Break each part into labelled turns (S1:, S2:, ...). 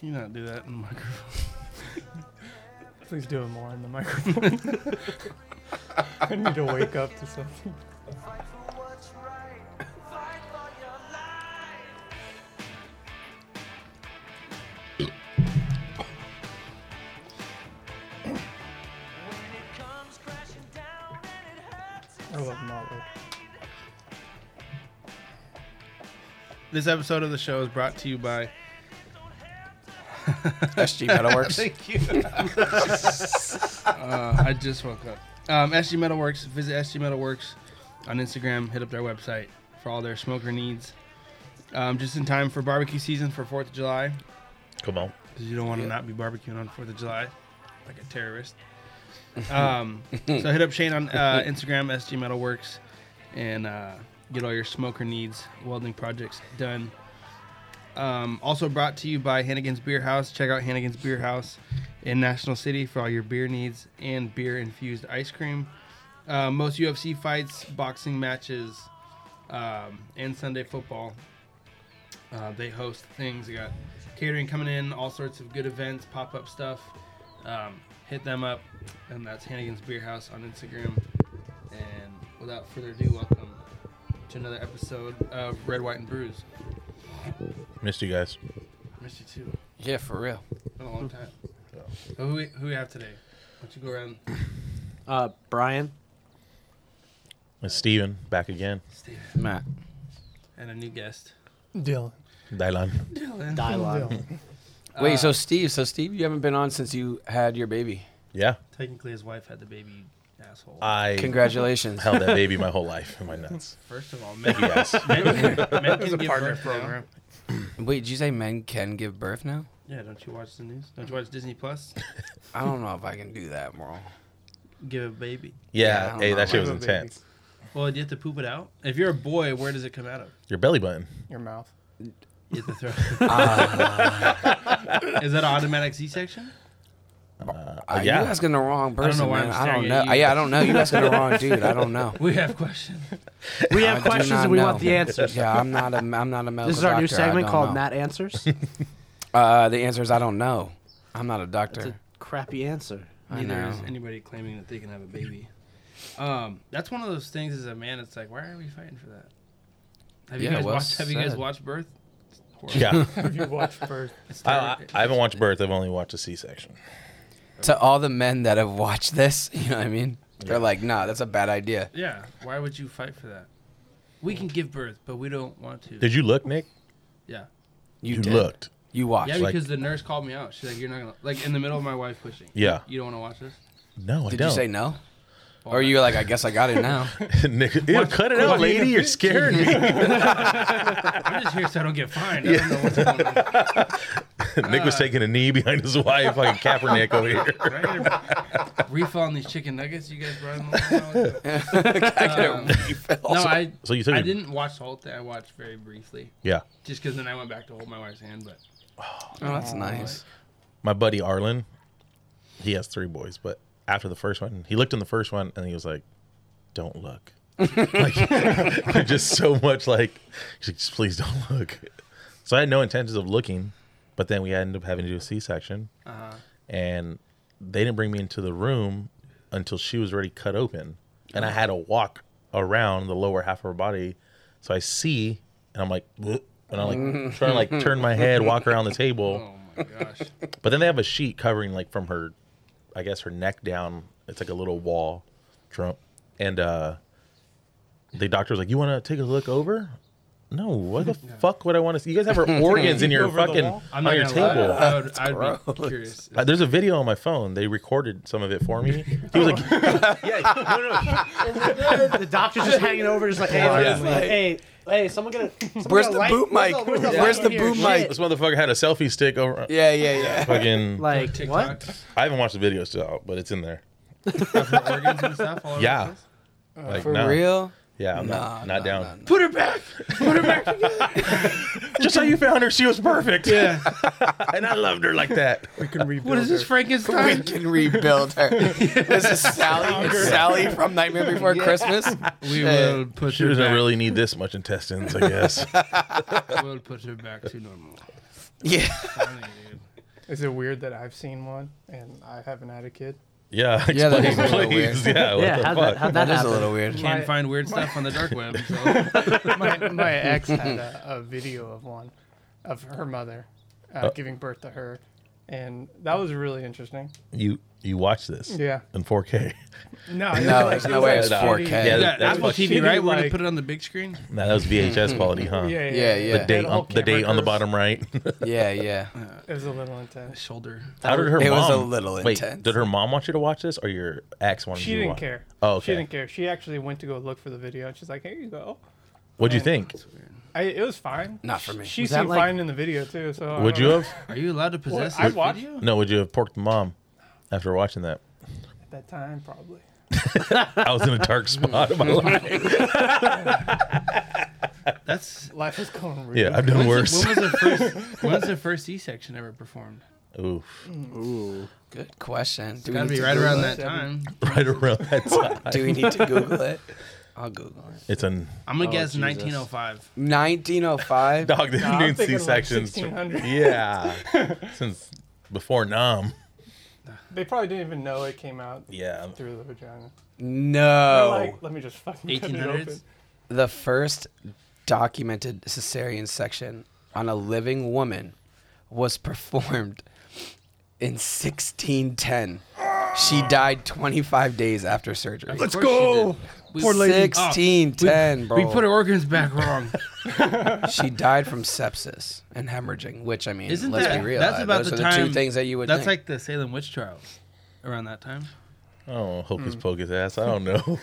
S1: You not do that in the microphone.
S2: Please do it more in the microphone. I need to wake up to something. I love Motley.
S1: This episode of the show is brought to you by.
S3: SG Metalworks.
S1: Thank you. uh, I just woke up. Um, SG Metalworks. Visit SG Metalworks on Instagram. Hit up their website for all their smoker needs. Um, just in time for barbecue season for Fourth of July,
S4: Come on.
S1: because you don't want to
S3: Yeah.
S1: not be barbecuing on Fourth of July, like a terrorist. Um, so hit up Shane on uh, Instagram, SG Metalworks, and uh, get all your smoker needs, welding projects done. Um, also brought to you by Hannigan's Beer House. Check out Hannigan's Beer House in National City for all your beer needs and beer infused ice cream. Uh, most UFC fights, boxing matches, um, and Sunday football. Uh, they host things. They got catering coming in, all sorts of good events, pop up stuff. Um, hit them up, and that's Hannigan's Beer House on Instagram. And without further ado, welcome to another episode of Red, White, and Brews.
S4: Missed you guys.
S1: Missed you too.
S3: yeah, for real.
S1: Been a long time. So who we, who we have today? Why don't you go around?
S5: Uh, Brian.
S4: It's Steven back again.
S1: Steve
S3: Matt.
S1: and a new guest,
S2: Dylan.
S4: Dylan.
S1: Dylan.
S5: Dialogue.
S1: Uh,
S3: Wait,
S5: Uh,
S3: so Steve, so Steve, you haven't been on since you had your baby.
S4: Yeah.
S1: Technically, his wife had the baby. you Asshole.
S4: I
S3: Congratulations.
S4: held that baby my whole life in my nuts.
S1: First of all, men,
S4: Thank you guys.
S1: men can, men
S2: There's
S1: can
S2: a
S1: give
S2: partner
S1: birth now.
S2: program.
S3: Wait, did you say men can give birth now?
S1: Yeah, don't you watch the news? Don't you watch Disney Plus?
S3: I don't know if I can do that,
S4: Uh,
S3: Merle.
S1: Give a baby.
S3: Yeah, I
S4: Yeah.
S3: don't
S4: hey,
S3: know.
S4: that shit was
S2: Oh, baby.
S4: intense.
S1: Well, do you have to poop it out? If you're a boy, where does it come out of?
S4: Your belly button.
S2: Your mouth.
S1: You have to throw. Is that an automatic C-section?
S3: Uh,
S4: yeah.
S3: You asking the wrong
S1: know
S3: person.
S1: why
S3: man.
S1: I'm
S3: I don't
S1: staring
S3: know. Uh,
S1: at you.
S3: Yeah, I don't know. You asking the wrong dude. I don't know.
S1: We have questions.
S5: We
S3: I
S5: have
S3: do
S5: questions
S3: not
S5: and we
S3: know.
S5: want the answers.
S3: Yeah, I'm not a I'm not a medical
S5: This is our new
S3: doctor. I
S5: segment
S3: don't
S5: called
S3: know.
S5: Matt Answers.
S3: Uh, the answer is I don't know. I'm not a
S5: That's a
S3: doctor.
S5: crappy answer.
S3: I
S1: Neither
S3: know.
S1: is anybody claiming that they can have a baby. Um, that's one of those things as a man. It's like, why are we fighting for that? Have you
S3: Yeah,
S1: guys
S3: well
S1: watched? Have you guys
S3: said.
S1: watched Birth? It's horrible.
S4: Yeah.
S2: If you watch birth.
S1: It's
S4: I,
S1: terrible.
S4: I, I haven't watched birth. I've only watched a C-section.
S3: To all the men that have watched this, you know what I mean? They're like, nah, that's a bad idea.
S1: yeah. Why would you fight for that? We can give birth, but we don't want to.
S4: Did you look, Nick?
S1: yeah.
S3: You,
S4: you
S3: did.
S4: looked.
S3: You watched.
S1: Yeah,
S4: like-
S1: because the nurse called me out. She's like, "You're not gonna like in the middle of my wife pushing.
S4: Yeah.
S1: You don't want to watch this?
S4: No, I
S3: Did
S4: don't.
S3: you say no? Or you were like, I guess I got it now.
S4: Nick, ew, cut it out, lady. You're scaring me.
S1: I'm just here so I don't get fined. I don't know what's going on.
S4: Nick was taking a knee behind his wife, like Kaepernick over here.
S1: Right here, refilling these chicken nuggets you guys brought in. the last
S3: I get
S1: Um,
S3: a refill.
S1: hour. no, I.
S4: So you took
S1: I
S4: a-
S1: didn't watch the whole thing. I watched very briefly,
S4: Yeah.
S1: just because then I went back to hold my wife's hand. But
S3: Oh, that's nice.
S4: my buddy Arlen, he has three boys, but after the first one, he looked in the first one and he was like, "Don't look." like, just so much like, he's like, just please don't look. So I had no intentions of looking, but then we ended up having to do a C-section,
S1: uh,
S4: and they didn't bring me into the room until she was already cut open, and I had to walk around the lower half of her body, so I see, and I'm like, "Bleh," and I'm like trying to like turn my head, walk around the table.
S1: oh my gosh,
S4: But then they have a sheet covering like from her, I guess her neck down. It's like a little wall, Trump. And uh the doctor was like, "You want to take a look over?" No, what the fuck would I want to see? You guys have her organs in your
S2: Over the
S4: fucking
S2: wall?
S1: I'm not
S4: on your
S1: gonna lie.
S4: table.
S1: I would, I would be curious.
S4: Uh, there's a video on my phone. They recorded some of it for me. He was like,
S5: the doctor's just hanging over, just like, hey,
S4: yeah.
S5: hey, hey, someone get a. someone
S3: Where's
S5: get a
S3: the
S5: light?
S3: boot mic?
S5: Where's the,
S3: Where's
S5: light
S3: the
S5: here?
S3: boot
S5: Shit.
S3: mic?
S4: "This motherfucker had a selfie stick over."
S3: Yeah, yeah, yeah.
S4: Fucking.
S5: Like,
S1: TikTok
S5: what?
S4: I haven't watched the video still, but it's in there.
S1: for organs and stuff. All over
S4: Yeah.
S1: the place?
S4: Like,
S3: For
S4: no.
S3: real?
S4: Yeah, I'm not,
S3: Nah,
S4: not
S3: nah,
S4: down.
S3: nah, nah.
S1: Put her back. Put her back.
S4: Just how you found her, she was perfect.
S1: Yeah.
S4: and I loved her like that.
S2: We can rebuild.
S1: What is this,
S2: her.
S1: Frankenstein?
S3: can rebuild her. this is Sally. Sally from Nightmare Before Christmas.
S1: We will put
S4: She
S1: her
S4: doesn't
S1: back.
S4: really need this much intestines, I guess.
S1: We'll put her back to normal.
S3: Yeah.
S1: Funny, dude.
S2: Is it weird that I've seen one and I haven't had a kid?
S4: yeah,
S3: Yeah,
S4: explain,
S3: that is a little
S4: please.
S3: weird.
S4: Yeah, what
S5: yeah,
S4: the
S5: how'd
S4: fuck?
S5: that, how'd
S3: That is
S5: that
S3: a
S5: happen?
S3: little weird.
S1: Can't
S2: My-
S1: find weird stuff on the dark web. So.
S2: my, my ex had a, a video of one of her mother uh,
S4: Oh.
S2: giving birth to her and that was really interesting
S4: you you watch this
S2: yeah
S4: in 4K.
S2: no
S3: No, there's no way it's
S4: Yeah,
S3: 4K.
S4: yeah,
S1: You
S4: that-
S1: got
S4: that's
S1: Apple
S4: what she
S1: TV, right?
S2: did,
S1: We're gonna
S2: like-
S1: put it on the big screen.
S4: Nah, that was VHS quality, huh?
S2: Mm-hmm. yeah yeah,
S3: Yeah,
S2: yeah.
S3: yeah.
S4: The date
S2: the whole
S4: on the date
S2: camera
S4: on the
S2: curves.
S4: bottom right.
S3: Yeah, yeah.
S2: it was a little intense
S1: Shoulder.
S4: How did her
S3: It was
S4: mom?
S3: a little intense.
S4: Wait, did her mom want you to watch this, or your ex wanted
S2: she
S4: you to
S2: didn't
S4: watch?
S2: care
S4: Oh, okay.
S2: she didn't care she actually went to go look for the video and she's like here you go
S4: What'd
S2: Uh,
S4: you think?
S2: I, it was fine
S3: Not for me.
S2: she
S5: Was that
S2: seemed
S5: like-
S2: fine in the video too so I
S4: Would
S2: don't
S4: you
S2: know.
S4: have?
S1: Are you allowed to possess
S2: I
S1: this
S2: watched-
S1: video?
S4: No, would you have porked the mom after watching that?
S2: at that time probably
S4: I was in a dark spot of my life.
S1: That's
S2: life is going real
S4: Yeah, I've done
S1: when
S4: worse.
S1: was, the, when was the first when was the first C-section ever performed?
S4: Oof.
S3: Good question. Do we,
S1: Got to
S3: need
S1: be
S3: to
S1: right
S3: Google
S1: around
S3: it?
S1: that time.
S4: Right around that time.
S3: Do we need to Google it? I'll Google it.
S4: It's an
S1: I'm gonna guess
S5: Jesus.
S1: 1905.
S3: 1905.
S4: dog that
S2: I'm
S4: doing
S2: thinking
S4: C
S2: like
S4: sections.
S2: 1600.
S4: yeah. Since before Nam.
S2: they probably didn't even know it came out
S4: Yeah.
S2: through the vagina They're
S4: Oh.
S3: No.
S2: like, let me just fucking cut it open
S1: 1800s?
S3: the first documented cesarean section on a living woman was performed in 1610. She died 25 days after surgery.
S1: Let's go. We,
S2: Poor lady.
S3: 1610, bro.
S1: we put her organs back wrong.
S3: she died from sepsis and hemorrhaging, which I mean,
S1: Isn't
S3: let's
S1: that
S3: be real.
S1: that's
S3: uh,
S1: about
S3: those
S1: the
S3: are the
S1: time?
S3: two things that you would
S1: That's
S3: think.
S1: like the Salem witch trials, around that time.
S4: Oh, hocus pocus ass. I don't know.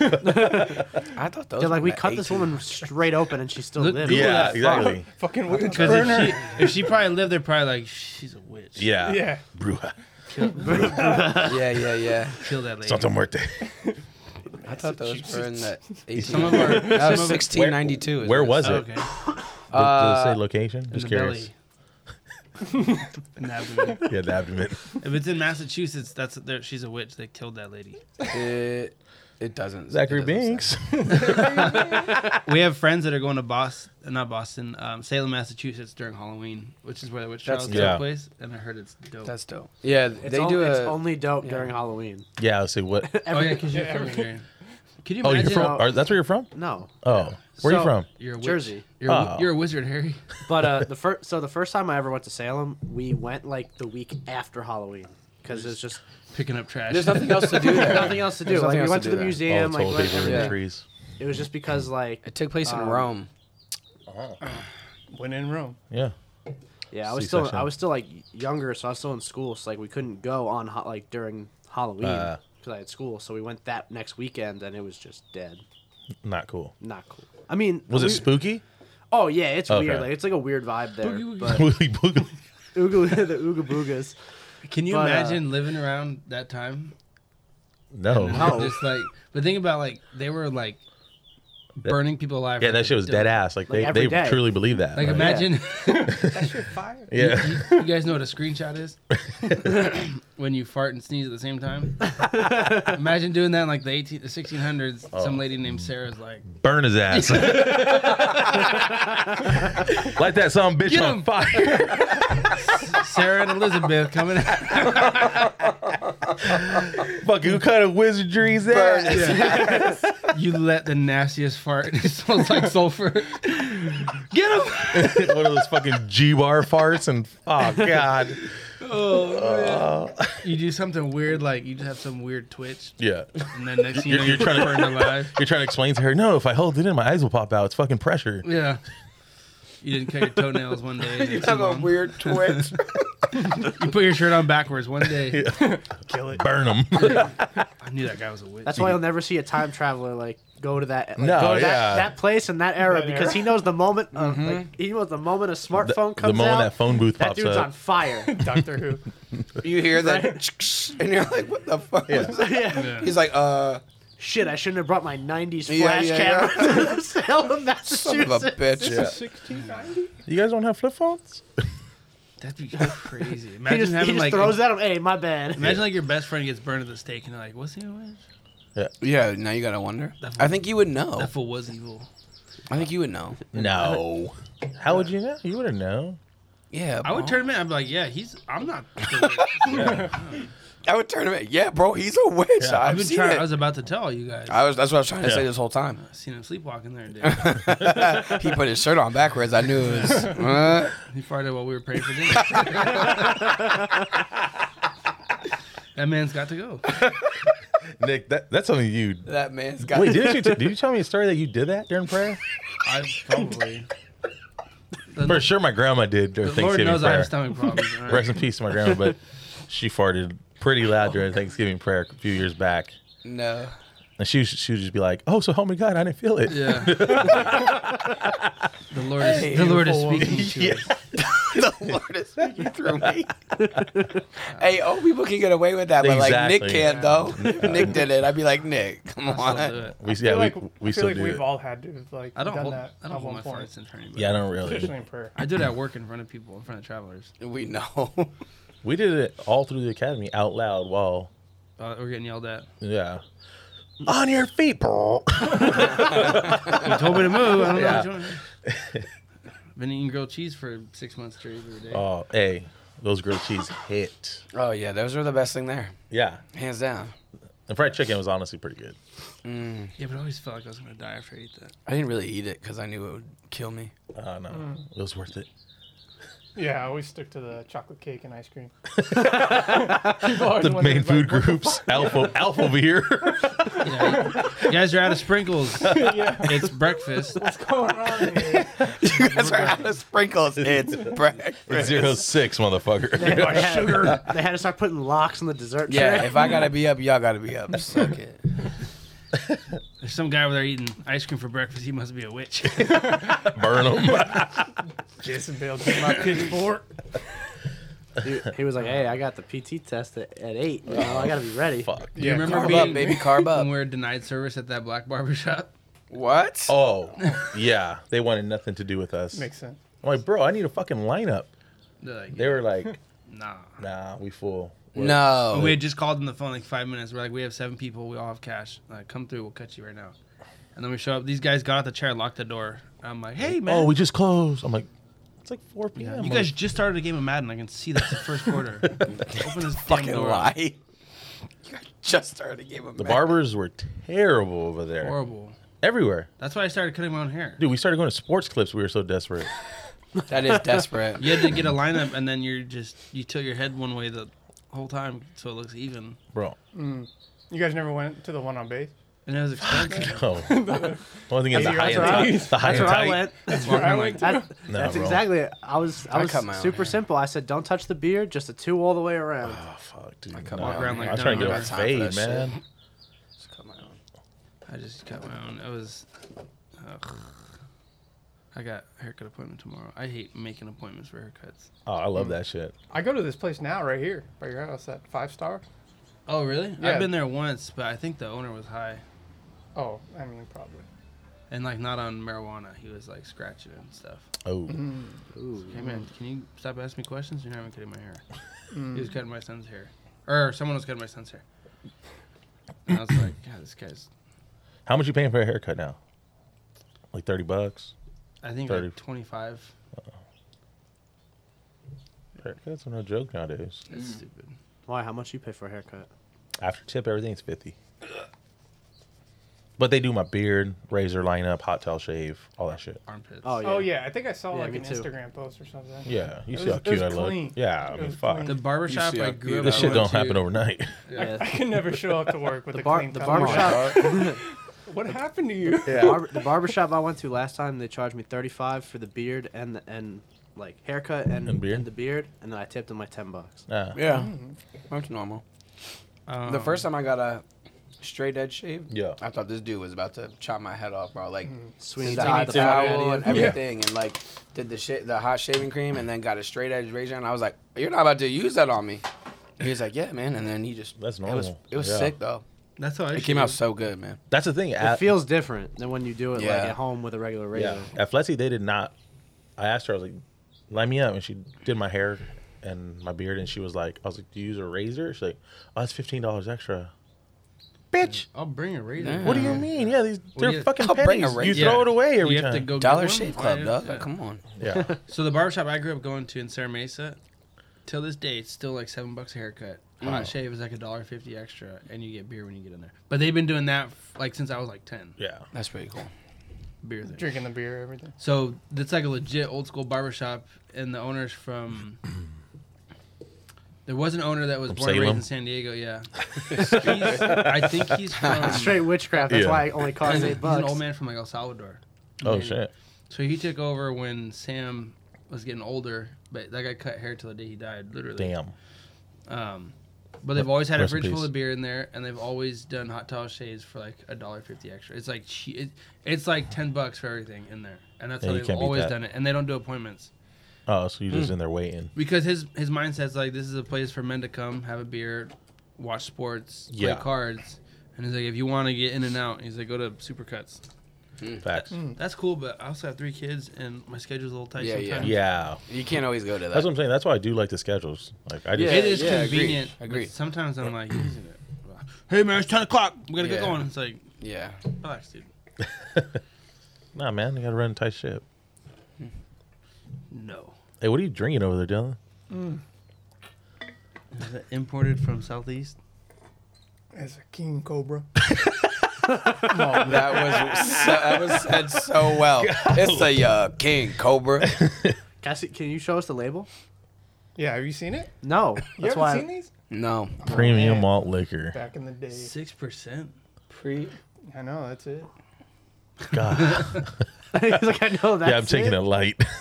S3: I thought those
S5: They're like,
S3: were
S5: we
S3: the
S5: cut this
S3: 18.
S5: woman straight open and she still
S1: Look-
S5: lives.
S1: Google
S4: yeah,
S1: that.
S4: exactly.
S2: fucking witch
S1: Because
S2: burner
S1: if she if she probably lived, they're probably like she's a witch.
S4: Yeah.
S2: yeah
S4: Bruja.
S3: Yeah, yeah, yeah.
S1: kill that lady.
S4: Santa Muerte.
S3: I thought those were in the 18.
S1: Some of our
S3: that was
S1: some of-
S3: 1692. is
S4: Where was
S3: what it
S1: Oh,
S4: it?
S1: okay.
S4: Did, did it say
S3: Uh,
S4: location?
S1: In
S4: Just
S1: the
S4: curious.
S1: belly. In the abdomen.
S4: Yeah, the abdomen.
S1: If it's in Massachusetts, that's there. She's a witch. They killed that lady.
S3: It, it doesn't.
S4: Zachary
S3: it doesn't say.
S4: Binks.
S1: We have friends that are going to Boston, not Boston, um, Salem, Massachusetts during Halloween, which is where the witch
S3: That's
S1: trials
S4: dope. Yeah.
S1: take place. And I heard it's dope.
S3: That's dope. Yeah,
S5: It's
S3: they
S5: on-
S3: do
S5: It's
S3: a.
S5: only dope during
S3: yeah.
S5: Halloween.
S4: Yeah, let's see what.
S1: oh yeah, because
S2: Yeah,
S1: you're from
S2: everything.
S1: here. Can you
S4: Oh,
S1: imagine?
S4: you're from? Are, that's where you're from?
S5: No,
S4: Oh, where are you
S5: So-
S4: from?
S1: You're a witch.
S5: Jersey.
S1: You're, a wi-
S4: Oh.
S1: you're a wizard, Harry.
S5: But uh, the first, so the first time I ever went to Salem, we went like the week after Halloween because it's just
S1: Picking up trash.
S3: There's nothing else to do there.
S5: nothing else to do.
S3: There's
S5: Like
S3: nothing
S5: we
S3: else
S5: went
S3: to do
S5: to, the
S3: there.
S5: museum,
S4: oh,
S5: like
S4: it's old
S5: went
S4: people in
S5: everything.
S4: the
S3: everywhere.
S4: trees.
S5: It was just because like
S3: It took place in
S5: Um,
S3: Rome.
S2: when in Rome
S4: Yeah.
S5: yeah, I was still
S4: C-section.
S5: I was still like younger, so I was still in school, so like we couldn't go on ho- like during Halloween
S4: Uh.
S5: because I had school. So we went that next weekend, and it was just dead.
S4: Not cool.
S5: Not cool. I mean,
S4: Was it
S5: we-
S4: spooky?
S5: Oh yeah, it's
S4: Okay.
S5: weird. Like it's like a weird vibe there.
S1: Boogie woogie.
S5: But
S4: Boogie boogie.
S5: Ooga, the Ooga Boogas.
S1: Can you
S5: But, uh,
S1: imagine living around that time?
S4: No.
S3: Oh.
S5: No.
S1: Just like, but think about like they were like burning people alive.
S4: Yeah,
S1: for
S4: that
S1: like
S4: shit was
S1: dope.
S4: dead ass. Like,
S5: Like,
S4: they, they
S5: every day.
S4: truly believe that.
S1: Like imagine.
S2: that shit fire
S4: Yeah.
S1: You guys know what a screenshot is? when you fart and sneeze at the same time. Imagine doing that in like the 18, the 1600s.
S4: Oh.
S1: Some lady named Sarah's like,
S4: Burn his ass. Light that some bitch
S1: Get
S4: on
S1: him.
S4: fire.
S1: Sarah and Elizabeth coming out.
S4: Fuck, who kind of wizardry is
S3: Burn
S4: that?
S3: his
S1: You let the nastiest fart. It smells like sulfur. Get him!
S4: One of those fucking G bar farts and oh god. Oh,
S1: You do something weird, like you just have some weird twitch,
S4: Yeah.
S1: and then next thing you know, you're
S4: You're- you're trying to-
S1: burned alive.
S4: You're trying to explain to her, no, if I hold it in, my eyes will pop out. It's fucking pressure.
S1: Yeah. You didn't cut your toenails one day. You,
S3: Have a weird twitch.
S1: you put your shirt on backwards one day.
S2: kill it
S4: Burn them.
S1: I knew that guy was a witch.
S5: That's why you'll never see a time traveler like go to that like,
S4: No,
S5: go to
S4: yeah. Mm-hmm.
S5: that, that place and that era
S2: That
S5: because
S2: era.
S5: he knows the moment of, like, he knows the moment a
S4: the,
S5: smartphone
S4: the
S5: comes
S4: moment
S5: out.
S4: that phone booth
S5: that
S4: pops
S5: dude's
S4: up.
S5: on fire.
S2: Doctor Who
S3: you hear that, and you're like, "What the fuck?" was that?
S5: yeah.
S3: He's like, "Uh,
S5: shit, I shouldn't have brought my 90s
S3: Yeah,
S5: flash
S3: yeah,
S5: camera to the Salem,
S3: Son
S5: Massachusetts.
S3: of a bitch.
S4: Yeah. You guys don't have flip phones?
S1: That'd be crazy.
S5: He
S1: Imagine
S5: just, he
S1: having
S5: just
S1: like
S5: throws at him. Hey, my bad.
S1: imagine like your best friend gets burned at the stake and they're like, "What's he doing?
S3: Yeah, now you gotta wonder.
S1: That
S3: I think you would know.
S1: That fool was evil."
S3: I think you would know.
S4: No. How would you know? You would have known.
S3: Yeah,
S1: I would
S3: bro.
S1: turn him in. I'd be like, "Yeah, he's. I'm not. the witch."
S3: I would turn him. in. Yeah, bro, he's a witch.
S4: Yeah,
S3: I've
S1: I've been
S3: seen
S1: trying.
S3: it.
S1: I was about to tell you guys.
S3: I was. That's what I was trying to say
S4: Yeah.
S3: this whole time.
S1: seen him sleepwalking there, dude.
S3: He put his shirt on backwards. I knew it was. Uh,
S1: he farted while we were praying for dinner. that man's got to go.
S4: Nick, that, that's something you.
S3: that man's got.
S4: Wait, did you, t- did you tell me a story that you did that during prayer?
S1: I probably. The,
S4: For sure, my grandma did during
S1: the Lord
S4: Thanksgiving
S1: knows
S4: prayer.
S1: I have stomach problems. all right?
S4: Rest in peace to my grandma, but she farted pretty loud during Thanksgiving prayer a few years back.
S3: No.
S4: And she, was- she would just be like, oh, so help me God, I didn't feel it.
S1: Yeah. the Lord is the Lord is speaking to
S4: Yeah.
S1: us.
S3: the Lord is speaking through me. hey, old people can get away with that, but like Nick
S4: Exactly.
S3: can't though. If Nick did it, I'd be like, Nick, come
S1: I'll do
S3: on.
S1: it.
S4: We,
S2: I
S4: yeah,
S2: feel
S4: we,
S2: like,
S4: we
S2: I feel
S4: still
S2: like
S4: do
S2: we've
S4: it.
S2: all had to have like
S1: I don't
S2: done
S1: hold,
S2: that
S1: I don't
S2: at
S1: hold
S2: one
S1: my
S2: point,
S1: farts in front of anybody.
S4: Yeah, I don't
S2: especially
S4: really.
S2: in prayer.
S1: I do it at work in front of people, in front of travelers.
S3: We know.
S4: We did it all through the academy out loud while,
S1: Uh, we're getting yelled at.
S4: yeah. On your feet, Oh, bro.
S1: You told me to move. I don't
S4: Yeah.
S1: know. What you're doing. Been eating grilled cheese for six months straight every day.
S4: Oh, hey, those grilled cheese hit.
S3: Oh yeah, those are the best thing there,
S4: Yeah,
S3: hands down.
S4: the fried chicken was honestly pretty good.
S1: Yeah, but I always felt like I was gonna die after I ate that.
S3: I didn't really eat it because I knew it would kill me.
S4: Uh, no, it was worth it.
S2: Yeah, I always stick to the chocolate cake and ice cream.
S4: The main food groups, Alpha, Alpha over here.
S1: Yeah. you guys are out of sprinkles.
S2: yeah,
S1: It's breakfast.
S2: what's going on here?
S3: You guys are out of sprinkles. It's breakfast.
S4: Zero six, motherfucker.
S5: They had, they had to start putting locks on the dessert tray.
S3: Yeah, if I gotta be up, y'all gotta be up. Suck it.
S1: There's some guy over there eating ice cream for breakfast. He must be a witch.
S4: Burn them.
S2: Jason Bale took my pitchfork.
S5: he, he was like, "Hey, I got the PT test at, at eight. You know, I gotta be ready."
S4: Fuck.
S1: Do you remember
S3: Carb
S1: being
S3: up, baby, carb
S1: when we
S3: up.
S1: were denied service at that black barber shop?
S3: What?
S4: Oh, yeah. They wanted nothing to do with us.
S2: Makes sense.
S4: I'm like, bro, I need a fucking lineup.
S1: They're like,
S4: They were like,
S1: nah.
S4: nah, we full. We're-
S3: No.
S1: We had just called on the phone like five minutes. We're like, we have seven people. We all have cash. Like, come through. We'll cut you right now. And then we show up. These guys got out the chair, locked the door. I'm like, hey man.
S4: Oh, we just closed. I'm like, it's like 4 p.m.
S1: you guys just started a game of Madden. I can see that's the first quarter. Open this damn
S3: fucking
S1: door.
S3: lie. You guys just started a game of
S4: the barbers were terrible over there.
S1: Horrible.
S4: Everywhere.
S1: That's why I started cutting my own hair.
S4: Dude, we started going to sports clips. We were so desperate.
S3: That is desperate.
S1: You had to get a lineup, and then you're just you tilt your head one way the whole time so it looks even,
S4: Bro.
S2: You guys never went to the one on base?
S1: and it was expensive.
S4: No. The only thing is the
S2: Hey,
S4: high
S2: that's right.
S4: and tight. The high
S5: That's
S4: and
S5: where I
S4: tight.
S5: went.
S1: That's
S2: where I went
S5: That- that's
S4: bro.
S5: exactly it. I was I
S3: I
S5: was
S3: cut my own
S5: super
S3: hair.
S5: simple. I said, "Don't touch the beard, just a two all the way around."
S4: Oh, fuck, dude.
S3: come
S4: Nah,
S3: on.
S1: around like
S4: I was trying to
S1: that.
S4: get
S1: I
S4: a
S1: don't
S3: got time for that
S4: fade, man.
S3: shit. Just cut my own.
S1: I just cut my own. It was. Ugh. I got a haircut appointment tomorrow. I hate making appointments for haircuts.
S4: Oh, I love that shit.
S2: I go to this place now, right here by your house, that five star.
S1: Oh really?
S2: Yeah.
S1: I've been there once, but I think the owner was high
S2: Oh, I mean probably.
S1: and like not on marijuana. He was like scratching and stuff.
S4: Oh,
S5: Ooh.
S1: Hey man, can you stop asking me questions? You're not even cutting my hair.
S3: Mm.
S1: He was cutting my son's hair, or someone was cutting my son's hair. And I was like, God, this guy's.
S4: how much you paying for a haircut now? Like thirty bucks.
S1: I think
S4: Thirty.
S1: like 25.
S4: Haircuts are no joke nowadays.
S1: That's
S3: Mm.
S1: stupid.
S5: Why? How much you pay for a haircut?
S4: After tip, everything's fifty. But they do my beard, razor lineup, hot towel shave, all that shit.
S1: Armpits.
S5: Oh yeah.
S2: Oh yeah, I think I saw
S5: Yeah,
S2: like
S5: me
S2: an
S5: too.
S2: Instagram post or something.
S4: Yeah, you
S2: It
S4: see
S2: was-
S4: how
S2: it
S4: cute I
S2: was
S4: look.
S2: clean.
S4: Yeah, I
S2: It
S4: mean,
S2: was
S4: fuck.
S2: clean.
S1: The barbershop
S3: You see
S1: I
S3: how
S1: grew up.
S4: This shit
S1: I
S4: don't
S1: went to-
S4: happen overnight.
S1: Yeah.
S2: I can never show up to work with
S5: The
S2: a
S5: bar
S2: clean
S5: the
S2: cut.
S5: barbershop
S2: What happened to you?
S5: barber, the barbershop I went to last time they charged me thirty five for the beard and the, and like haircut and,
S4: And beard?
S5: the beard and then I tipped them like ten bucks.
S4: Nah.
S3: Yeah. That's Mm-hmm. normal.
S1: Um,
S3: the first time I got a straight edge shave,
S4: Yeah.
S3: I thought this dude was about to chop my head off, bro. Like,
S5: Sweeney
S3: the
S5: Todd
S3: hot
S5: the fuck
S3: towel
S5: out
S3: and
S5: of you.
S3: everything, and like did the shit, the hot shaving cream, and then got a straight edge razor, and I was like, "You're not about to use that on me." He was like, "Yeah, man," and then he just
S4: That's
S3: It was,
S4: normal.
S3: it was
S4: Yeah.
S3: sick though.
S1: That's how I
S3: It came out so good, man.
S4: That's the thing.
S5: It
S4: At,
S5: feels different than when you do it
S3: Yeah.
S5: like at home with a regular
S4: yeah,
S5: radio.
S4: at Fleshy, they did not. I asked her, I was like, "Line me up," and she did my hair and my beard, and she was like, "I was like, do you use a razor?" She's like, "Oh, that's fifteen dollars extra." Bitch,
S1: I'll bring a razor.
S3: Yeah.
S4: what do you mean? Yeah, these they're
S1: yeah.
S4: fucking
S3: I'll bring a
S4: pennies. You
S3: razor.
S4: throw it away every
S1: you
S4: time.
S1: Have to go
S3: Dollar
S1: get one?
S3: Shave Club,
S1: Yeah,
S3: dog.
S1: yeah.
S3: Come on.
S4: Yeah,
S1: So the barbershop I grew up going to in Sierra Mesa, till this day, it's still like seven bucks a haircut.
S3: Wow.
S1: Hot shave is like a dollar fifty extra, and you get beer when you get in there. But they've been doing that f- like since I was like ten.
S4: yeah.
S3: That's pretty cool.
S1: Beer thing.
S2: Drinking the beer, everything.
S1: So that's like a legit old school barbershop, and the owner's from. There was an owner that was
S4: From
S1: born and raised
S4: Salem?
S1: in San Diego. Yeah, He's- I think he's from.
S5: Straight witchcraft. That's
S4: Yeah.
S5: why it only costs
S1: He's
S5: eight
S1: an
S5: bucks.
S1: old man from like El Salvador.
S4: Oh
S1: And
S4: shit.
S1: So he took over when Sam was getting older, but that guy cut hair till the day he died, literally.
S4: Damn.
S1: Um, but they've always had a
S4: Rest in
S1: fridge full
S4: peace.
S1: of beer in there, and they've always done hot towel shades for like a dollar fifty extra. It's like che- it, it's like ten bucks for everything in there, and that's
S4: Yeah,
S1: how
S4: you
S1: they've
S4: can't beat
S1: always
S4: that.
S1: done it. And they don't do appointments
S4: Oh, so you're just in there waiting.
S1: because his his mindset's like this is a place for men to come, have a beer, watch sports,
S4: Yeah.
S1: play cards, and he's like if you want to get in and out, he's like go to Supercuts.
S4: Facts.
S1: That's cool, but I also have three kids, and my schedule's a little tight.
S3: Yeah, yeah.
S1: sometimes.
S4: Yeah,
S3: You can't always go to that.
S4: that's what I'm saying. That's why I do like the schedules. Like I just
S1: it is
S3: Yeah, yeah, agree,
S1: convenient. but
S3: agree.
S1: Sometimes I'm like, using it. hey man, it's ten o'clock. We gotta
S3: Yeah.
S1: get going. It's like,
S3: yeah.
S1: relax, dude.
S4: nah, man, you gotta run a tight ship.
S1: No.
S4: Hey, what are you drinking over there, Dylan?
S1: Is it imported from Southeast?
S2: As a king cobra.
S3: That was so, that was said so well. It's a uh, king cobra.
S5: Can, I see- can you show us the label?
S2: Yeah, have you seen it?
S5: No.
S2: You
S5: That's
S2: haven't
S5: why.
S2: seen these?
S3: No,
S4: Premium
S2: man.
S4: malt liquor.
S2: Back in the day.
S1: Six percent.
S3: pre.
S2: I know, that's it.
S4: God,
S5: He's like, I know that's
S4: yeah, I'm taking
S5: it.
S4: a light.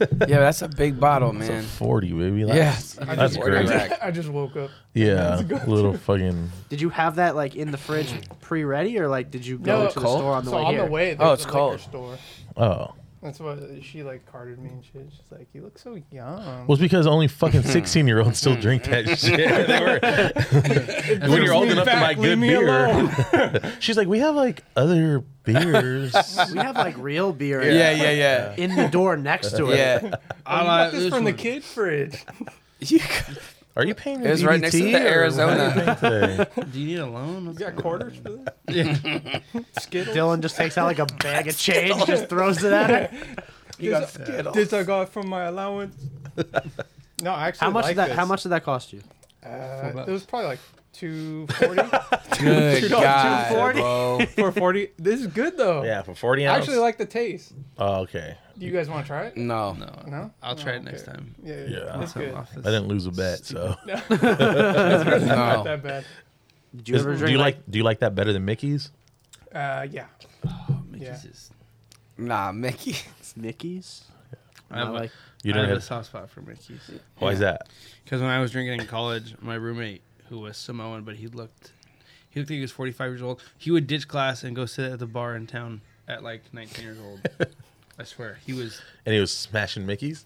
S3: Yeah, that's a big bottle, man.
S4: Forty, baby. That's,
S3: Yeah,
S4: that's great.
S2: I just woke up.
S4: Yeah, little fucking.
S5: Did you have that like in the fridge pre-ready, or like did you go
S2: No,
S5: to the
S3: cold.
S5: store on the
S2: so
S5: way
S2: on
S5: here?
S2: the way,
S3: Oh,
S2: there's
S3: it's
S2: a liquor
S3: cold.
S2: store.
S4: Oh,
S2: That's why she like carded me and shit. She's like, "You look so young."
S4: well, it's because only fucking sixteen year olds still drink that shit. They were- when you're old enough to buy good beer, she's like, we have like other beers.
S5: We have like real beer.
S3: Yeah, yeah, yeah,
S5: In the door next to it.
S3: yeah.
S1: Oh,
S2: I oh,
S5: uh,
S2: got this from the kid fridge.
S3: You
S4: Are you paying?
S3: It was right next to the Arizona.
S4: Arizona.
S1: Do you need a loan? What's
S2: You got
S1: going
S2: quarters for this?
S1: on?
S2: Skittles.
S5: Dylan just takes out like a bag of change, just throws it at her.
S2: You got Skittles. This I got from my allowance. no, I actually.
S5: How much
S2: like
S5: did that?
S2: This.
S5: How much did that cost you?
S2: Uh,
S1: bucks.
S2: it was probably like two forty. dollars,
S3: Good God,
S2: 240.
S3: bro.
S2: Four forty. This is good though.
S4: yeah, for forty
S2: I
S4: ounce.
S2: actually like the taste.
S4: Oh, okay.
S2: Do you guys want to try it?
S3: No,
S1: No.
S2: No.
S1: I'll try it
S2: Oh,
S1: next
S2: okay.
S1: time.
S2: Yeah.
S4: Yeah.
S2: It's
S1: I'll
S2: good.
S1: off
S4: I
S1: this.
S4: didn't lose a bet, so.
S2: Not
S3: no.
S2: that bad.
S5: Did you
S4: Is-
S5: ever
S4: do
S5: drink?
S4: you like do you like that better than Mickey's?
S2: Uh, yeah.
S1: Oh, Mickey's
S2: Yeah.
S1: is-
S3: Nah, Mickey.
S5: Mickey's?
S1: I have,
S5: Not
S1: a-
S5: like
S4: You
S1: I
S4: don't
S1: have a
S4: have,
S1: soft spot for Mickey's.
S4: why is that?
S1: Because when I was drinking in college, my roommate, who was Samoan, but he looked, he looked like he was 45 years old. He would ditch class and go sit at the bar in town at like 19 years old. I swear, he was.
S4: And he was smashing Mickey's.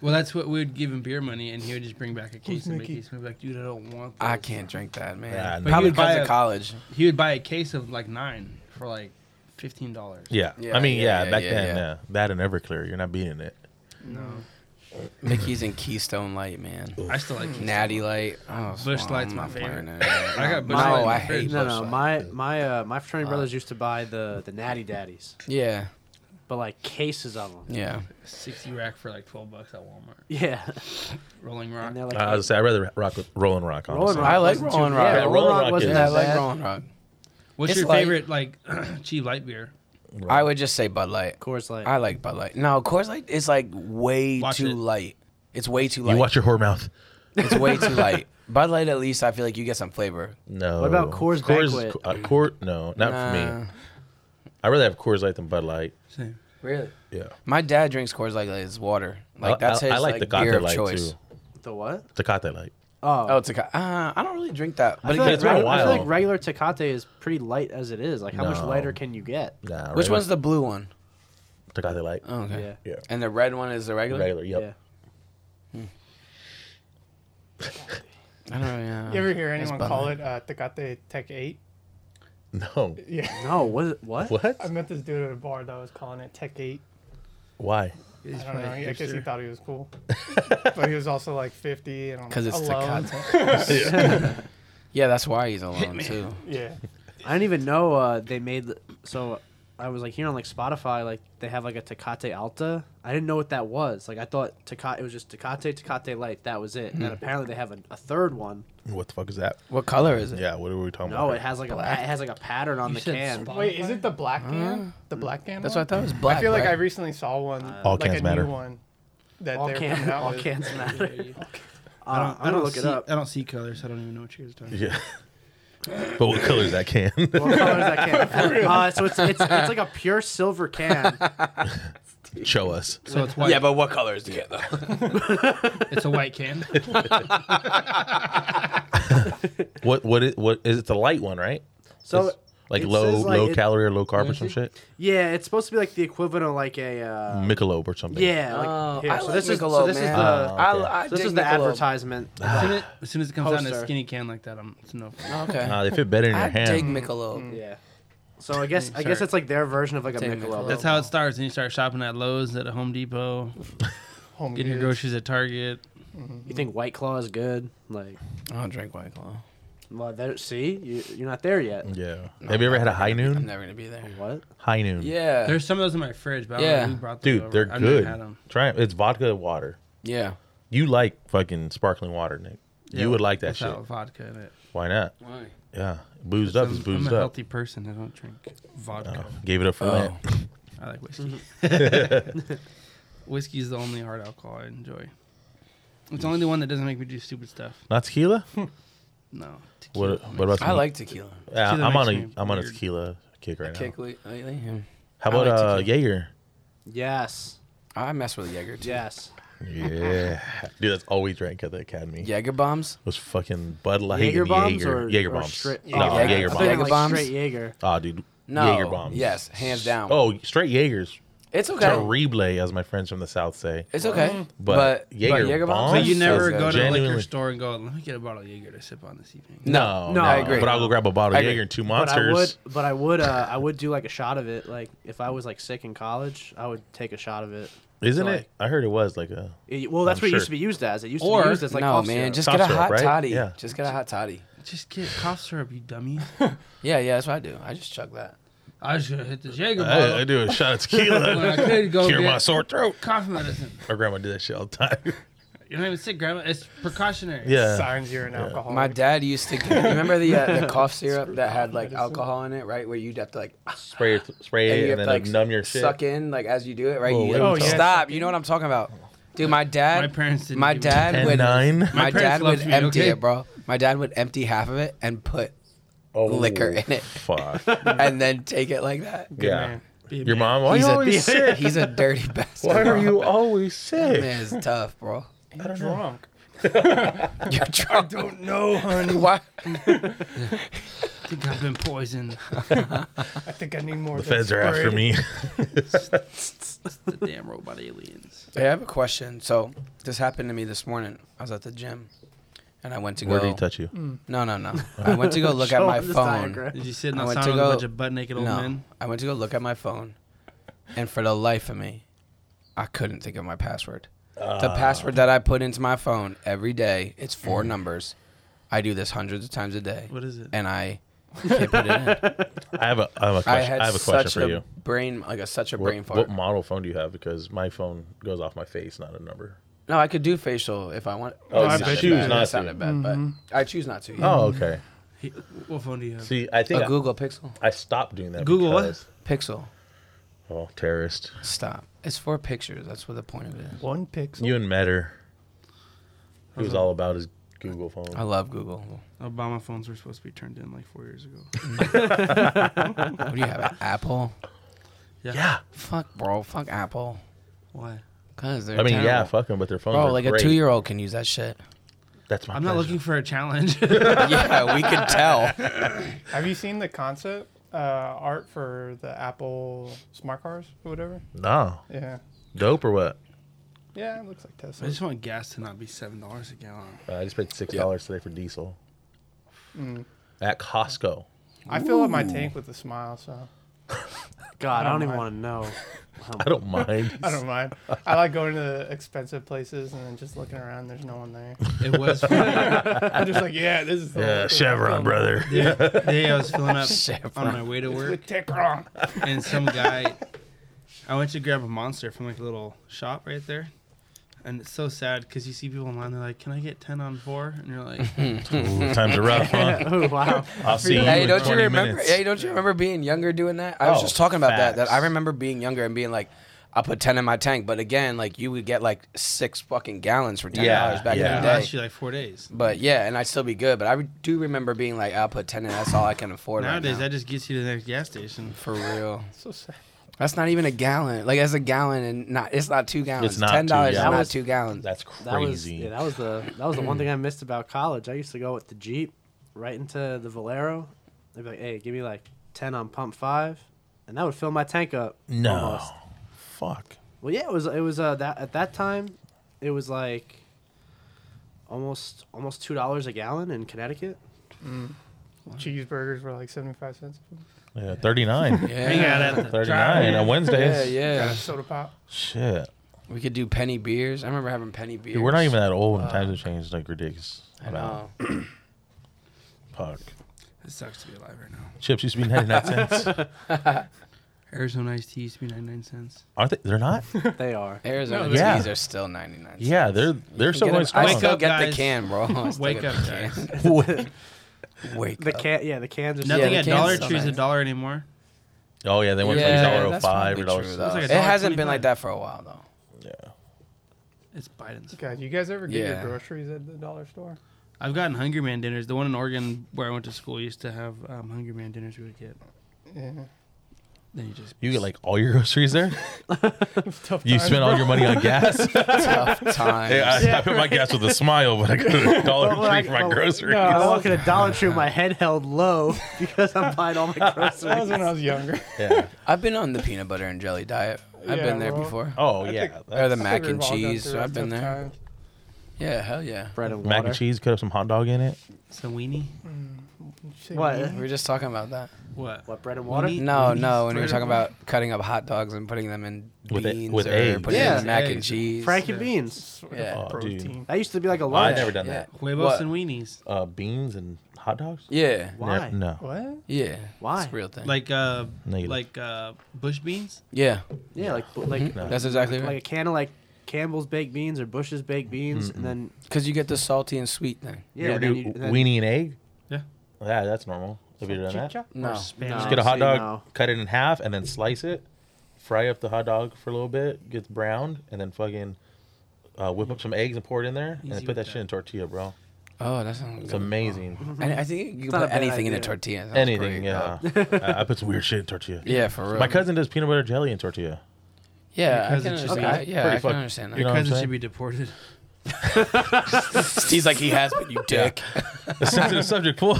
S1: Well, that's what we would give him beer money, and he would just bring back a
S2: Who's
S1: case of
S2: Mickey?
S1: Mickey's. We'd be like, dude, I don't want.
S3: I
S1: those."
S3: can't drink that, man.
S4: Yeah, no.
S3: Probably
S1: But you
S3: because
S1: buy
S3: of
S1: a-
S3: college.
S1: He would buy a case of like nine for like fifteen dollars.
S4: Yeah.
S3: Yeah,
S4: I mean,
S3: yeah,
S4: yeah,
S3: yeah,
S4: back
S3: yeah,
S4: then,
S3: yeah.
S4: yeah. That and Everclear, you're not beating it.
S1: No,
S3: Mickey's and Keystone Light, man.
S1: I still like Keystone.
S3: Natty Light. Oh,
S1: Bush
S3: fuck,
S1: Light's
S3: I'm
S1: my
S3: not
S1: favorite.
S3: playing that.
S1: I got Bush
S3: No,
S1: Light in
S3: I
S1: the fridge.
S3: hate
S5: no,
S3: Bush
S5: no.
S3: Light.
S5: My my uh, my fraternity brothers used to buy the the natty daddies,
S3: Yeah,
S5: but like cases of them.
S3: yeah.
S1: sixty rack for like twelve bucks at Walmart.
S5: Yeah,
S1: Rolling Rock.
S5: and they're like,
S4: I was say I'd rather rock with Rolling Rock. Honestly.
S5: Rolling Rock.
S3: I like
S5: wasn't
S3: Rolling
S5: too-
S3: Rock.
S5: Yeah,
S3: Yeah,
S5: Rolling
S4: Rolling
S5: Rock
S4: Rock
S5: wasn't
S4: is-
S3: I
S5: that
S3: like
S5: bad.
S3: Rolling Rock.
S1: What's
S3: It's
S1: your
S3: light.
S1: favorite like cheap light beer?
S3: I would just say Bud Light.
S5: Coors Light.
S3: I like Bud Light. No, Coors Light is like way
S1: Watch
S3: too
S1: it.
S3: light. It's way too light.
S4: You watch your whore mouth.
S3: It's way too light. Bud Light, at least I feel like you get some flavor.
S4: No.
S5: What about Coors Banquet?
S4: uh, Coor- no, not for
S3: Nah.
S4: me. I'd rather have Coors Light than Bud Light.
S1: Same.
S3: Really?
S4: Yeah.
S3: My dad drinks Coors Light like it's water. Like that's
S4: I,
S3: his
S4: I like, the
S3: like, beer
S4: Cocktail
S3: of
S4: Light
S3: choice.
S4: too.
S5: the what?
S4: Tecate Light.
S3: Oh, it's a. co- Uh, I don't really drink that. But
S5: I feel,
S3: it
S5: like
S4: it's been a
S5: regu- I feel
S4: while.
S5: like regular Tecate is pretty light as it is. Like, how much
S4: No.
S5: lighter can you get?
S4: Nah.
S3: which
S4: regular-
S3: one's the blue one?
S4: Tecate Light?
S3: Oh, okay.
S5: Yeah.
S4: Yeah.
S3: And the red one is the regular.
S4: Regular. Yep.
S5: Yeah.
S3: I don't know.
S2: You ever hear anyone
S3: about
S2: call it uh, Tecate Tech 8?
S4: No.
S2: Yeah.
S5: No, what? What?
S4: What?
S2: I met this dude at a bar that was calling it Tech 8.
S4: Why?
S1: He's
S2: I don't
S1: probably
S2: know.
S1: a
S2: I guess he
S1: hipster.
S2: thought he was cool. but he was also like 50 and I'm
S3: 'Cause it's
S2: alone.
S3: Yeah, that's why he's alone too.
S2: Yeah.
S5: I didn't even know uh, they made. The, so I was like here on like Spotify, like they have like a Tecate Alta. I didn't know what that was. Like I thought Tecate, it was just Tecate, Tecate Light. That was it.
S1: Hmm.
S5: And apparently they have a, a third one.
S4: What the fuck is that?
S3: What color is it?
S4: Yeah, what are we talking about?
S5: No, it has like a pa- it has like a pattern on
S1: You
S5: the
S1: said
S5: can.
S1: Spotify?
S2: Wait, is it the black can? The black can?
S3: Uh, That's what I
S2: one?
S3: thought it was black.
S2: I feel like I
S3: right?
S2: recently saw one,
S4: All
S2: like
S4: cans
S2: a
S4: matter.
S2: new one that
S5: Uh, all
S2: they were
S5: can,
S2: coming out
S5: all
S2: with.
S5: cans matter. Uh,
S1: I don't,
S5: I'm gonna look
S1: see,
S5: it up.
S1: I don't see colors. I don't even know what you guys are talking
S4: Yeah. but what color is that can?
S5: What color is that can? uh, so it's, it's it's like a pure silver can.
S4: Show us.
S1: about. So it's white.
S3: Yeah, but what color is the can though?
S1: it's a white can.
S4: What what is what is it the light one, right?
S5: So
S4: It's like
S5: it
S4: low
S5: says, like,
S4: low
S5: it-
S4: calorie or low carb or some shit?
S5: yeah, it's supposed to be like the equivalent of like a uh,
S4: Michelob or something.
S5: yeah. Like, here, so this is so this is the
S3: Uh,
S4: I- I
S5: so this is the advertisement.
S1: As soon as, as soon as it comes out in a
S5: Poster.
S1: skinny can like that, I'm it's no.
S3: Oh, Okay. Mm.
S4: Nah, they fit better in your
S3: I
S4: hand.
S3: dig Michelob.
S5: Yeah. So I guess I guess
S1: Sorry.
S5: it's like their version of like a
S3: Take
S5: Michelob.
S3: Michelob.
S1: That's how it starts, and you start shopping at Lowe's, at Home Depot,
S2: Home
S1: getting your
S2: goods.
S1: groceries at Target.
S5: You think White Claw is good? Like,
S3: I don't drink White Claw.
S5: well, there, see, you, you're not there yet.
S4: Yeah. Have you ever had a high
S3: I'm
S4: noon?
S3: never gonna be there.
S4: Mm.
S5: What?
S4: High noon.
S3: Yeah.
S1: There's some of those in my fridge, but I
S3: Yeah.
S1: don't know who brought those
S4: Dude,
S1: over.
S4: they're
S1: I've
S4: good.
S1: Never had 'em.
S4: Try it. It's vodka and water.
S3: yeah.
S4: You like fucking sparkling water, Nick.
S1: Yeah,
S4: you would like that shit.
S1: without vodka in it.
S4: Why not?
S3: Why?
S4: Yeah. Boozed up is
S1: I'm, I'm
S4: boozed
S1: a
S4: up.
S1: healthy person. I don't drink vodka.
S4: Oh, gave it up for that.
S3: Oh.
S1: I like whiskey.
S3: Mm-hmm.
S1: Whiskey's the only hard alcohol I enjoy. It's only the one that doesn't make me do stupid stuff.
S4: Not tequila?
S1: No.
S4: What, what about
S3: I
S4: some-
S3: like tequila.
S4: Yeah,
S1: tequila
S4: I'm on
S1: makes
S4: a
S1: me
S4: I'm on a
S1: weird.
S4: tequila kick right
S3: Kick
S4: now.
S3: li- lately. yeah.
S4: How
S3: I
S4: about
S3: like
S4: uh,
S3: tequila.
S4: Jaeger?
S5: Yes.
S3: I mess with Jaeger too.
S5: Yes.
S4: Yeah, dude, that's all we drank at the academy.
S3: Jaeger bombs.
S4: was fucking Bud Light
S5: Jaeger
S4: and
S5: bombs
S4: Jaeger,
S5: or
S4: Jaeger
S5: or
S4: bombs.
S5: Straight,
S4: no,
S5: Jaeger,
S4: Jaeger
S3: Jaeger- I
S5: I'm
S4: bombs.
S5: thinking
S3: Jaeger
S5: like
S3: bombs?
S5: Straight Jaeger.
S4: Ah, dude,
S3: No.
S4: Jaeger bombs.
S3: Yes, hands down.
S4: Oh, straight Jaegers.
S3: it's okay.
S4: Terrible, as my friends from the south say.
S3: It's okay.
S4: But
S3: But,
S4: Jaeger bombs?
S1: So you
S4: So
S1: never
S4: good.
S1: go to the
S4: Genuinely.
S1: liquor store and go, let me get a bottle of Jaeger to sip on this evening.
S4: No,
S5: No, I agree.
S4: But I'll go grab a bottle
S3: I
S4: of
S3: agree.
S4: Jaeger and two
S5: But I would,
S4: monsters.
S5: but I would, uh, I would do like a shot of it. Like if I was like sick in college, I would take a shot of it.
S4: Isn't
S5: So,
S4: it? I heard it was like a.
S5: It- well, that's
S4: I'm
S5: what it
S4: sure.
S5: used to be used as. It used to
S1: Or-
S5: be used as like
S3: no,
S5: cough
S3: man.
S5: syrup.
S3: Just
S4: Cough
S3: get a
S4: syrup,
S3: hot
S4: right?
S3: toddy.
S4: Yeah.
S3: Just get a hot toddy.
S1: Just get cough syrup, you dummy.
S3: Yeah, yeah, that's what I do. I just chug that.
S1: I should have hit the Jaeger bottle.
S4: I, I do a shot of
S1: when I
S4: tequila.
S1: could go
S4: Cure
S1: get
S4: my sore throat.
S1: cough medicine.
S4: My grandma did that shit all the time.
S1: You're not even sick, Grandma. It's precautionary.
S4: yeah.
S2: Signs you're an alcoholic.
S3: My dad used to remember the uh, the cough syrup that had like alcohol in it, right? Where you'd have to like
S4: Spray it, spray it, and then like, numb your shit.
S3: suck in like as you do it, right?
S4: Oh,
S3: you,
S4: wait,
S3: like,
S4: Oh, yeah.
S3: Stop! You know what I'm talking about, dude. My dad,
S1: My parents didn't
S3: my
S1: give me-
S3: dad
S4: And
S3: would,
S4: nine.
S1: My
S3: my
S1: parents
S3: dad
S1: loved
S3: would
S1: me,
S3: empty
S1: okay?
S3: it, bro. My dad would empty half of it and put
S4: Oh,
S3: liquor in it.
S4: Fuck.
S3: and then take it like that.
S4: yeah.
S1: Be a
S4: Your
S1: man.
S4: mom. Why
S3: he's,
S4: you
S3: a,
S4: always sick?
S3: he's a dirty bastard.
S4: Why are
S3: bro.
S4: you always sick?
S3: Man, it's tough, bro.
S2: You're drunk.
S3: You're drunk. I don't know, honey. Why?
S1: I think I've been poisoned.
S2: I think I need more.
S4: The feds are after me.
S1: the damn robot aliens.
S3: Hey, I have a question. So this happened to me this morning. I was at the gym, and I went to
S4: Where
S3: go.
S4: did he touch you?
S3: No, no, no. I went to go look at
S5: Show
S3: my
S5: him this
S3: phone.
S5: diagram.
S1: Did you sit in
S3: I
S1: the
S3: went
S1: sauna
S3: to
S1: with a
S3: go-
S1: bunch of butt naked old
S3: No,
S1: men?
S3: I went to go look at my phone, and for the life of me, I couldn't think of my password. the
S4: Ah.
S3: password that I put into my phone every day. It's four
S4: Mm.
S3: numbers. I do this hundreds of times a day,
S1: What is it?
S3: and I can't put it in.
S4: Uh, I have a, I have a
S3: I
S4: question.
S3: had
S4: I, have a question
S3: such
S4: for
S3: a
S4: you.
S3: brain, like a such a brain
S4: What,
S3: fart.
S4: what model phone do you have? Because my phone goes off my face, not a number.
S3: No, I could do facial if I want.
S4: Oh,
S3: That
S4: I
S3: sounded
S4: choose
S3: bad.
S4: not to.
S3: That sounded bad, but I choose not to. yeah.
S4: Oh, okay.
S1: He- what phone do you have?
S4: See, I think
S3: Mm. a
S4: I,
S3: Google Pixel.
S4: I stopped doing that.
S1: Google what?
S4: because-
S3: Pixel.
S4: Oh, terrorist.
S3: Stop. It's for pictures. That's what the point of it is.
S2: One pixel.
S4: You and Metter. He was all about his Google phone.
S3: Uh-huh. I love Google.
S1: Obama phones were supposed to be turned in like four years ago.
S3: What do you have? an Apple?
S4: yeah.
S3: Fuck, bro. Fuck Apple.
S1: Why?
S3: Cause they're.
S4: I mean, yeah,
S3: terrible.
S4: fuck them, but their phones
S3: Bro,
S4: are
S3: like
S4: great.
S3: a two-year-old can use that shit.
S4: That's my
S1: I'm not
S4: pleasure.
S1: looking for a challenge.
S3: yeah, we could tell.
S2: Have you seen the concept uh, art for the Apple smart cars or whatever?
S4: No.
S2: Yeah.
S4: Dope or what?
S2: Yeah, it looks like
S1: I
S2: Tesla.
S1: just want gas to not be seven dollars a gallon.
S4: Uh, I just paid six dollars today for diesel
S3: Mm.
S4: at Costco.
S3: Oh.
S2: I fill up my tank with a smile, so
S5: God, I
S2: I
S5: don't
S2: don't
S5: even
S2: mind.
S5: want to know.
S4: I don't mind.
S2: I don't mind. I like going to the expensive places and then just looking around. There's no one there.
S1: It was. Funny.
S2: I'm just like, yeah, this is. the-
S4: Yeah, Chevron, brother.
S1: Day I was filling up on
S3: Chevron.
S1: my way to
S2: It's
S1: work,
S2: with Tecron.
S1: and some guy. I went to grab a monster from like a little shop right there, and it's so sad because you see people online. They're like, "Can I get ten on four? And you're like,
S4: Ooh, times are rough, huh?
S5: oh wow.
S4: I'll see you
S3: Hey,
S4: in
S3: don't you
S4: 20
S3: remember?
S4: minutes.
S3: Hey, don't you remember being younger doing that? I was
S4: Oh,
S3: just talking about that. That I
S4: facts.
S3: remember being younger and being like, I put ten in my tank, but again, like you would get like six fucking gallons for ten dollars
S4: Yeah,
S3: back
S4: yeah.
S1: "It
S3: in the
S1: lasts
S3: day.
S1: you like four days."
S3: But yeah, and I'd still be good. But I do remember being like, I'll put ten in. That's all I can afford
S1: Nowadays,
S3: right now.
S1: that just gets you to the next gas station.
S3: For real,
S2: So sad.
S3: that's not even a gallon. Like that's a gallon, and not it's not two gallons.
S4: not
S3: ten dollars
S4: two
S3: is
S4: gallons.
S3: not two gallons.
S4: That's
S5: That was
S4: crazy.
S5: yeah, that was the that was the one thing I missed about college. I used to go with the Jeep right into the Valero. They'd be like, "Hey, give me like 10 on pump 5." And that would fill my tank up.
S4: no,
S5: almost.
S4: fuck.
S5: Well, yeah, it was it was uh that at that time it was like almost almost $2 a gallon in Connecticut.
S2: Cheeseburgers were like 75 cents.
S4: Yeah, thirty nine.
S3: Yeah.
S1: Hang out at the
S4: Thirty
S1: drive-in.
S4: nine on
S3: Yeah,
S4: Wednesdays.
S2: Got a
S3: yeah.
S2: soda pop.
S4: Shit,
S3: We could do penny beers. I remember having penny beers.
S4: Dude, we're not even that old when times have changed like ridiculous.
S3: Uh, I know.
S4: Fuck.
S1: It sucks to be alive right now.
S4: Chips used to be ninety nine cents.
S1: Arizona iced tea used to be ninety nine cents.
S4: Aren't they? They're not.
S5: They are.
S3: Arizona
S4: Yeah.
S3: teas are still ninety nine.
S4: Yeah, they're they're
S3: You
S4: so
S3: get
S4: much.
S3: it- I
S1: Wake
S3: still
S1: up,
S3: get
S1: guys.
S3: the can, bro. I still
S1: Wake
S3: get
S1: up,
S3: the
S1: guys.
S3: can. Wake
S5: The
S2: Uh,
S3: up.
S5: can yeah, the cans are
S1: Nothing
S3: the
S1: at
S3: cans
S1: Dollar
S3: are so
S1: Tree's a
S3: nice.
S1: dollar anymore.
S4: Oh yeah, they went
S3: Yeah,
S4: from dollar
S3: that's
S4: five
S3: probably
S4: or dollar.
S3: true,
S4: six.
S3: though.
S1: It's like
S3: it
S1: $1.25.
S3: hasn't been like that for a while though.
S4: Yeah.
S1: It's Biden's.
S2: God, you guys ever get
S3: Yeah.
S2: your groceries at the dollar store?
S1: I've gotten Hungry Man dinners. The one in Oregon where I went to school used to have um, Hungry Man dinners. We would get.
S2: Yeah.
S1: Then you just
S4: You get like all your groceries there.
S2: Tough
S4: You
S2: times,
S4: spend all
S2: bro.
S4: your money on gas.
S3: Tough times.
S4: Hey, I, I put my gas with a smile, but I got a dollar
S5: But when I-
S4: tree for my
S5: but-
S4: groceries.
S5: No, I walk in a Dollar Tree, with my head held low because I'm buying all my
S2: That was
S5: groceries.
S2: when I was younger.
S4: Yeah.
S3: I've been on the peanut butter and jelly diet. I've
S2: Yeah,
S3: been there
S2: well,
S3: before.
S4: Oh
S2: I
S4: yeah.
S2: think-
S3: Or the
S4: That's-
S3: mac
S2: We've
S3: and
S2: all gone
S3: cheese.
S2: through
S3: So
S2: our
S3: I've been
S2: tough
S3: there.
S2: times.
S3: Yeah, hell yeah.
S5: Bread and water.
S4: mac and cheese could have some hot dog in it.
S1: some weenie.
S2: You say
S5: What?
S2: me?
S3: We were just talking about that.
S1: What?
S5: What bread and water?
S1: Weenie?
S3: No,
S1: Weenies,
S3: no. When we were
S1: bread
S3: talking
S1: and water.
S3: about cutting up hot dogs and putting them in
S4: With it-
S3: beans
S4: with
S3: or
S4: eggs.
S3: putting
S5: Yeah.
S3: them in mac and
S1: Eggs.
S3: cheese.
S5: Frankie
S1: Yeah.
S5: Beans.
S2: Sort of
S3: Yeah.
S4: Oh, dude.
S2: protein.
S5: That used to be like a
S4: I
S5: lunch.
S4: never done
S3: Yeah.
S4: that.
S1: Huevos
S3: What?
S1: and weenies.
S4: Uh, beans and hot dogs.
S3: Yeah.
S5: Why?
S4: Ne- no.
S2: What?
S3: Yeah.
S5: Why?
S3: It's a real thing.
S1: Like uh,
S4: Negative.
S1: like uh, bush beans.
S3: yeah. Mm-hmm.
S5: Yeah, like like
S4: No.
S3: That's exactly
S5: like a
S3: right.
S5: can of like Campbell's baked beans or Bush's baked beans, and then
S3: Because you get the salty and sweet thing.
S5: yeah,
S4: you ever
S5: then
S4: do
S5: you- then-
S4: weenie and egg?
S1: Yeah.
S4: Yeah, that's normal. Have you done that?
S2: Chicha?
S1: Or
S3: No.
S1: Spanish.
S5: No.
S4: Just get a hot
S5: See,
S4: dog,
S5: no.
S4: cut it in half, and then slice it. Fry up the hot dog for a little bit, gets browned, and then fucking uh, whip up some eggs and pour it in there, and
S1: Easy
S4: then put
S1: with
S4: that,
S1: that.
S4: shit in tortilla, bro.
S3: Oh, that sounds
S4: It's
S3: good.
S4: amazing.
S3: And I think you
S5: not
S3: can
S5: a
S3: put
S5: bad
S3: anything in a
S5: idea.
S3: tortilla. That sounds
S4: Anything,
S3: pretty
S4: yeah.
S3: dope.
S4: I, I put some weird shit in tortilla.
S3: Yeah, for real.
S4: My cousin does peanut butter jelly in tortilla.
S3: Yeah, I
S1: cousin
S3: can
S1: should
S3: understand
S1: be
S3: that. Yeah,
S4: pretty
S3: I can
S4: fuck-
S3: understand
S4: You
S1: Your
S4: know
S3: that.
S1: cousin
S4: what I'm saying?
S1: should be deported.
S3: He's like, he has been, you dick.
S4: A sensitive subject, pool.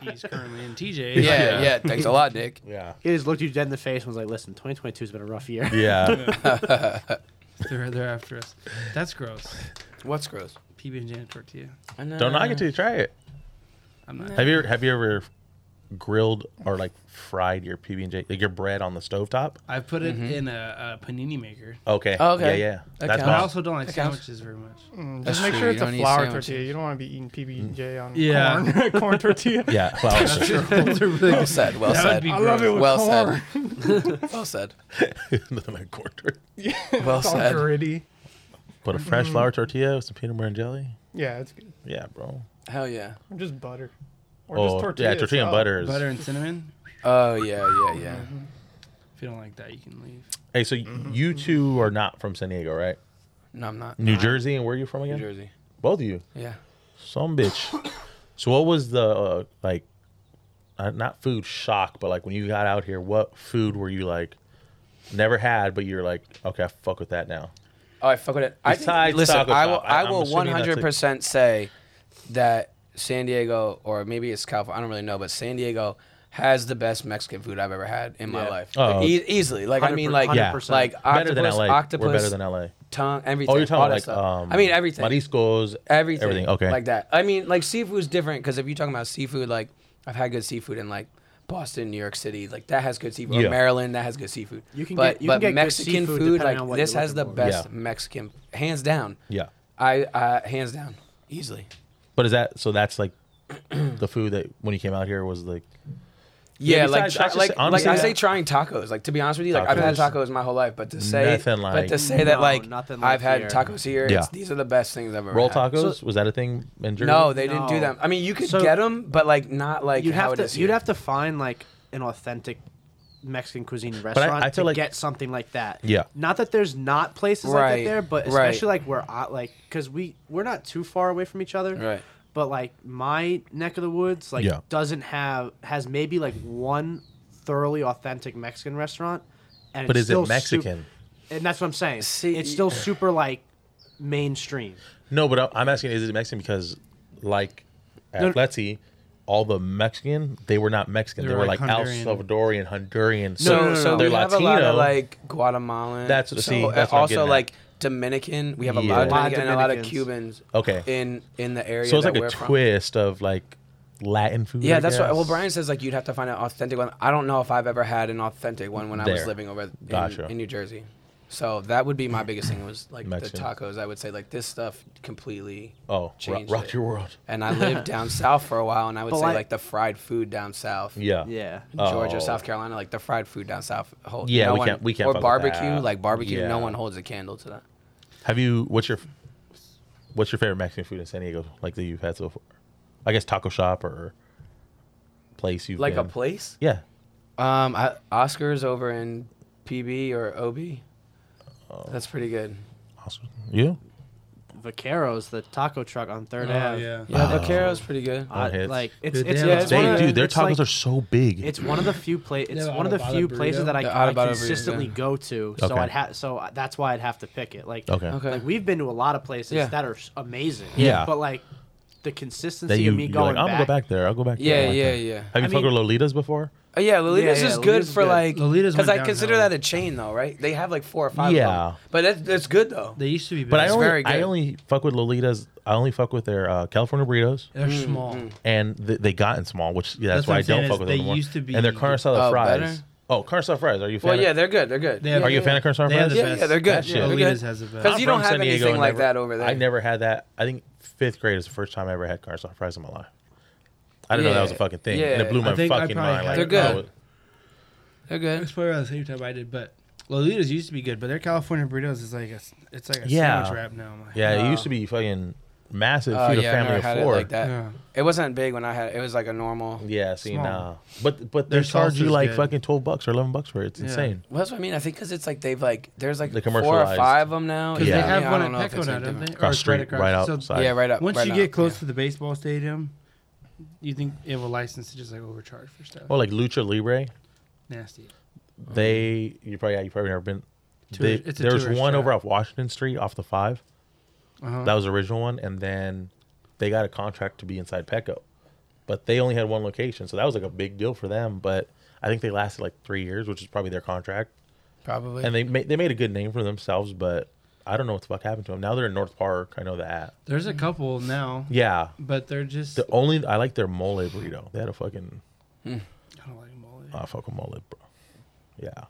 S1: He's currently in TJ.
S3: Yeah,
S4: Yeah.
S3: yeah. Thanks a lot, dick.
S4: yeah.
S5: He just looked you dead in the face and was like, "Listen, 2022 has been a rough year."
S4: Yeah.
S1: They're, they're after us. That's gross.
S3: What's gross?
S1: PB and J and tortilla.
S4: Don't knock it till you try it.
S1: I'm not.
S4: Have you ever, have you ever grilled or like fried your PB and J, like your bread on the stovetop?
S1: I put it
S3: Mm-hmm.
S1: in a, a panini maker.
S4: Okay.
S3: Oh, okay.
S4: Yeah, yeah.
S3: That
S4: That's
S1: But
S3: counts.
S1: I
S4: bomb.
S1: also don't like
S3: That counts.
S1: sandwiches very much.
S2: Mm,
S3: That's
S2: just make
S3: true,
S2: sure
S3: you
S2: it's a
S3: don't eat
S2: flour
S3: sandwiches. Mm.
S2: tortilla. You don't want to be eating PB and J on
S1: Yeah.
S2: corn, corn tortilla.
S4: Yeah. Flour.
S1: That's a really
S3: Well said. Well
S1: That would
S3: said.
S1: be
S2: I love it with
S3: Well
S2: corn.
S3: said. Well said.
S4: Nothing like corn tortilla.
S3: Well
S2: It's all
S3: said.
S2: gritty.
S4: But a fresh
S3: Mm-hmm.
S4: flour tortilla with some peanut butter and jelly.
S2: Yeah, it's good.
S4: Yeah, bro.
S3: Hell yeah.
S2: Or just butter. Or
S4: oh,
S2: just tortilla.
S4: yeah, tortilla and
S2: itself.
S4: butter. Is,
S1: Butter and cinnamon.
S3: Oh yeah, yeah, yeah.
S1: If you don't like that, you can leave.
S4: Hey, so y-
S3: Mm-hmm.
S4: you two are not from San Diego, right?
S3: No, I'm not.
S4: New Jersey, and where are you from
S3: New
S4: again?
S3: Jersey.
S4: Both of you.
S3: Yeah.
S4: Some bitch. so what was the uh, like? Uh, not food shock, but like when you got out here, what food were you like? Never had, but you're like, okay, I fuck with that now.
S3: Oh, I fuck with it. I think,
S4: Besides
S3: listen,
S4: Taco
S3: I will.
S4: Shop, I-
S3: I
S4: I'm
S3: will one
S4: assuming that's a-
S3: hundred percent say that San Diego, or maybe it's California. I don't really know, but San Diego has the best Mexican food I've ever had in my
S5: Yeah.
S3: life.
S4: Oh.
S3: Like, e- easily. Like I
S5: 100%,
S3: mean, like
S4: Yeah.
S3: like
S4: better
S3: octopus,
S4: than LA.
S3: octopus,
S4: We're better than LA.
S3: tongue, everything.
S4: Oh, you're
S3: all
S4: talking
S3: that
S4: like
S3: stuff.
S4: um,
S3: I mean, everything
S4: mariscos,
S3: everything,
S4: everything. Okay,
S3: like that. I mean, like seafood's different because if you're talking about seafood, like I've had good seafood in like Boston, New York City, like that has good seafood. Or
S4: Yeah.
S3: Maryland, that has good seafood.
S5: You can
S3: but
S5: get- you
S3: but
S5: can get good
S3: Mexican
S5: seafood
S3: food,
S5: depending
S3: like
S5: on what
S3: this
S5: you're
S3: has the
S5: looking for.
S3: best
S4: Yeah.
S3: Mexican, hands down.
S4: Yeah,
S3: I uh, hands down, easily.
S4: but is that so? That's like the food that when you came out here was like
S3: Yeah,
S4: Yeah,
S3: like
S4: besides-
S3: try,
S4: I should
S3: like,
S4: say-
S3: like
S4: honestly,
S3: I
S4: yeah.
S3: say trying tacos. Like to be honest with you, like I've had
S4: Tacos.
S3: tacos my whole life, but to say
S4: Nothing
S3: but
S4: like-
S3: to say that
S5: No,
S3: like
S5: nothing like
S3: I've had
S5: here.
S3: tacos here,
S4: Yeah.
S3: it's, these are the best things I've ever
S4: roll
S3: had.
S4: tacos. was that a thing in Jersey?
S3: No, they didn't do
S5: No.
S3: them. I mean, you could get 'em,
S5: So-
S3: get them, but like not like
S5: you'd
S3: how
S5: have
S3: it
S5: to
S3: is
S5: you'd
S3: here.
S5: have to find like an authentic Mexican cuisine restaurant
S4: I
S5: to
S4: feel like-
S5: get something like that.
S4: Yeah.
S5: Not that there's not places like
S3: Right,
S5: that there, but
S3: right.
S5: especially like where I like because we we're not too far away from each other.
S3: Right.
S5: But like my neck of the woods like
S4: Yeah.
S5: doesn't have has maybe like one thoroughly authentic Mexican restaurant. And
S4: but
S5: it's
S4: is it
S5: still
S4: Mexican?
S5: sup- and that's what I'm saying.
S3: See-
S5: it's still super like mainstream.
S4: No, but I'm- I'm asking, is it Mexican? Because like at
S5: No, no.
S4: Letzi, all the Mexican, they were not Mexican. They,
S1: They
S4: were
S1: were
S4: like,
S1: like
S4: El
S1: Honduran.
S4: Salvadorian, Honduran.
S3: So,
S5: no, no,
S3: so
S5: no.
S3: we
S4: they're
S3: have
S4: Latino.
S3: a lot of like Guatemalan.
S4: That's-
S3: so,
S4: see, that's what I'm
S3: also
S4: getting at.
S3: like Dominican. We have a
S4: Yeah.
S3: lot of
S4: A lot
S5: of
S3: Dominican and a lot of Cubans.
S5: Dominicans.
S4: Okay.
S3: In in the area.
S4: so it's
S3: that
S4: like
S3: we're
S4: a
S3: from.
S4: twist of like Latin food.
S3: Yeah,
S4: I
S3: that's what. Well,
S4: guess.
S3: Brian says like you'd have to find an authentic one. I don't know if I've ever had an authentic one when I was
S4: There.
S3: living over in,
S4: Gotcha.
S3: in New Jersey. So that would be my biggest thing was like
S4: Mexican.
S3: the tacos. I would say like this stuff completely.
S4: Oh, ro-
S3: changed
S4: rock
S3: it.
S4: your world.
S3: And I lived down south for a while, and I would
S5: But
S3: say
S5: like-
S3: like the fried food down south.
S4: Yeah.
S5: Yeah.
S3: Georgia,
S4: Oh.
S3: South Carolina, like the fried food down south. Hold,
S4: Yeah,
S3: no
S4: we
S3: one-
S4: can't- we can't
S3: Or
S4: fuck with
S3: barbecue,
S4: that.
S3: like barbecue,
S4: Yeah.
S3: no one holds a candle to that.
S4: Have you? What's your What's your favorite Mexican food in San Diego? Like that you've had so far? I guess taco shop or place you've
S3: Like a
S4: been?
S3: place?
S4: Yeah.
S3: Um, I, Oscars over in PB or OB.
S4: Oh.
S3: That's pretty good.
S4: Awesome. You?
S5: Vaqueros, the taco truck on Third
S1: Oh,
S5: Ave.
S1: yeah.
S3: Yeah,
S4: Ah,
S3: Vaquero's pretty good.
S5: I-
S4: Hits.
S5: like it's
S1: Dude,
S5: it's,
S1: they have
S5: it's
S1: a-
S5: one
S4: They,
S5: of the-
S4: dude, their
S5: it's like-
S4: tacos are so big.
S5: It's one of the few pla- It's
S1: have
S5: one of the
S1: Atabada
S5: few
S1: burrito?
S5: places that I,
S3: The
S5: I
S3: Atabada burrito,
S5: consistently
S3: yeah.
S5: go to. So
S4: Okay.
S5: I'd ha- so I- that's why I'd have to pick it. Like
S4: Okay.
S3: Okay.
S5: like we've been to a lot of places
S3: Yeah.
S5: that are s- amazing.
S4: Yeah.
S5: but like the
S4: that
S5: consistency
S4: you,
S5: of me
S4: you're
S5: going
S4: like, I'm
S5: back,
S4: gonna go back there. I'll go back.
S3: Yeah,
S4: there. I like
S3: yeah,
S4: that.
S3: yeah.
S4: Have you
S5: I
S4: fucked with
S5: mean-
S4: Lolita's before?
S3: Oh, yeah, Lolita's
S5: Yeah, yeah,
S3: is
S5: Lolita's
S3: good
S5: is
S3: for
S5: good.
S3: like
S1: Lolita's
S3: because
S1: went
S3: I consider
S1: downhill.
S3: that a chain though, right? They have like four or five.
S4: Yeah.
S3: of them. but that's that's good though.
S1: They used to be,
S4: But I
S1: better.
S4: only,
S3: very good.
S4: I only fuck with Lolita's. I only fuck with their uh, California burritos,
S1: they're
S3: Mm,
S1: small.
S4: and th- they gotten small, which yeah, that's,
S1: That's
S4: why
S1: what
S4: I
S1: I'm saying
S4: don't
S1: is
S4: fuck with
S1: they
S4: them anymore.
S1: used to be- uh,
S4: and their carne salad
S3: Oh,
S4: fries.
S3: better?
S4: Oh, carne salad fries. Are you a fan?
S3: Well,
S4: of-
S3: yeah, they're good. They're good.
S1: They have-
S4: Are you a fan of carne salad
S1: They have
S4: fries?
S1: the
S3: Yeah, yeah, they're good.
S4: That shit.
S3: They're
S1: Lolita's
S3: good.
S1: has the best.
S3: Because you
S4: I'm
S3: don't
S4: from San
S3: have
S4: Diego
S3: anything
S4: and
S3: like
S4: never-
S3: that over there.
S4: I never had that. I think fifth grade is the first time I ever had carne salad fries in my life. I didn't know that was a
S3: Yeah.
S4: fucking thing, and
S3: yeah.
S4: it blew
S1: I
S4: my
S1: think I
S4: fucking
S1: probably
S4: mind.
S1: had
S3: They're
S4: Like,
S3: good.
S4: I was-
S3: They're good.
S1: It's probably around the same time I did, but Lolita's used to be good, but their California burritos is like a, s- it's like a
S4: Yeah.
S1: sandwich wrap now. I'm like,
S4: yeah, it used to be fucking massive.
S3: Oh
S4: feed
S3: yeah,
S4: a
S3: I
S4: family
S3: never
S4: of
S3: had
S4: four.
S3: it like that.
S1: Yeah.
S3: It wasn't big when I had. It It was like a normal.
S4: Yeah, see,
S1: Small.
S4: nah. But but they
S1: Their
S4: charge you
S1: salsa's
S4: like
S1: good.
S4: fucking twelve bucks or eleven bucks for it. It's
S1: Yeah.
S4: insane.
S3: Well, that's what I mean. I think because it's like they've like there's like
S4: They
S3: four or
S4: commercialized.
S3: five of them now.
S1: Because
S4: Yeah.
S1: they have
S3: I
S1: one
S3: don't
S1: at
S3: know if
S1: Peco
S3: it's,
S1: now,
S3: like,
S1: don't
S3: different.
S1: they? Or
S4: Across
S1: it's
S4: street, right
S1: So
S4: outside.
S3: Yeah, right up.
S1: Once
S3: right
S1: you
S3: now.
S1: get close to the baseball stadium, you think it will license to just like overcharge for stuff.
S4: Or like Lucha Libre,
S1: Oh. Nasty.
S4: they you probably yeah, you probably never been.
S1: Tour-
S4: They,
S1: it's a
S4: there was
S1: tourist
S4: one
S1: trap.
S4: over off Washington Street off the 5
S1: Uh-huh.
S4: That was the original one, and then they got a contract to be inside Petco, but they only had one location, so that was like a big deal for them. But I think they lasted like three years, which is probably their contract,
S3: probably.
S4: and they made they made a good name for themselves. But I don't know what the fuck happened to them. Now they're in North Park. I know that.
S1: There's a couple now,
S4: Yeah,
S1: but they're just.
S4: the only I like their mole burrito. They had a fucking
S1: I don't like them all.
S4: I fuck with mullet, bro. Yeah.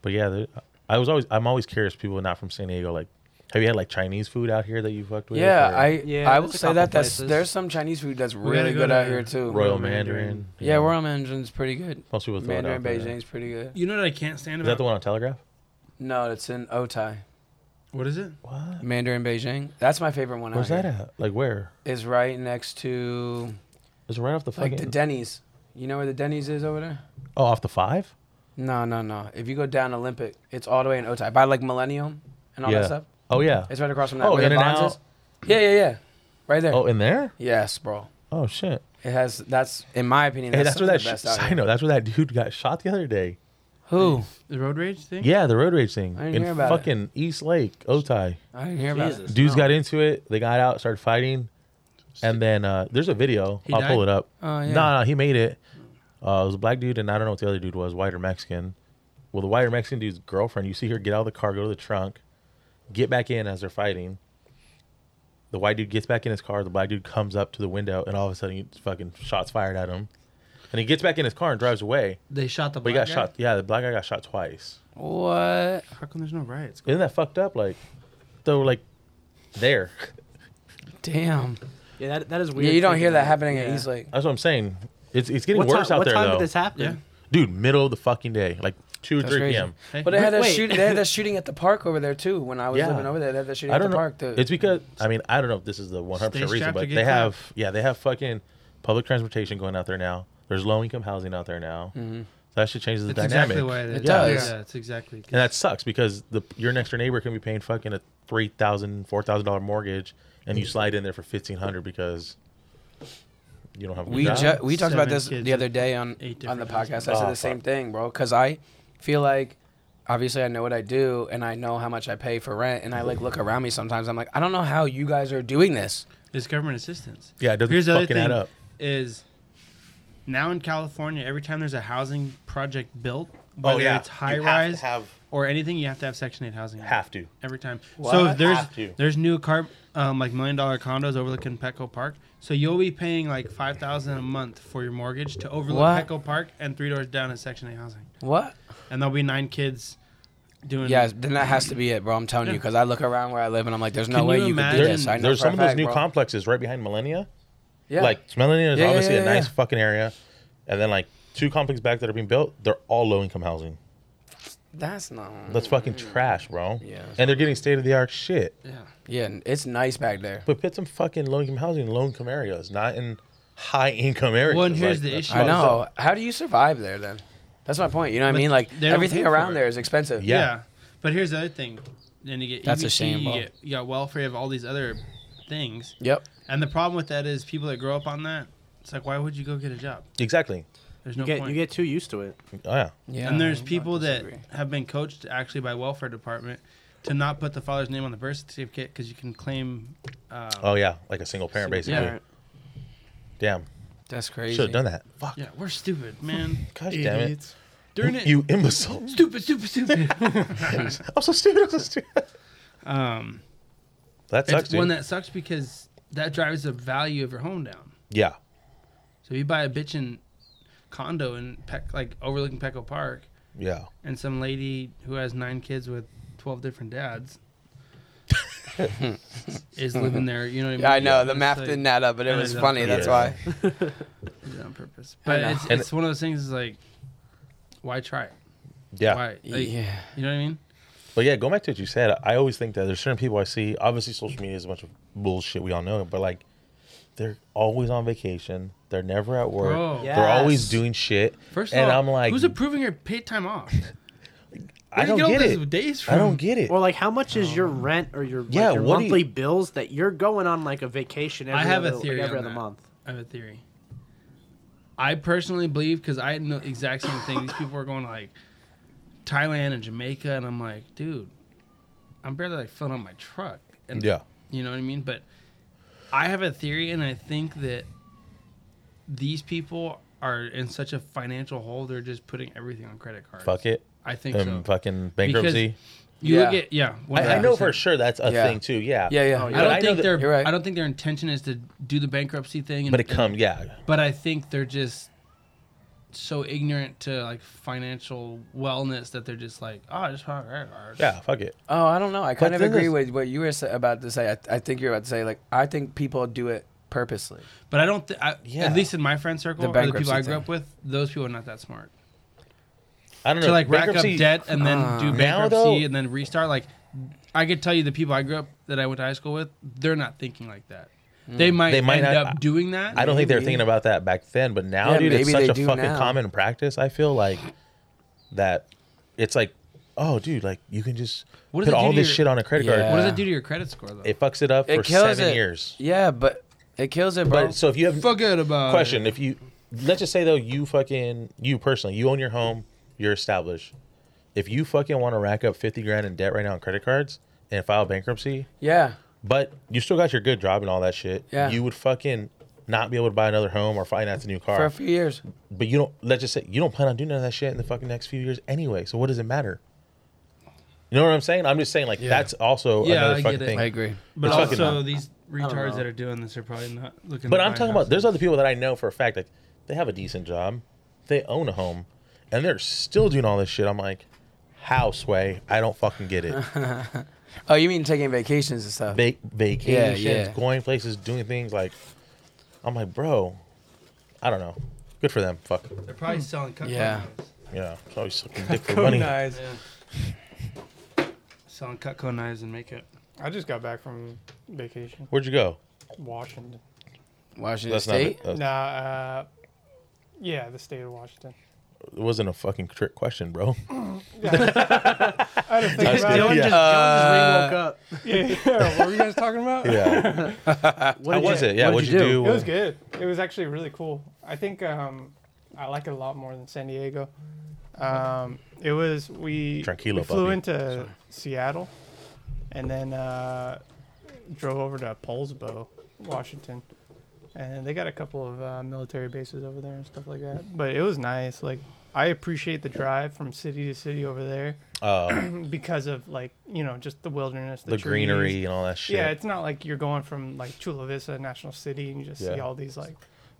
S4: But yeah, there- I was always I'm always curious. People not from San Diego, like, have you had like Chinese food out here that you fucked with?
S3: yeah,
S4: Or
S3: I
S5: Yeah,
S3: I will
S5: there's a
S3: say
S5: couple
S3: that that's
S5: places.
S3: there's some Chinese food that's
S1: gotta
S3: really
S1: go
S3: good out
S1: to
S3: here too.
S4: Royal
S1: Royal
S4: Mandarin.
S1: Mandarin.
S3: Yeah, Royal Mandarin's pretty good.
S4: Most people throw it
S3: Mandarin
S4: out there.
S3: Beijing's pretty good.
S1: You know what I can't stand
S4: Is that
S1: about?
S4: the one on Telegraph?
S3: No, it's in Otai.
S1: What is it?
S4: What?
S3: Mandarin Beijing. That's my favorite one.
S4: Where's
S3: out
S4: that
S3: here.
S4: at? Like where?
S3: Is right next to
S4: It's right off the
S3: like
S4: fucking.
S3: the Denny's. You know where the Denny's is over there?
S4: oh, off the five.
S3: No, no, no. If you go down Olympic, it's all the way in Otai by like Millennium and all
S4: yeah.
S3: that stuff.
S4: Oh yeah.
S3: It's right across from that.
S4: Oh,
S3: where the
S4: In-N-Out.
S3: Bonds is. Yeah, yeah, yeah. Right there.
S4: Oh, in there?
S3: Yes, bro.
S4: Oh shit.
S3: It has. That's in my opinion.
S4: Hey,
S3: That's,
S4: that's, where that.
S3: the best
S4: Sh-
S3: out
S4: I
S3: here.
S4: know. That's where that dude got shot the other day.
S3: Who?
S1: The road rage thing?
S4: Yeah, the road rage thing
S3: I didn't
S4: in
S3: hear about it.
S4: fucking East Lake, Otai.
S3: I didn't hear about
S5: Jesus.
S3: it.
S4: Dudes
S3: No.
S4: got into it. They got out, started fighting, and then uh, there's a video.
S1: He
S4: I'll pull
S1: died?
S4: it up.
S3: Oh yeah.
S4: No, no, he made it, Uh, it was a black dude, and I don't know what the other dude was, white or Mexican. Well, the white or Mexican dude's girlfriend, you see her get out of the car, go to the trunk, get back in as they're fighting. The white dude gets back in his car. The black dude comes up to the window, and all of a sudden, he fucking shots fired at him. And he gets back in his car and drives away.
S5: They shot the.
S4: But he got shot. Yeah, the black guy got shot twice.
S3: What?
S1: How come there's no riots?
S4: Isn't that fucked up? Like, though, like, there.
S3: Damn.
S5: Yeah, that, that is weird.
S3: Yeah, you don't hear
S5: thinking
S3: that happening
S5: Yeah.
S3: at East Lake.
S4: That's what I'm saying. It's it's getting
S5: What
S4: worse
S5: time,
S4: out
S5: what
S4: there
S5: time
S4: though,
S5: did this happen?
S1: Yeah.
S4: dude. Middle of the fucking day, like two or
S3: That's
S4: three
S3: crazy.
S4: p.m.
S1: Hey,
S3: But they had that
S5: Wait.
S3: shoot. They had that shooting at the park over there too. When I was
S4: Yeah.
S3: living over there, they had that shooting
S4: I
S3: at the
S4: don't know.
S3: park too.
S4: It's because I mean I don't know if this is the 100 percent
S1: Stay
S4: reason,
S1: strapped
S4: but
S1: to get
S4: they
S1: that.
S4: have yeah they have fucking public transportation going out there now. There's low income housing out there now.
S3: Mm-hmm.
S4: So that should change the
S1: that's
S4: dynamic.
S1: exactly why it is.
S3: It does.
S1: Yeah, it's exactly.
S4: and that sucks because the your next door neighbor can be paying fucking a three thousand four thousand dollar mortgage, and you slide in there for fifteen hundred because you don't have. A
S3: we
S4: job.
S3: ju- we talked about
S1: Seven
S3: this
S1: kids
S3: the other day on
S1: eight
S3: on the
S1: different
S3: podcast. I said
S4: Oh,
S3: the same
S4: fuck.
S3: thing, bro. Because I feel like obviously I know what I do and I know how much I pay for rent, and I like look around me sometimes. I'm like, I don't know how you guys are doing this.
S1: It's government assistance.
S4: yeah it doesn't
S1: Here's the other
S4: fucking
S1: thing
S4: add up.
S1: is now in California, every time there's a housing project built,
S3: Oh,
S1: whether it's high rise
S4: Oh, have
S1: or anything, you have to have Section Eight housing. on it.
S4: have to.
S1: every time. So
S3: What?
S1: if there's
S4: Have to.
S1: there's new car um, like million dollar condos overlooking Petco Park, so you'll be paying like five thousand a month for your mortgage to overlook
S3: What?
S1: Petco Park and three doors down is Section Eight housing,
S3: What?
S1: and there'll be nine kids doing.
S3: Yeah, then that has to be it, bro. I'm telling you, because I look around where I live and I'm like, there's no
S1: Can
S3: way
S1: you
S3: you could do
S1: imagine-
S3: this. I know
S4: There's
S3: for a
S4: some of those
S3: fact,
S4: new
S3: bro.
S4: complexes right behind Millennia.
S3: Yeah.
S4: Like Millennia is
S3: Yeah, yeah,
S4: obviously
S3: yeah,
S4: a nice
S3: yeah.
S4: fucking area, and then like two complexes back that are being built, they're all low income housing.
S3: that's not.
S4: That's fucking trash, bro.
S3: Mm. Yeah.
S4: And they're getting state of the art shit.
S1: Yeah.
S3: yeah, it's nice back there.
S4: But put some fucking low income housing in low income areas, not in high income areas.
S1: Well, and here's
S4: Like,
S1: the
S4: that's
S1: issue.
S3: I
S4: fucked up.
S3: know. How do you survive there then? That's my point. You know what
S1: But
S3: I mean? Like
S1: they don't pay
S3: everything
S1: for
S3: around
S1: it.
S3: there is expensive.
S1: yeah,
S4: Yeah.
S1: But here's the other thing. Then you get
S3: That's a
S1: EBT,
S3: shame,
S1: You,
S3: bro.
S1: get, you got welfare, you have all these other things,
S3: Yep.
S1: and the problem with that is people that grow up on that. It's like, why would you go get a job?
S4: Exactly.
S1: There's
S5: You
S1: no
S5: get
S1: point.
S5: you get too used to it.
S4: Oh, yeah.
S3: Yeah.
S1: and there's
S3: I
S1: people that
S3: disagree.
S1: have been coached actually by welfare department to not put the father's name on the birth certificate because you can claim. Um,
S4: Oh, yeah. Like a single parent,
S1: Single
S4: basically.
S1: parent.
S4: Damn.
S3: That's crazy.
S4: Should have done that. Fuck.
S1: Yeah, we're stupid, man.
S4: Gosh damn it.
S2: Idiots.
S1: Doing it,
S4: You imbecile.
S1: stupid, stupid, stupid.
S4: I'm so stupid. I'm so stupid.
S1: um,
S4: That sucks,
S1: it's one
S4: dude.
S1: that sucks because that drives the value of your home down.
S4: yeah.
S1: So if you buy a bitchin' condo in Peck, like overlooking Pecco Park,
S4: Yeah.
S1: and some lady who has nine kids with twelve different dads is living there. You know what I mean?
S3: Yeah, I know. The
S1: It's
S3: math
S1: like-
S3: didn't add up, but it
S1: Yeah,
S3: was
S1: it's
S3: funny.
S1: on
S3: That's why.
S4: purpose.
S1: Did it on purpose.
S3: I
S1: But
S3: know.
S1: it's,
S4: And-
S1: it's one of those things. Is like, why try it?
S4: Yeah.
S1: Why? Like,
S3: Yeah.
S1: You know what I mean?
S4: But yeah, going back to what you said, I always think that there's certain people I see. Obviously, social media is a bunch of bullshit. We all know it, but like, they're always on vacation. They're never at work.
S1: Bro.
S4: They're always
S5: Yes.
S4: doing shit.
S1: Oh, First of
S4: and
S1: all,
S4: I'm like,
S1: who's approving your paid time off?
S4: I
S1: Where'd you
S4: don't
S1: all
S4: get
S1: those
S4: it.
S1: Days from?
S4: I don't get it.
S5: Or like, how much is
S1: Oh.
S5: your rent or your, like,
S4: Yeah,
S5: your
S4: what do you-
S5: monthly bills that you're going on like a vacation? Every
S1: I have a
S5: other, like,
S1: theory
S5: every
S1: on
S5: other
S1: that.
S5: month.
S1: I have a theory. I personally believe because I know the exact same thing. These people are going to like Thailand and Jamaica, and I'm like, dude, I'm barely like filling up my truck. And
S4: yeah,
S1: You know what I mean? But I have a theory, and I think that these people are in such a financial hole. They're just putting everything on credit cards.
S4: fuck it.
S1: I think
S4: Um,
S1: so.
S4: Fucking bankruptcy.
S1: You
S3: Yeah.
S1: look at yeah.
S4: I, I know
S1: 100%.
S4: for sure that's a
S3: Yeah.
S4: thing too. Yeah.
S3: Yeah, yeah.
S5: Oh,
S1: I
S4: But
S5: yeah.
S1: don't
S4: I know
S1: think
S4: that-
S1: their
S3: You're right.
S1: I don't think their intention is to do the bankruptcy thing. And,
S4: But it
S1: and-
S4: comes. Yeah.
S1: But I think they're just so ignorant to like financial wellness that they're just like, oh, I just want a credit card.
S4: Yeah. Fuck it.
S3: Oh, I don't know. I kind
S4: But
S3: of
S4: then
S3: agree
S4: there's-
S3: with what you were sa- about to say. I, I think you're about to say like I think people do it purposely.
S1: But I don't. Th- I,
S4: Yeah.
S1: At least in my friend circle,
S3: The
S1: or the people I
S3: bankruptcy
S1: grew
S3: thing.
S1: up with, those people are not that smart.
S4: I don't know.
S1: to like rack up
S4: Bankruptcy- uh,
S1: debt and then
S3: Ah.
S1: do
S4: Now,
S1: bankruptcy
S4: though-
S1: and then restart. Like, I could tell you the people I grew up that I went to high school with, they're not thinking like that. They might,
S4: Mm. They might
S1: end
S4: not- uh,
S1: up doing that.
S4: I don't think they were
S3: Maybe.
S4: thinking about that back then, but now,
S3: Yeah,
S4: dude, it's
S3: maybe they
S4: such a
S3: do
S4: fucking
S3: now.
S4: common practice. I feel like that it's like, oh, dude, like you can just
S1: What does
S4: put
S1: it do
S4: all
S1: to
S4: this
S1: your-
S4: shit on a credit
S1: What
S4: card.
S1: does
S3: Yeah.
S1: it do to your credit score though?
S4: It fucks it up
S3: It
S4: for
S3: kills
S4: seven
S3: it.
S4: years.
S3: Yeah, but it kills it, bro.
S4: But so if you have
S1: Forget about
S4: question,
S1: It.
S4: if you let's just say though, you fucking you personally, you own your home, you're established. If you fucking want to rack up fifty grand in debt right now on credit cards and file bankruptcy,
S3: yeah.
S4: but you still got your good job and all that shit.
S3: Yeah.
S4: You would fucking not be able to buy another home or finance a new car.
S3: for a few years.
S4: but you don't let's just say you don't plan on doing none of that shit in the fucking next few years anyway. So what does it matter? You know what I'm saying? I'm just saying like that's also
S1: Yeah,
S4: another
S1: I
S4: fucking
S1: get it.
S4: thing.
S3: I agree.
S1: But
S4: It's fucking
S1: also, these
S5: know.
S1: retards that are doing this are probably not looking.
S4: But
S1: to
S4: I'm
S1: buy a
S4: talking
S1: house.
S4: about there's other people that I know for a fact that they have a decent job, they own a home, and they're still doing all this shit. I'm like, how sway? I don't fucking get it.
S3: Oh, you mean taking vacations and stuff?
S4: Va- vacations,
S3: yeah.
S4: going places, doing things like I'm like, bro, I don't know. Good for them. Fuck.
S1: They're probably selling cut
S3: Yeah.
S1: knives.
S4: Yeah. It's always sucking dick for
S2: Code
S4: money.
S2: knives.
S1: Selling Cutco knives and makeup.
S2: I just got back from vacation,
S4: Where'd you go?
S2: Washington.
S3: Washington
S4: That's not
S3: State.
S4: it. Uh,
S2: Nah, uh, yeah, the state of Washington.
S4: it wasn't a fucking trick question, bro.
S2: I had to think
S4: That's
S2: about
S4: good.
S5: Dylan,
S4: Yeah.
S5: just,
S3: Uh,
S5: Dylan just
S2: it. Yeah, what were you guys talking about?
S4: Yeah.
S5: re-woke up. What
S4: How
S5: did you-
S4: was it? Yeah,
S5: what
S4: what'd you do?
S2: It was good. It was actually really cool. I think um, I like it a lot more than San Diego. Um, it was we,
S4: Tranquilo,
S2: we flew
S4: puppy.
S2: into Seattle, and then uh, drove over to Polsbo, Washington, and they got a couple of uh, military bases over there and stuff like that. But it was nice. Like I appreciate the drive from city to city over there
S4: Uh,
S2: because of like you know just the wilderness, the,
S4: the
S2: trees,
S4: greenery and all that shit.
S2: yeah, it's not like you're going from like Chula Vista National City and you just see
S4: Yeah.
S2: all these like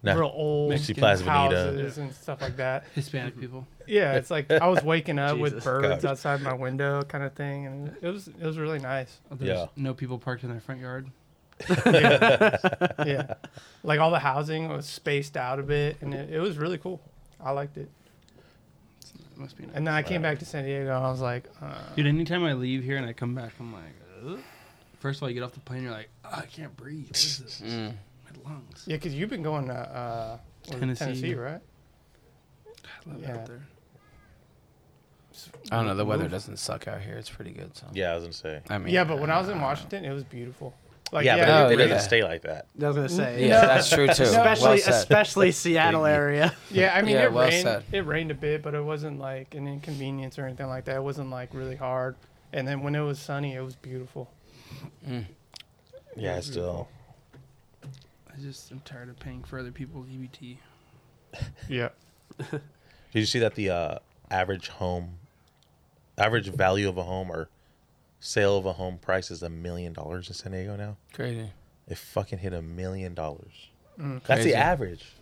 S4: Nah.
S2: real old
S1: Mexican
S4: Plaza Bonita.
S2: houses and stuff like that.
S1: Hispanic people.
S2: Yeah, it's like I was waking up with
S5: Jesus.
S2: birds
S4: God.
S2: outside my window kind of thing and it was it was really nice.
S1: There's
S4: Yeah.
S1: no people parked in their front yard.
S2: Yeah. yeah. Like all the housing was spaced out a bit and it, it was really cool. I liked it.
S1: It must be nice.
S2: And then I came back to San Diego and I was like, uh,
S1: Dude, anytime I leave here and I come back, I'm like, Ugh. first of all, you get off the plane, you're like, "Oh, I can't breathe. What is this?
S3: Mm.
S1: My lungs.
S2: yeah, cuz you've been going to uh was it
S1: Tennessee.
S2: Tennessee, right?
S1: I love it
S2: Yeah.
S1: out there.
S3: I don't know. The weather
S2: Move.
S3: doesn't suck out here. It's pretty good. So.
S4: Yeah, I was gonna say.
S3: I mean.
S2: Yeah, but when I was
S3: uh,
S2: in Washington, it was beautiful. Like
S4: yeah, but
S3: no,
S4: it,
S3: they
S4: it
S3: did
S4: doesn't
S3: that.
S4: stay like that.
S5: I was gonna say.
S3: Yeah, that's true too.
S5: Especially,
S3: well said.
S5: especially Seattle area.
S2: Yeah, I mean,
S3: Yeah,
S2: it
S3: well
S2: rained.
S3: said.
S2: It rained a bit, but it wasn't like an inconvenience or anything like that. It wasn't like really hard. And then when it was sunny, it was beautiful.
S4: Yeah, still.
S1: I just am tired of paying for other people's E EBT.
S2: Yeah.
S4: Did you see that the uh, average home, average value of a home or sale of a home price is a million dollars in San Diego now?
S3: Crazy.
S4: It fucking hit a million dollars. That's
S3: Crazy.
S4: the average.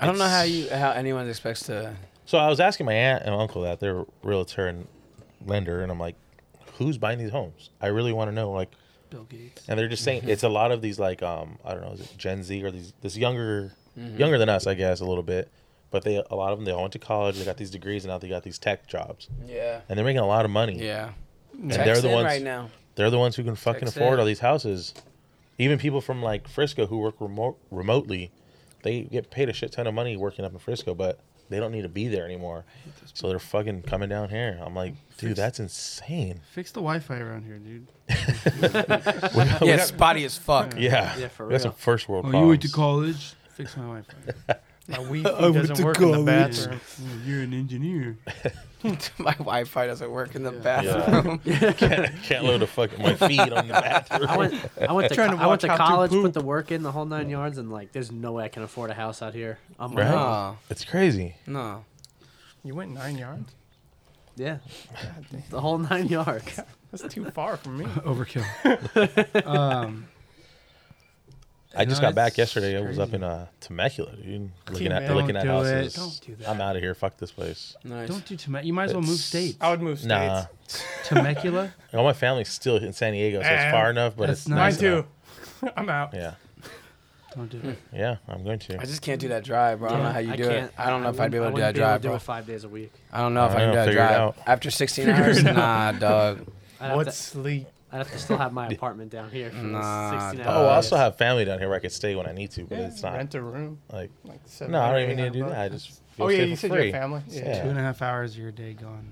S3: I don't know how you how anyone expects to.
S4: So I was asking my aunt and uncle that they're realtor and lender, and I'm like, who's buying these homes? I really want to know. Like,
S1: Bill Gates.
S4: and they're just saying it's a lot of these like um I don't know is it Gen Z or these this younger younger than us I guess a little bit, but they a lot of them they all went to college they got these degrees and now they got these tech jobs
S3: Yeah.
S4: and they're making a lot of money.
S3: Yeah.
S4: and
S3: Text
S4: they're the
S3: in
S4: ones
S3: right now.
S4: they're the ones who can fucking
S3: Text
S4: afford
S3: in.
S4: all these houses. Even people from like Frisco who work remote remotely, they get paid a shit ton of money working up in Frisco, but they don't need to be there anymore. So they're fucking coming down here. I'm like, dude, that's insane.
S1: Fix the Wi Fi around here, dude.
S3: Yeah, spotty as fuck.
S4: Yeah,
S5: Yeah, for
S4: we got some
S5: real.
S4: first world
S1: Oh,
S4: problems.
S1: you went to college? Fix my Wi Fi.
S2: My Wi-Fi doesn't work in the bathroom.
S1: Oh, You're an engineer.
S3: My Wi-Fi doesn't work in the
S4: Yeah.
S3: bathroom.
S4: can't, can't load a fucking my feet on the bathroom.
S5: I went, I went to,
S2: Trying to
S5: co- I
S2: watch
S5: went to
S2: how to
S5: college,
S2: poop.
S5: put the work in, the whole nine yards, and like, there's no way I can afford a house out here. I'm like,
S4: Right.
S3: No,
S4: It's crazy.
S3: no.
S2: You went nine yards?
S5: yeah,
S2: God damn.
S5: the whole nine yards.
S2: That's too far from me.
S1: Overkill. um,
S4: I just
S1: No,
S4: got back
S1: it's
S4: yesterday. I was up
S1: crazy.
S4: in uh, Temecula, dude, looking
S2: you
S4: at
S2: imagine?
S4: looking at
S1: Don't do it.
S4: houses.
S1: Don't do that.
S4: I'm out of here. Fuck this place.
S3: Nice.
S1: don't do Temecula. You might as well move
S4: It's-
S1: states.
S2: I would move states.
S4: Nah,
S1: Temecula?
S4: all my family's still in San Diego, so
S2: Eh,
S4: it's far enough, but
S1: that's
S4: it's
S1: nice.
S2: Mine
S4: nice
S2: too.
S4: enough.
S2: I'm out.
S4: Yeah,
S1: Don't do it.
S4: yeah, I'm going to.
S3: I just can't do that drive, bro. I don't know how you do it. I don't know if I'd be able to do that
S5: wouldn't
S3: drive,
S5: do
S3: bro.
S5: it five days a week.
S3: I don't know if
S4: I
S3: I can
S4: don't
S3: do
S4: know,
S3: that
S4: figure it
S3: drive
S4: out.
S3: after 16 hours. Nah, dog.
S5: I'd have,
S2: What's
S5: to,
S2: sleep?
S5: I'd have to still have my apartment down here for
S3: Nah,
S5: 16
S3: dog.
S5: hours.
S4: oh, well, I still have family down here where I can stay when I need to, but
S2: Yeah,
S4: it's not
S2: Rent a room.
S4: like.
S2: Like seven,
S4: No, I don't
S2: eight
S4: even need to do
S2: hundred
S4: that. I
S2: bucks.
S4: just go
S2: Oh yeah,
S4: stay
S2: you
S4: for
S2: said
S4: free.
S2: your family. Yeah.
S4: Yeah.
S1: Two and a half hours of your day gone.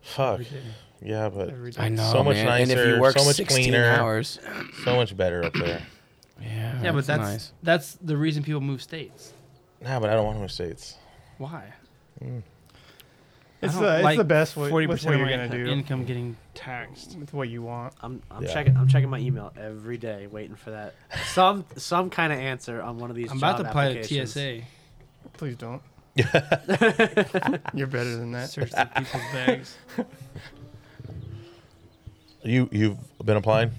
S4: Fuck.
S1: Every day.
S4: Yeah, but
S2: Every day.
S3: I know,
S4: So much
S3: man. and if
S4: nicer,
S3: you work
S4: so much
S3: 16
S4: cleaner.
S3: hours,
S4: so much better up there.
S3: yeah,
S1: Yeah, but that's
S3: nice.
S1: that's the reason people move states.
S4: Nah, but I don't want to move states.
S1: Why?
S2: It's
S1: I
S2: the
S1: don't
S2: it's
S1: like
S2: the best. What,
S1: 40%
S2: with
S1: of
S2: what you're
S1: my
S2: gonna
S1: income-
S2: do
S1: Income getting taxed.
S2: with what you want.
S5: I'm, I'm
S4: Yeah.
S5: checking I'm checking my email every day, waiting for that some some kind of answer on one of these.
S1: I'm about
S5: job
S1: to apply to
S5: applications.
S1: TSA.
S2: Please don't. You're better than that.
S1: Search the people's bags.
S4: You you've been applying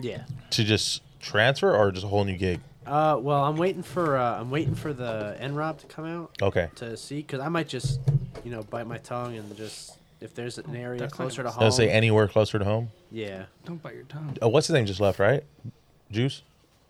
S5: Yeah.
S4: to just transfer or just a whole new gig?
S5: Uh, well, I'm waiting for uh, I'm waiting for the NROB to come out
S4: Okay.
S5: to see because I might just you know bite my tongue and just if there's an area
S1: That's not
S5: closer to
S1: gonna
S5: home.
S4: I'll say anywhere closer to home.
S5: yeah,
S1: Don't bite your tongue.
S4: Oh, what's his name just left, right? Juice.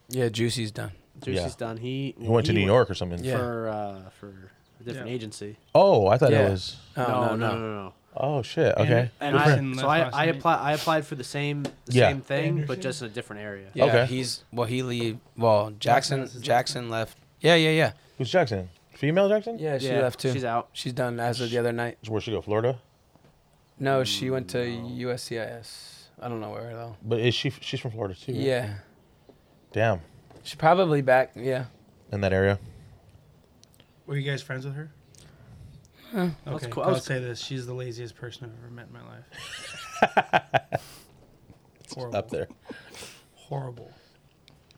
S3: Yeah, Juicy's done.
S5: Juicy's
S4: Yeah.
S5: done. He
S4: He went to
S5: he
S4: New York or something.
S3: Yeah.
S5: for uh, for a different
S1: Yeah.
S5: agency.
S4: Oh, I thought
S3: Yeah.
S4: it was.
S3: Oh,
S5: no, no, no, no. no.
S4: Oh shit. Okay.
S5: And
S1: Good
S5: I,
S1: friend.
S5: so I,
S1: Last
S5: I
S1: night.
S5: applied I applied for the same the
S4: Yeah.
S5: same thing but
S2: Anderson?
S5: just in a different area.
S3: Yeah,
S4: Okay.
S3: he's well. He leave. Well, Jackson.
S1: Jackson-
S3: Jackson left. Yeah, yeah, yeah.
S4: Who's Jackson? Female Jackson?
S3: Yeah, she left too.
S5: She's out.
S3: She's done as of the other night.
S4: Where she go? Florida.
S3: No, she went to USCIS. I don't know where though.
S4: But is she? She's from Florida too. right?
S3: Yeah,
S4: Damn.
S3: she probably back. Yeah,
S4: In that area.
S1: Were you guys friends with her?
S5: That's
S1: Okay,
S5: cool. I
S1: I'll
S5: was-
S1: say this: she's the laziest person I've ever met in my life. horrible,
S4: Up there.
S1: horrible.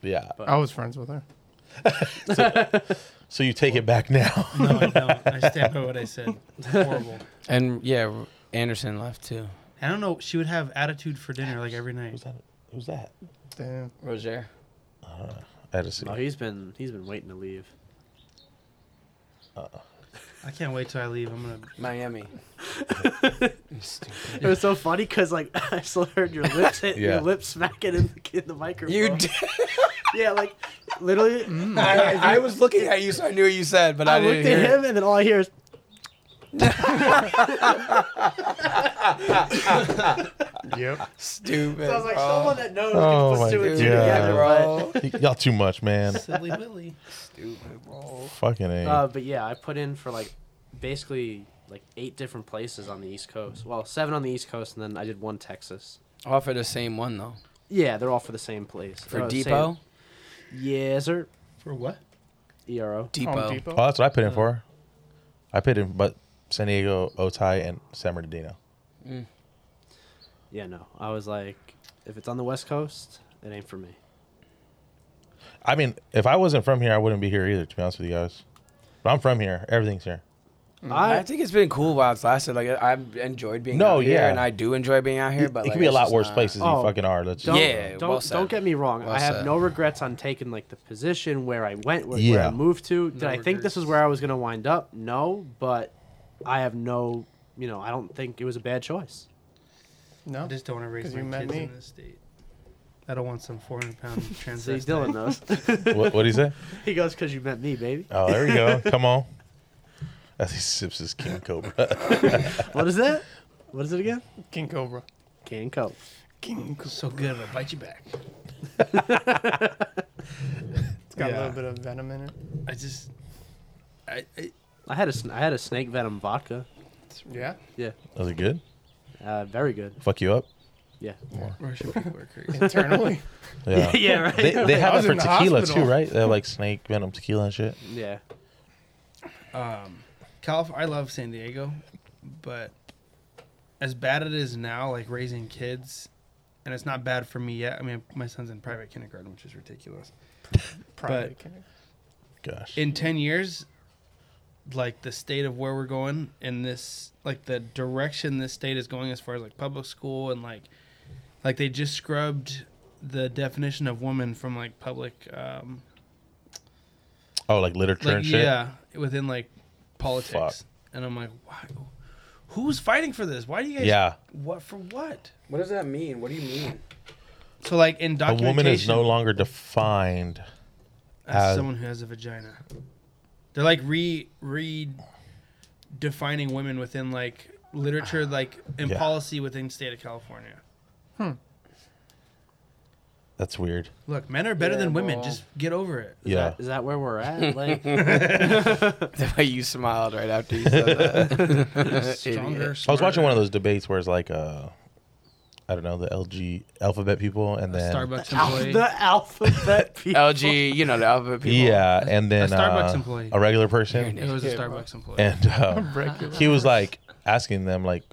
S4: Yeah.
S2: I was friends with her.
S4: So you take it back now.
S1: No, I don't. I stand by what I said. Horrible.
S3: and yeah, Anderson left too.
S1: I don't know. She would have attitude for dinner like every night.
S4: Who's that? Who's that?
S2: Damn.
S3: Roger.
S4: I had to see.
S5: No, Oh, he's been he's been waiting to leave.
S1: I can't wait till I leave. I'm gonna.
S3: Miami.
S5: It was so funny because like I still heard your lips hit
S4: Yeah.
S5: your lips smacking in the, in the microphone.
S3: You did.
S5: yeah, like literally.
S3: Hmm. I, I was looking at you, so I knew what you said, but Mm. I,
S5: I
S3: didn't
S5: looked
S3: hear
S5: at
S3: it.
S5: him and then all I hear is
S2: Yep.
S3: Stupid.
S5: so I was like
S3: bro.
S5: someone that knows
S4: Oh
S5: can
S4: my
S5: put two and two
S4: God.
S5: together,
S3: bro.
S4: Y'all too much, man.
S1: Silly Willy.
S3: Stupid, bro.
S4: Fucking a.
S5: but uh, but yeah, I put in for like basically like eight different places on the East Coast. Well, seven on the East Coast and then I did one Texas.
S3: All for the same one though.
S5: Yeah, they're all for the same place.
S3: For
S5: They're all the Oh, same-
S3: Depot.
S5: Yeah, E sir.
S1: For what?
S5: ERO.
S3: Depot.
S2: Home Depot.
S4: oh, that's what I put in
S3: uh,
S4: for. I put in, but San Diego, Otay, and San Bernardino.
S5: Yeah, no. I was like, if it's on the West Coast, it ain't for me.
S4: I mean, if I wasn't from here, I wouldn't be here either. To be honest with you guys, but I'm from here. Everything's here.
S3: I,
S4: Mm.
S5: I,
S3: think it's been cool while it's lasted. Like I- I've enjoyed being
S4: No,
S3: out here,
S4: yeah.
S3: and I do enjoy being out here.
S4: It,
S3: But
S4: it
S3: like,
S4: could be a
S3: it's
S4: lot
S3: just
S4: worse
S3: not-
S4: places than
S5: Oh,
S4: you fucking are. Let's
S5: don't,
S4: just,
S3: Yeah, well
S5: don't,
S3: said.
S5: don't get me wrong.
S3: Well
S5: I have
S3: said.
S5: no regrets on taking like the position where I went, where, where
S4: Yeah.
S5: I moved to. Did
S1: No
S5: I think this
S1: regrets.
S5: was where I was gonna wind up? No, but I have no. You know, I don't think it was a bad choice.
S1: I
S2: No.
S1: just don't want to raise
S2: 'Cause
S1: my
S2: you met
S1: kids
S2: me.
S1: in this state. I don't want some 400 pound
S5: See,
S1: transvestite.
S5: Dylan knows.
S4: what what do you say?
S5: he goes, "Cause you met me, baby."
S4: Oh, there you go. Come on. As he sips his King Cobra.
S5: What is that? What is it again?
S2: King Cobra.
S5: Can cope.
S2: King. Cobra.
S1: So good, I'll bite you back.
S2: It's got
S1: Yeah.
S2: a little bit of venom in it.
S1: I just, I, I
S5: I had a sn- I had a snake venom vodka.
S2: Yeah.
S4: Was it good?
S5: Uh, very good.
S4: Fuck you up?
S5: Yeah.
S1: Russian people are crazy.
S2: Internally.
S4: Yeah.
S5: yeah. Right.
S4: Uh, They, they
S2: I
S4: have
S2: was
S4: that for
S2: in the
S4: tequila too,
S2: hospital.
S4: right? They have like snake venom tequila and shit.
S5: yeah.
S1: um, Calif- I love San Diego, but as bad it is now, like raising kids, and it's not bad for me yet. I mean, my son's in private kindergarten, which is ridiculous.
S2: Private clinic.
S4: Gosh.
S1: In ten years, like the state of where we're going, and this like the direction this state is going as far as like public school and like, like they just scrubbed the definition of woman from like public um,
S4: oh, like literature
S1: like
S4: and shit?
S1: yeah within like politics and i'm like why who's fighting for this why do you guys
S4: Yeah.
S1: what for what
S3: What does that mean? What do you mean?
S1: so like in
S4: A
S1: documentation
S4: woman is no longer defined.
S1: as
S4: as-
S1: someone who has a vagina they're like re re defining women within like literature like in
S4: Yeah.
S1: policy within the state of california
S4: That's weird.
S1: look men are better
S3: Yeah,
S1: than women
S3: well.
S1: just get over it
S5: Is
S4: Yeah.
S5: That, is that where we're at? Like,
S3: The way you smiled right after you said that.
S1: stronger
S3: Idiot.
S4: I was watching one of those debates where it's like, uh, I don't know, the LG alphabet people and
S1: a
S4: then.
S1: starbucks employee
S5: the alphabet people.
S3: LG, you know the alphabet people.
S4: Yeah, and then
S1: Starbucks
S4: uh,
S1: employee.
S4: a regular
S3: You're
S4: person.
S3: an
S1: it was a
S3: idiot, bro.
S1: starbucks employee
S4: And uh,
S2: Regular.
S4: he was like, asking them like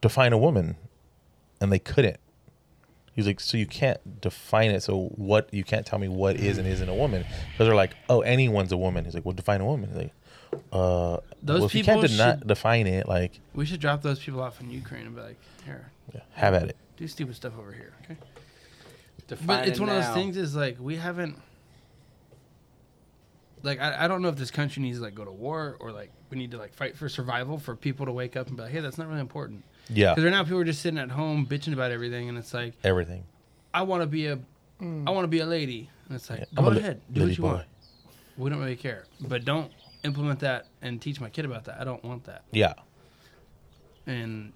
S4: define a woman, and they couldn't. He was like, so you can't define it. So what? You can't tell me what is and isn't a woman because they're like, oh, anyone's a woman. He's like, well, define a woman. He's like, uh,
S1: Those
S4: well, if you can't
S1: people
S4: deny-
S1: should-
S4: define it, like,
S1: We should drop those people off in Ukraine and be like, here,
S4: yeah, have at it.
S1: do stupid stuff over here. Okay.
S3: Define
S1: But it's
S3: it
S1: one of
S3: now.
S1: those things is like we haven't like I, I don't know if this country needs to like go to war or like we need to like fight for survival for people to wake up and be like, hey, that's not really important.
S4: Yeah,
S1: Because right now people are just sitting at home bitching about everything and it's like
S4: everything.
S1: I wanna be a, I wanna be a lady. And it's like,
S4: Yeah,
S1: go
S4: a li-
S1: ahead, do
S4: lady
S1: what you want. We don't really care. But don't implement that and teach my kid about that. I don't want that.
S4: Yeah,
S1: and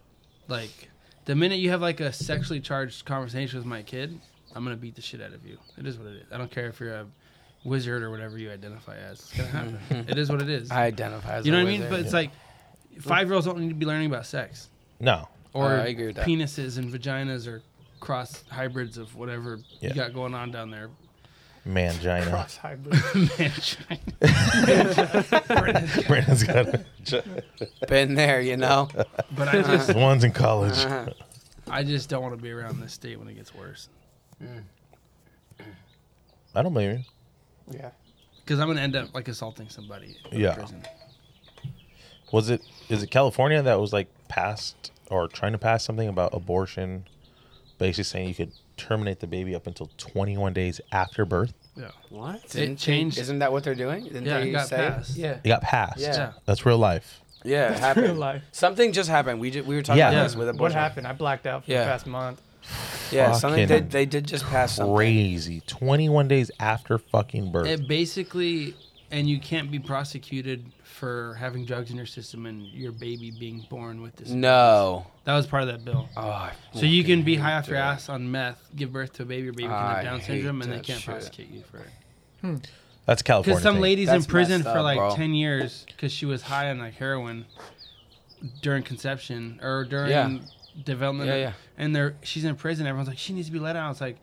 S1: like the minute you have like a sexually charged conversation with my kid, I'm gonna beat the shit out of you. It is what it is. I don't care if you're a wizard or whatever you identify as. It's gonna happen. it is what it is.
S3: I identify as
S1: you know
S3: a
S1: what I mean?
S3: wizard.
S1: But it's like five year olds don't need to be learning about sex
S4: no,
S1: or
S3: Uh, I agree with that.
S1: penises and vaginas or cross hybrids of whatever
S4: Yeah.
S1: you got going on down there.
S4: mangina.
S2: Cross hybrid.
S1: Man,
S4: Brandon's got it.
S3: Been there, you know.
S1: but I just
S4: the ones in college.
S1: Uh-huh. I just don't want to be around this state when it gets worse.
S4: I don't blame you.
S2: yeah.
S1: Because I'm gonna end up like assaulting somebody. in
S4: Yeah.
S1: prison.
S4: Was it is it California that was like passed or trying to pass something about abortion, basically saying you could terminate the baby up until 21 days after birth?
S1: Yeah.
S5: What?
S1: It changed.
S3: Isn't that what they're doing? Didn't
S1: Yeah,
S3: they
S1: it got
S3: say?
S1: passed.
S3: Yeah,
S4: It got passed.
S3: Yeah.
S4: That's real life.
S3: yeah, it
S2: Real
S3: happened.
S2: life.
S3: Something just happened. We ju- we were talking
S4: Yeah.
S3: about
S1: Yeah.
S3: this with a
S2: What happened? I blacked out for
S3: Yeah.
S2: the past month.
S3: Yeah, something
S4: Fucking
S3: did, they did just pass something.
S4: Crazy. 21 days after fucking birth.
S1: It basically, and you can't be prosecuted for having drugs in your system and your baby being born with this.
S3: No.
S1: That was part of that bill.
S3: Oh, I
S1: So you can be
S3: fucking
S1: high
S3: hate
S1: off your
S3: that.
S1: ass on meth, give birth to a baby, your baby can
S3: I
S1: have Down
S3: hate
S1: syndrome, and they
S3: that
S1: can't
S3: shit.
S1: prosecute you for it.
S4: That's a California.
S1: Because some
S4: thing.
S1: lady's
S3: That's
S1: in prison
S3: messed
S1: for
S3: up,
S1: like
S3: bro.
S1: 10 years because she was high on like heroin during conception or during
S3: Yeah.
S1: development.
S3: Yeah, yeah.
S1: And they're, she's in prison. Everyone's like, she needs to be let out. It's like,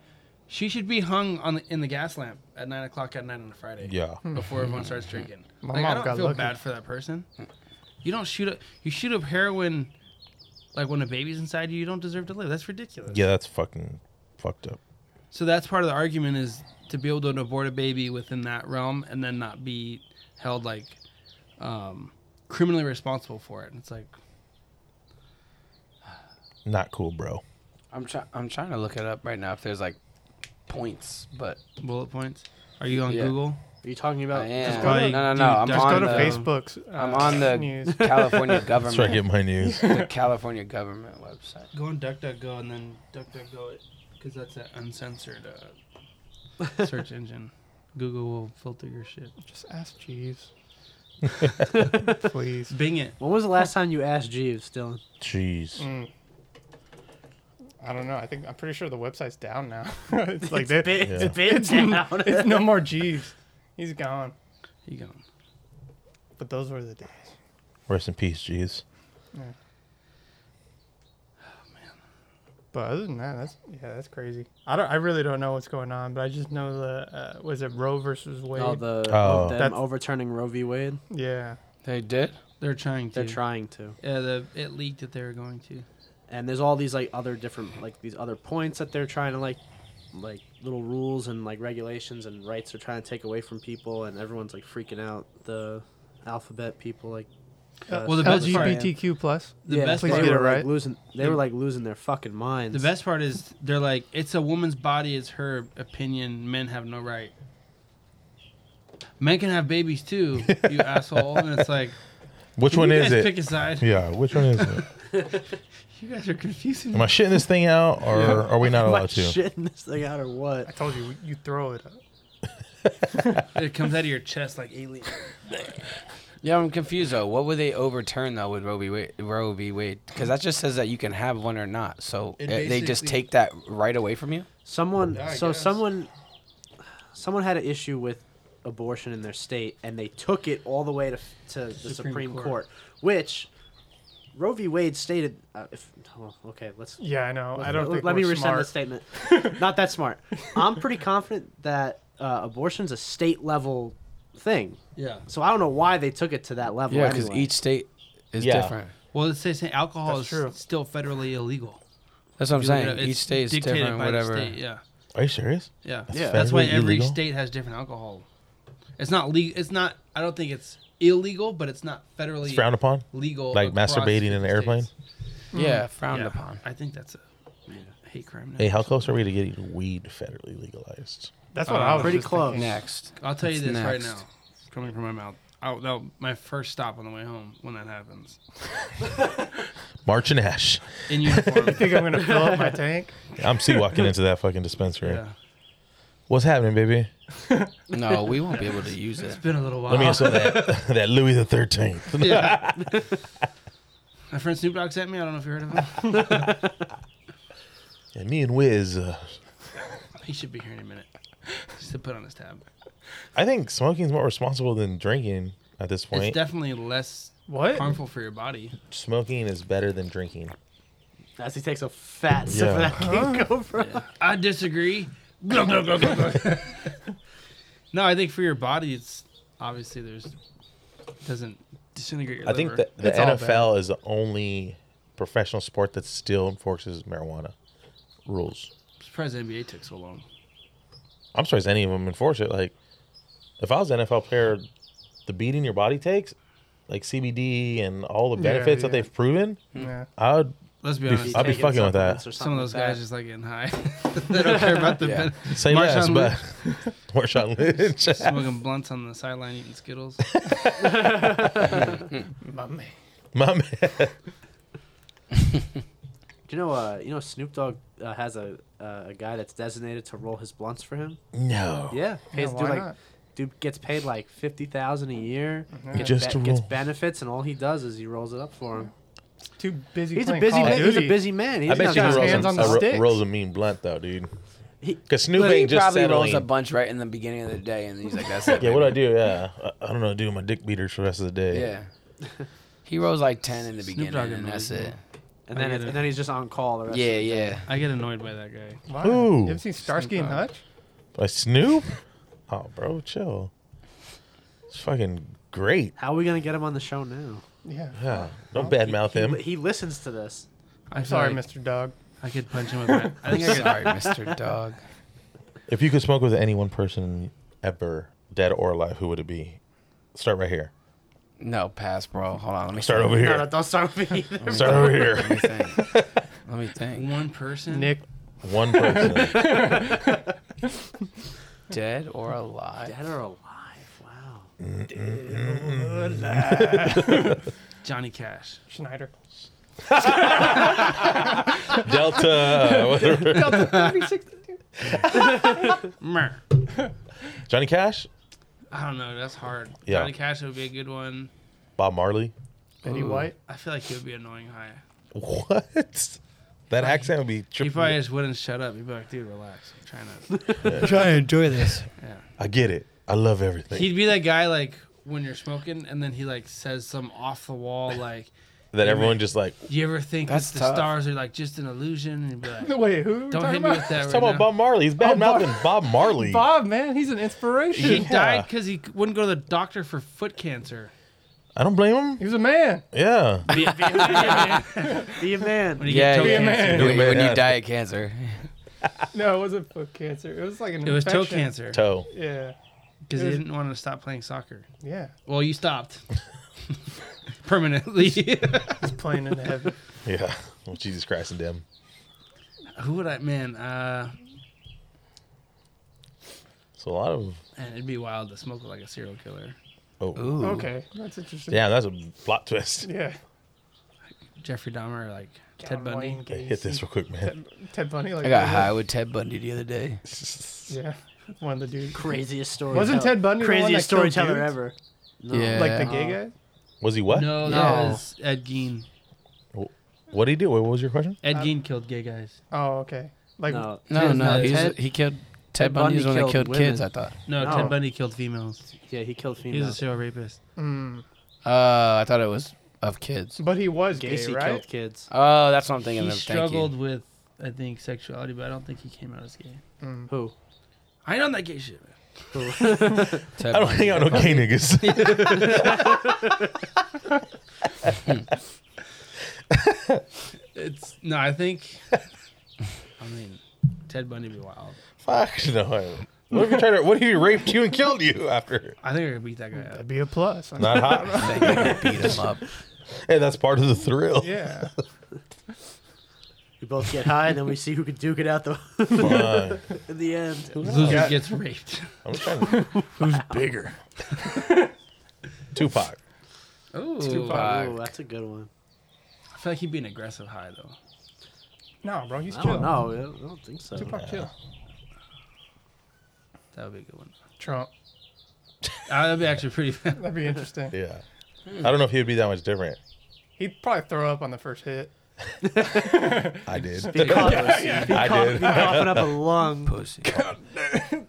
S1: she should be hung on the, in the gas lamp at 9 o'clock at night on a Friday.
S4: Yeah.
S1: before everyone starts drinking.
S2: My
S1: like,
S2: mom
S1: I don't
S2: got
S1: feel
S2: lucky.
S1: bad for that person. You don't shoot up. You shoot up heroin, like when a baby's inside you. You don't deserve to live. That's ridiculous.
S4: Yeah, that's fucking fucked up.
S1: So that's part of the argument is to be able to abort a baby within that realm and then not be held like um, criminally responsible for it. And it's like
S4: Not cool, bro.
S3: I'm trying. I'm trying to look it up right now if there's like points, but
S1: bullet points. Are you on
S3: Yeah.
S1: Google?
S5: Are you talking
S3: I
S5: about?
S3: am.
S2: go
S3: No,
S2: to-
S3: no, no.
S1: dude,
S3: I'm
S1: just
S2: Just
S3: on
S2: go to
S3: the
S2: Facebook's. uh,
S3: I'm on the
S2: news.
S3: California
S4: That's where I get
S3: government.
S4: my news.
S3: the California government website.
S1: Go on DuckDuckGo and then DuckDuckGo it because that's an uncensored uh, search engine. Google will filter your shit.
S2: Just ask Jeeves. Please.
S1: Bing it.
S5: When was the last time you asked Jeeves, Dylan?
S4: Jeez.
S2: Mm. I don't know. I think I'm pretty sure the website's down now. it's like they,
S4: Yeah.
S5: It's down.
S2: it's no more Jeeves. He's gone.
S1: You going?
S2: But those were the days.
S4: Rest in peace, jeez.
S2: But other than that, that's yeah, that's crazy. I don't. I really don't know what's going on, but I just know the uh, was it Roe versus Wade.
S5: Oh, the
S4: Oh.
S5: them
S2: That's-
S5: overturning Roe v. Wade.
S2: yeah,
S3: They did.
S1: They're trying to.
S5: They're trying to.
S1: Yeah, uh, the, it leaked that they were going to.
S5: and there's all these like other different like these other points that they're trying to like like little rules and like regulations and rights are trying to take away from people and everyone's like freaking out the alphabet people like uh,
S1: Well, the best part-
S2: LGBTQ plus.
S1: The
S5: yeah,
S1: best
S5: they
S2: Please
S1: part.
S2: get
S5: were,
S2: it
S5: like,
S2: right.
S5: losing they were like losing their fucking minds
S1: The best part is they're like, it's a woman's body, it's her opinion. Men have no right. Men can have babies too, you asshole. And it's like,
S4: Which
S1: can
S4: one
S1: you
S4: is
S1: guys
S4: it?
S1: Pick a side.
S4: yeah, which one is it?
S1: You guys are confusing
S4: Am I
S1: me.
S4: shitting this thing out or are we not
S5: Am I
S4: allowed to?
S5: shitting this thing out or
S2: I
S5: what
S2: told you, you throw it up.
S1: It comes out of your chest like alien.
S3: Yeah, I'm confused though. What would they overturn though with Roe v. Wade? Roe v. Wade, because that just says that you can have one or not. So
S1: It
S3: uh, they just
S1: basically-
S3: take that right away from you.
S5: someone
S1: Yeah, I
S5: so
S1: guess.
S5: someone someone had an issue with abortion in their state and they took it all the way to, to the supreme,
S1: Supreme
S5: court.
S1: Court.
S5: which roe v wade stated uh, if well, okay let's
S2: Yeah, I know. I don't
S5: let,
S2: think
S5: let
S2: we're
S5: me rescind
S2: smart.
S5: the statement not that smart i'm pretty confident that uh, abortion's a state level thing
S1: Yeah.
S5: so i don't know why they took it to that level
S3: Yeah, because
S5: because anyway.
S3: each state is
S4: Yeah.
S3: different.
S1: Well, it says alcohol
S2: That's
S1: is
S2: true.
S1: still federally illegal.
S3: That's what I'm
S1: You look it up,
S3: saying. Each
S1: it's
S3: state is
S1: dictated
S3: different,
S1: by the
S3: whatever.
S1: state, yeah,
S4: Are you serious?
S1: yeah.
S5: Yeah.
S1: That's why
S4: federally
S1: every
S4: illegal?
S1: state has different alcohol. It's not legal. It's not. I don't think it's illegal, but it's not federally
S4: It's frowned upon.
S1: legal.
S4: Like
S1: across
S4: masturbating in an
S1: 50
S4: airplane?
S1: states.
S3: Yeah, frowned
S1: Yeah,
S3: upon.
S1: I think that's a hate crime. Now.
S4: Hey, how close are we to getting weed federally legalized?
S2: That's what I was
S5: pretty
S2: just
S5: close.
S2: thinking.
S3: Next.
S1: I'll tell you
S3: What's
S1: this right
S3: next?
S1: now, coming from my mouth. I, that, my first stop on the way home when that happens
S4: March and Ash.
S1: in uniform.
S2: I think I'm gonna fill up my tank.
S4: I'm sea walking into that fucking dispensary.
S1: yeah,
S4: What's happening, baby?
S3: No, we won't be able to use it.
S1: it's been a little while.
S4: Let me ask you that that Louis the Thirteenth.
S1: Yeah. my friend Snoop Dogg sent me. I don't know if you heard of him.
S4: Yeah, me and Wiz. Uh,
S1: He should be here in a minute. Just to put on his tab.
S4: I think smoking's more responsible than drinking at this
S1: It's
S4: point.
S1: definitely less
S2: What?
S1: harmful for your body.
S4: smoking is better than drinking.
S5: As he takes a fat sip of
S4: Yeah.
S5: that King Cobra.
S1: I disagree. Glug, glug, glug, glug, glug. no, I think for your body, it's obviously there's doesn't disintegrate your
S4: I think
S1: liver.
S4: that the
S2: It's all
S4: NFL is the only professional sport that still enforces marijuana rules.
S1: I'm surprised the NBA took so long.
S4: I'm surprised any of them enforce it. Like, if I was an NFL player, the beating your body takes, like CBD and all the
S2: Yeah,
S4: benefits that
S2: yeah.
S4: they've proven,
S2: Yeah.
S4: I would.
S1: Let's be
S4: Be-
S1: honest.
S4: I'd be
S5: Taking
S4: fucking with that.
S5: supplements or
S1: Some of those
S5: something like
S1: guys
S5: that.
S1: just like getting high. they don't care about the
S3: Yeah.
S4: Say less,
S1: Marshawn
S4: but Marshawn Lynch.
S1: smoking blunts on the sideline, eating Skittles.
S2: My man.
S4: My man.
S5: Do you know? Uh, you know, Snoop Dogg uh, has a uh, a guy that's designated to roll his blunts for him.
S4: No.
S5: Yeah,
S2: Yeah,
S5: pays
S2: why
S5: dude like
S2: not?
S5: dude gets paid like fifty thousand a year.
S2: Yeah.
S4: Just to
S5: gets
S4: roll.
S5: benefits, and all he does is he rolls it up for him.
S2: Too busy.
S5: He's a
S2: playing
S5: busy
S2: Call of
S5: man. He's a
S2: Duty.
S5: busy man. He's
S4: I bet
S5: not
S4: you
S5: gonna-
S4: he
S2: got
S4: rolls,
S2: his hands
S4: hands a,
S2: on the
S4: ro-
S2: sticks.
S4: rolls a mean blunt though, dude.
S5: He-
S4: Because Snoop
S3: But he
S4: ain't just
S3: probably rolls
S4: settling.
S3: a bunch right in the beginning of the day, and he's like, "That's it."
S4: yeah, what do
S3: baby."
S4: I do? Yeah, I, I don't know. Do my dick beaters for the rest of the day.
S3: Yeah. He rolls like 10 in the
S1: Snoop
S3: beginning,
S1: Dogg
S3: and
S1: annoys
S3: that's
S1: me.
S3: it.
S5: and then
S1: I
S5: it,
S1: get it.
S5: and then he's just on call. The rest
S3: Yeah,
S5: of the
S3: yeah.
S1: I get annoyed by that guy.
S2: Why?
S4: Ooh.
S2: You ever seen Starsky and Hutch?
S4: Like Snoop? Oh, bro, chill. It's fucking great.
S5: How are we gonna get him on the show now?
S2: Yeah.
S4: Yeah, don't badmouth
S5: He,
S4: him.
S5: he listens to this.
S1: I'm
S2: Sorry, Mr. Dog.
S1: I could punch him with my. I
S3: I'm
S1: think I could.
S3: sorry, Mr. Dog.
S4: If you could smoke with any one person ever, dead or alive, who would it be? Start right here.
S3: No, pass, bro. Hold on. Let me
S4: Start over
S5: No, no,
S4: here.
S5: don't start with me. either.
S4: Start over here.
S3: Let me think. Let me think.
S1: One person.
S2: Nick.
S4: One person.
S3: Dead or alive?
S5: Dead or alive? Wow.
S1: Johnny Cash.
S2: Schneider.
S4: Delta. whatever.
S1: Mer.
S4: Johnny Cash.
S1: I don't know. That's hard.
S4: Yeah.
S1: Johnny Cash would be a good one.
S4: Bob Marley.
S2: Betty
S3: Ooh.
S2: White.
S1: I feel like he would be annoying high.
S4: What? That accent would be
S1: He probably
S4: trippy.
S1: just wouldn't shut up. He'd be like, dude, relax. I'm trying to.
S3: I'm trying to enjoy this.
S1: Yeah.
S4: I get it. I love everything.
S1: He'd be that guy, like, when you're smoking, and then he, like, says some off the wall, like,
S4: that everyone just like.
S1: you ever think that
S3: That's
S1: the
S3: tough.
S1: stars are, like, just an illusion? And he'd be like,
S2: Wait, who? are we
S1: don't
S2: talking
S1: hit me
S2: about?
S1: with that
S4: Talk
S1: right
S4: about
S1: now. Oh,
S4: Bob Marley. He's bad mouthing Bob Marley.
S2: Bob, man, he's an inspiration.
S1: He
S2: He,
S4: Yeah.
S1: died because he wouldn't go to the doctor for foot cancer.
S4: I don't blame him.
S2: was a man.
S4: Yeah.
S5: Be, be, a man. Be a man.
S1: When he
S3: Yeah,
S1: got toe
S3: yeah.
S1: cancer.
S3: When, when
S4: Yeah.
S3: you die of cancer.
S2: No, it wasn't foot cancer. It was like an
S1: It was toe
S2: infection.
S1: cancer
S4: Toe.
S2: Yeah.
S1: because he didn't want to stop playing soccer.
S2: Yeah.
S1: Well, you stopped permanently.
S2: He's playing in heaven.
S4: Yeah. Well, Jesus Christ and them.
S1: Who would I, man? Uh,
S4: So a lot of
S1: man, it'd be wild to smoke with like a serial killer.
S4: oh
S3: Ooh.
S2: Okay. That's interesting.
S4: yeah, that's a plot twist.
S2: Yeah.
S1: Jeffrey Dahmer, or like Ted
S2: John
S1: Bundy.
S2: Wayne
S4: Hey,
S2: Gacy.
S4: hit this real quick, man.
S2: Ted, Ted Bundy. Like
S3: I got high with Ted Bundy the other day.
S2: Yeah. One of the dudes.
S5: Craziest story.
S2: Wasn't Ted Bundy the one
S5: craziest
S2: that killed
S5: storyteller
S2: dudes?
S5: ever? No.
S3: Yeah.
S2: Like the gay guy?
S4: Was he what?
S1: No, that
S3: No.
S1: was Ed Gein.
S4: What did he do? What was your question?
S1: Ed
S2: Um,
S1: Gein killed gay guys.
S2: Oh, okay. Like,
S5: No.
S3: No,
S1: Ted-
S3: no,
S1: no,
S3: he's,
S5: Ted-
S3: he killed Ted,
S5: Ted
S3: Bundy is
S5: Bundy
S3: when they
S5: killed
S3: killed kids. I
S5: women.
S3: thought.
S1: No,
S5: No.
S1: Ted Bundy killed females.
S5: Yeah, he killed
S1: He was a
S5: females.
S1: serial rapist.
S2: mm,
S3: Uh, I thought it was of kids.
S2: but he was
S5: Gacy
S2: gay, right?
S5: killed kids.
S3: Oh, that's what I'm thinking
S1: He
S3: of.
S1: struggled with, I think, sexuality, but I don't think he came out as gay.
S2: Mm.
S5: Who?
S1: I know that gay shit. Man.
S5: Who?
S3: Thank you. Ted
S4: I don't
S3: Bundy.
S4: hang out no gay niggas.
S1: It's no, I think. I mean, Ted Bundy would be wild.
S4: Fuck no. I wouldn't. What if he tried to? What if he raped you and killed you after?
S1: I think I could beat that guy up.
S2: That'd be a plus.
S4: Not hot.
S3: Then you would beat him up.
S4: hey, that's part of the thrill.
S2: Yeah.
S5: We both get high, and then we see who can duke it out the
S4: Fine.
S5: in the end.
S1: Loser gets raped.
S4: I'm trying to,
S3: Who's bigger?
S4: Tupac.
S1: Oh,
S3: Tupac.
S5: Ooh, that's a good one.
S1: I feel like he'd be an aggressive high though.
S2: No, bro, he's
S5: I
S2: chill.
S5: don't know. I don't- I don't think so.
S2: Tupac chill.
S1: That would be a good one.
S2: Trump.
S1: Uh, that'd be actually pretty. fun.
S2: That'd be interesting.
S4: Yeah. I don't know if he would be that much different.
S2: He'd probably throw up on the first hit.
S4: I did.
S5: I
S4: I
S5: did.
S4: did.
S5: coughing up a lung.
S3: Pussy.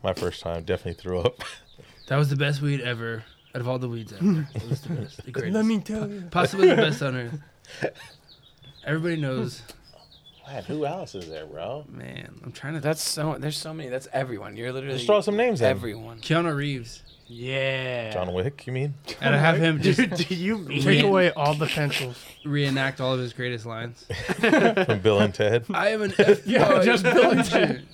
S4: My first time definitely threw up.
S1: that was the best weed ever. Out of all the weeds ever, it was the best. The greatest.
S2: tell you.
S1: Possibly the best on earth. Everybody knows,
S4: Man, who else is there, bro?
S1: man. I'm trying to.
S3: That's so. There's so many. That's everyone. You're literally
S4: Just throw some names in.
S3: everyone.
S1: Keanu Reeves.
S5: Yeah.
S4: John Wick, you mean?
S1: And I have him just
S5: Dude, do you mean
S2: Take
S1: Yeah.
S2: away all the pencils.
S1: reenact all of his greatest lines.
S4: From Bill and Ted?
S1: I am an F Oh,
S2: Yeah,
S1: boy.
S2: just Bill and Ted.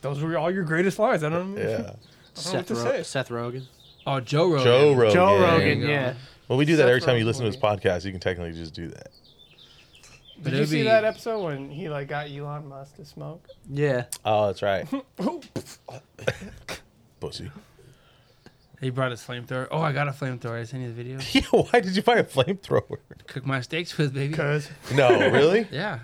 S2: Those were all your greatest lines. I don't know.
S4: Yeah.
S5: Seth,
S2: to
S5: Ro-
S2: say.
S5: Seth Rogen?
S1: Oh, Joe Rogan.
S4: Joe Rogan.
S5: Joe
S1: There
S5: Rogan,
S1: you go.
S5: yeah.
S4: Well, we do that
S2: Seth
S4: every time you
S2: Rogen
S4: listen to his
S2: for
S4: podcast. You can technically just do that.
S1: But
S2: Did you
S1: it'd
S2: see
S1: be-
S2: that episode when he like got Elon Musk to smoke?
S5: Yeah.
S4: Oh, that's right.
S2: Oh,
S4: Pussy.
S1: He brought his flamethrower. Oh, I got a flamethrower. I sent you the video.
S4: Yeah, why did you buy a flamethrower?
S1: Cook my steaks with, baby.
S2: Cause
S4: No, really?
S1: Yeah.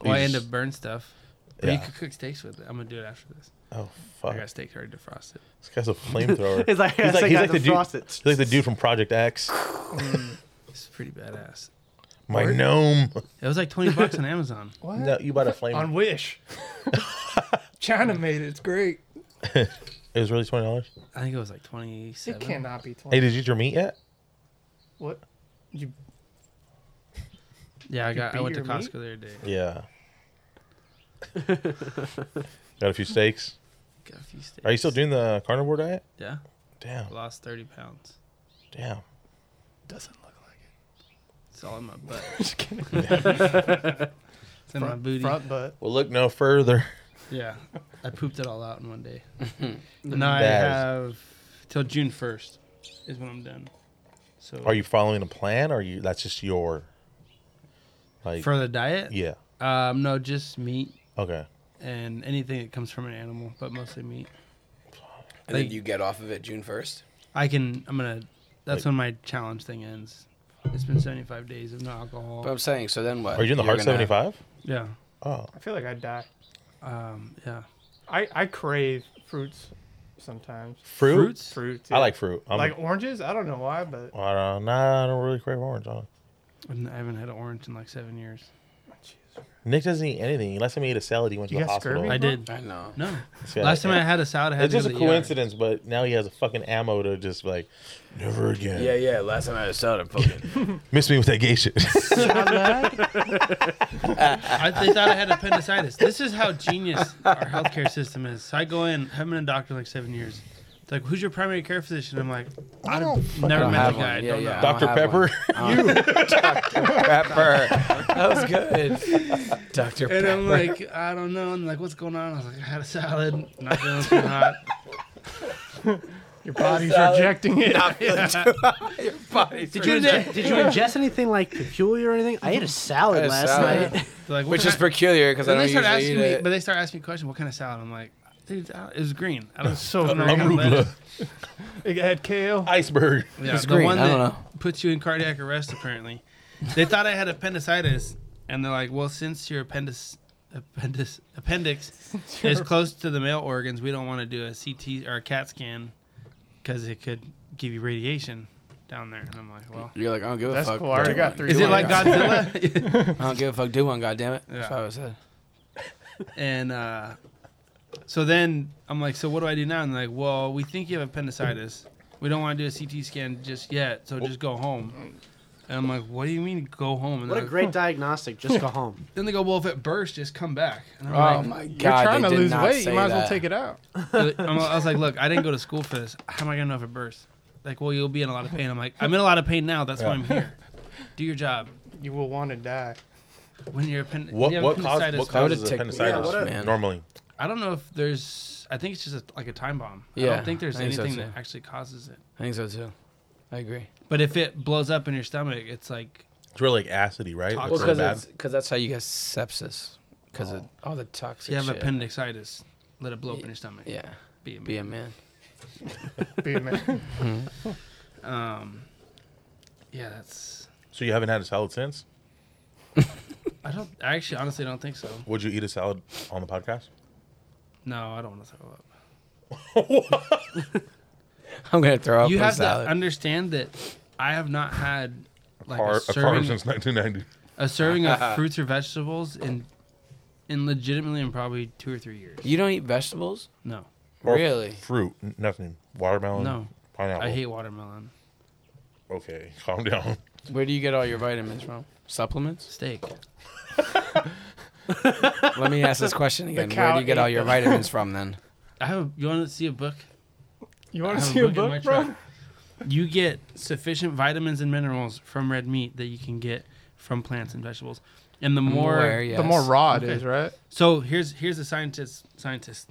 S1: Well, I
S4: You
S1: end
S4: just-
S1: up burn stuff. But you
S4: Yeah.
S1: could cook steaks with it. I'm gonna do it after this.
S4: Oh,
S1: I
S4: fuck.
S1: got steaks already defrosted.
S4: This guy's a flamethrower.
S5: It's like, it's like,
S4: he's
S5: I
S4: like the
S5: the
S4: dude-
S5: frosted.
S4: He's like the dude from Project X.
S1: It's pretty badass.
S4: My gnome.
S1: It was like 20 bucks on Amazon.
S2: what?
S4: No, you bought a flame.
S2: On Wish. China made it. It's great.
S4: it was really twenty dollars.
S1: I think it was like 27.
S2: It cannot be twenty.
S4: Hey, did you eat your meat yet?
S2: What? You
S1: Yeah, I got. I
S2: beat
S1: went to
S2: your meat?
S1: Costco the other day.
S4: Yeah. Got a few steaks.
S1: Got a few steaks.
S4: Are you still doing the carnivore diet?
S1: Yeah,
S4: Damn,
S1: I lost 30 pounds.
S4: damn.
S2: doesn't look like
S1: It's all in my butt.
S2: it. Just kidding.
S1: It's in my
S2: front,
S1: booty.
S2: front butt.
S4: Well, look no further.
S1: Yeah, I pooped it all out in one day. and I
S4: That is-
S1: have till June first is when I'm done. So
S4: Are you following a plan, or are you? That's just your. Like
S1: for the diet?
S4: yeah,
S1: Um, no, just meat
S4: okay.
S1: and anything that comes from an animal, but mostly meat.
S3: And then you get off of it June first.
S1: I can. I'm gonna. That's
S4: Like-
S1: when my challenge thing ends. It's been 75 days of no
S3: But
S1: alcohol.
S3: I'm saying, so then what?
S4: Are you doing the
S3: You're
S4: hard
S3: gonna-
S4: seventy five?
S1: Yeah.
S4: Oh,
S2: I feel like I'd die.
S1: Um. Yeah.
S2: I, I crave fruits sometimes.
S4: fruit.
S1: Fruits.
S2: Fruits.
S4: I like fruit. I'm,
S2: like oranges. I don't know why, but
S4: I don't. Nah, I don't really crave orange. I don't-
S1: And I haven't had an orange in like seven years.
S4: Nick doesn't eat anything. Last time he ate a salad, he went to
S2: You
S4: the
S2: got
S4: hospital.
S2: scurvy?
S1: I did.
S3: I know.
S1: No.
S4: See, I-
S1: Last time I had a salad, I had
S4: It's
S1: to
S4: just a
S1: go to the ER.
S4: coincidence, but now he has a fucking ammo to just like, never again.
S3: Yeah, yeah. Last time I was out, fucking.
S4: Miss me with that gay shit.
S1: I, they thought I had appendicitis. This is how genius our healthcare system is. So I go in, haven't been a doctor in like seven years. It's like, who's your primary care physician? I'm like, I don't never met
S3: I
S1: the
S3: have one.
S1: guy. I
S3: Yeah,
S1: don't
S3: yeah.
S1: know.
S4: Dr.
S3: I don't have
S4: Pepper.
S3: Pepper. That was good. Dr.
S1: And I'm
S3: Pepper.
S1: like, I don't know. And like, what's going on? I was like, I had a salad, not feeling too hot.
S2: your body's
S3: Salad.
S2: rejecting it.
S3: Your body's
S5: Did you, ingest, did you ingest anything like peculiar or anything? I ate a salad
S3: I had a
S5: last
S3: salad.
S5: night.
S1: They're like, what
S3: Which
S1: kind
S3: is peculiar because I
S1: and
S3: don't
S1: they start
S3: usually
S1: asking
S3: eat
S1: me,
S3: it.
S1: but they start asking me questions. What kind of salad? I'm like, dude, I don't- it was green. I don't,
S2: So
S1: I don't know
S2: green.
S1: what kind of
S4: Arugula.
S1: lettuce.
S2: It had kale.
S4: Iceberg.
S1: Yeah,
S3: It's
S1: the
S3: green.
S1: one that
S3: I don't know.
S1: puts you in cardiac arrest. Apparently, they thought I had appendicitis, and they're like, "Well, since your appendix, appendix, appendix is close to the male organs, we don't want to do a CT or a CAT scan because it could give you radiation down there." And I'm like, "Well,
S3: You're like, I don't give a
S2: That's
S3: fuck.
S2: cool. I already
S3: Do
S2: got
S3: one.
S2: three
S1: is
S2: Do
S1: it like
S2: one, guys.
S1: Godzilla?"
S3: I don't give a fuck. Do one, goddammit. it.
S1: Yeah.
S3: That's what I said.
S1: and uh, so then I'm like, "So what do I do now?" And they're like, "Well, we think you have appendicitis. We don't want to do a CT scan just yet, so just go home." And I'm like, "What do you mean go home?" And
S5: What a
S1: they're like,
S5: great diagnostic. Just go home.
S1: Then they go, well, if it bursts, just come back. And I'm
S3: Oh
S1: like,
S3: my god.
S2: You're trying
S3: they
S2: to
S3: did
S2: lose
S3: not
S2: weight. You
S3: say
S2: might as well
S3: that.
S2: take it out.
S1: I'm- i was like, look, I didn't go to school for this. How am I gonna know if it bursts? Like, well, you'll be in a lot of pain. I'm like, I'm in a lot of pain now. That's why I'm here. Do your job.
S2: you will want to die.
S1: When you're append- when you
S4: What
S1: have
S4: what, cause, what
S1: appendicitis-
S3: That would've
S4: causes
S3: ticked me
S4: appendicitis
S3: off, man.
S4: normally?
S1: I don't know if there's. I think it's just a, like a time bomb. I
S3: Yeah,
S1: don't think there's
S3: I think so
S1: anything
S3: too.
S1: that actually causes it.
S3: I think so too. I agree.
S1: But if it blows up in your stomach, it's like
S4: It's really like acidy, right?
S1: Well,
S4: It's
S3: Well,
S4: real
S1: Toxic.
S4: bad.
S3: because that's how you get sepsis. Because of all the toxic
S1: you have
S3: shit.
S1: appendicitis. Let it blow up in your stomach.
S3: yeah,
S1: Be a
S3: be a
S1: man.
S3: man.
S2: Be a man.
S1: Um, yeah, that's.
S4: So you haven't had a salad since?
S1: I don't. I actually, honestly, don't think so.
S4: Would you eat a salad on the podcast?
S1: No, I don't want to throw up.
S3: I'm gonna throw up.
S1: you
S3: on
S1: have
S3: salad.
S1: to understand that I have not had like
S4: Car-
S1: a
S4: a car
S1: serving,
S4: since 1990.
S1: a serving of fruits or vegetables in, in legitimately in probably two or three years.
S3: You don't eat vegetables?
S1: No,
S4: Or
S3: Really?
S4: Fruit, n- nothing. Watermelon.
S1: No.
S4: Pineapple.
S1: I hate watermelon.
S4: Okay, calm down.
S3: Where do you get all your vitamins from? Supplements?
S1: Steak.
S3: Let me ask this question again. Where
S2: cow
S3: do you get
S2: ate
S3: all your vitamins from then?
S1: I have. A, you want to see a book?
S2: You
S1: I
S2: want to
S1: have
S2: see a
S1: in my
S2: book, bro?
S1: truck. You get sufficient vitamins and minerals from red meat that you can get from plants and vegetables. And the more,
S3: Where, yes.
S2: The more raw it
S1: Okay.
S2: is, right?
S1: so here's here's a scientist scientist.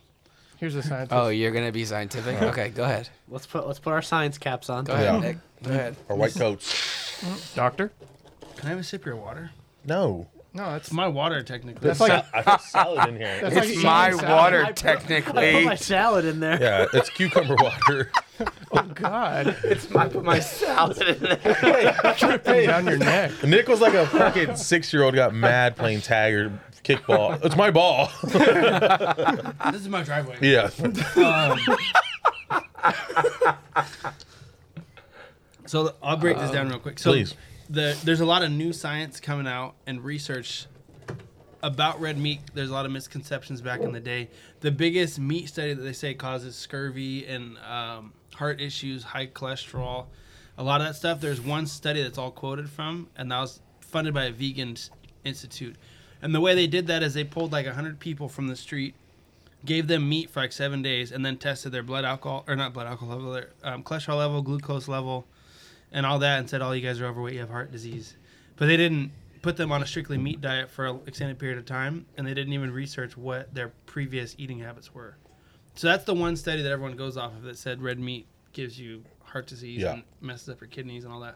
S2: Here's a scientist.
S3: Oh, you're gonna be scientific? Okay, go ahead.
S5: Let's put let's put our science caps on.
S3: Go ahead,
S4: Yeah.
S3: Nick. Go ahead.
S4: Or white coats.
S2: Doctor?
S1: Can I have a sip of your water?
S4: No.
S2: No, that's
S1: It's my water technically.
S2: That's like-
S4: I put salad in here.
S2: That's like eating salad.
S5: I put- I put my salad in there.
S4: Yeah, it's cucumber water.
S2: God
S3: I put my salad in there.
S2: dripping down your neck.
S4: Nick was like a fucking six year old got mad playing tag or kickball. It's my ball.
S1: this is my driveway.
S4: yeah.
S1: So th- I'll break this down real quick. So
S4: please.
S1: The, there's a lot of new science coming out and research about red meat. There's a lot of misconceptions back in the day. The biggest meat study that they say causes scurvy and um, heart issues, high cholesterol, a lot of that stuff. There's one study that's all quoted from, and that was funded by a vegan s- institute. And the way they did that is they pulled like 100 people from the street gave them meat for like seven days and then tested their blood alcohol or not blood alcohol level their um, cholesterol level glucose level and all that and said all you guys are overweight you have heart disease but they didn't put them on a strictly meat diet for an extended period of time and they didn't even research what their previous eating habits were so that's the one study that everyone goes off of that said red meat gives you heart disease
S4: Yeah.
S1: and messes up your kidneys and all that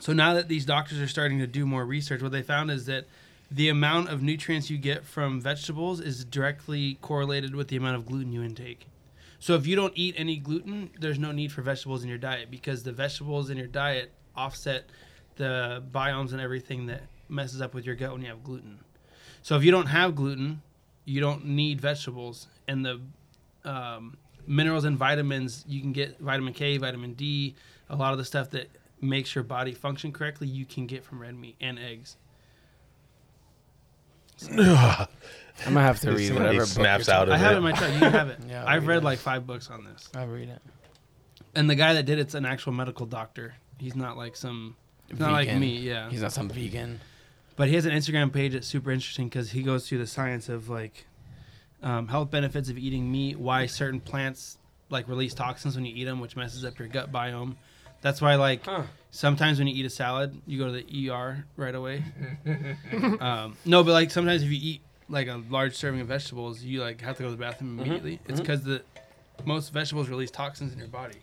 S1: so now that these doctors are starting to do more research what they found is that the amount of nutrients you get from vegetables is directly correlated with the amount of gluten you intake. So if you don't eat any gluten, there's no need for vegetables in your diet because the vegetables in your diet offset the biomes and everything that messes up with your gut when you have gluten. So if you don't have gluten, you don't need vegetables and the um, minerals and vitamins you can get vitamin K, vitamin D, a lot of the stuff that makes your body function correctly you can get from red meat and eggs.
S3: I'm gonna have to read
S4: Somebody
S3: whatever book
S4: snaps
S3: you're
S4: out of
S1: I have it
S4: it.
S1: in my truck. You can have it.
S3: Yeah,
S1: I've
S3: we
S1: read
S3: do.
S1: like five books on this,
S3: talking- I read it.
S1: and the guy that did it's an actual medical doctor. He's not like some, he's not like
S3: Vegan.
S1: me, yeah.
S3: He's not some vegan.
S1: But he has an Instagram page that's super interesting because he goes through the science of like um, health benefits of eating meat, why certain plants like release toxins when you eat them, which messes up your gut biome. That's why like sometimes when you eat a salad, you go to the ER right away. um, no, but like sometimes if you eat like a large serving of vegetables, you like have to go to the bathroom immediately. It's because the most vegetables release toxins in your body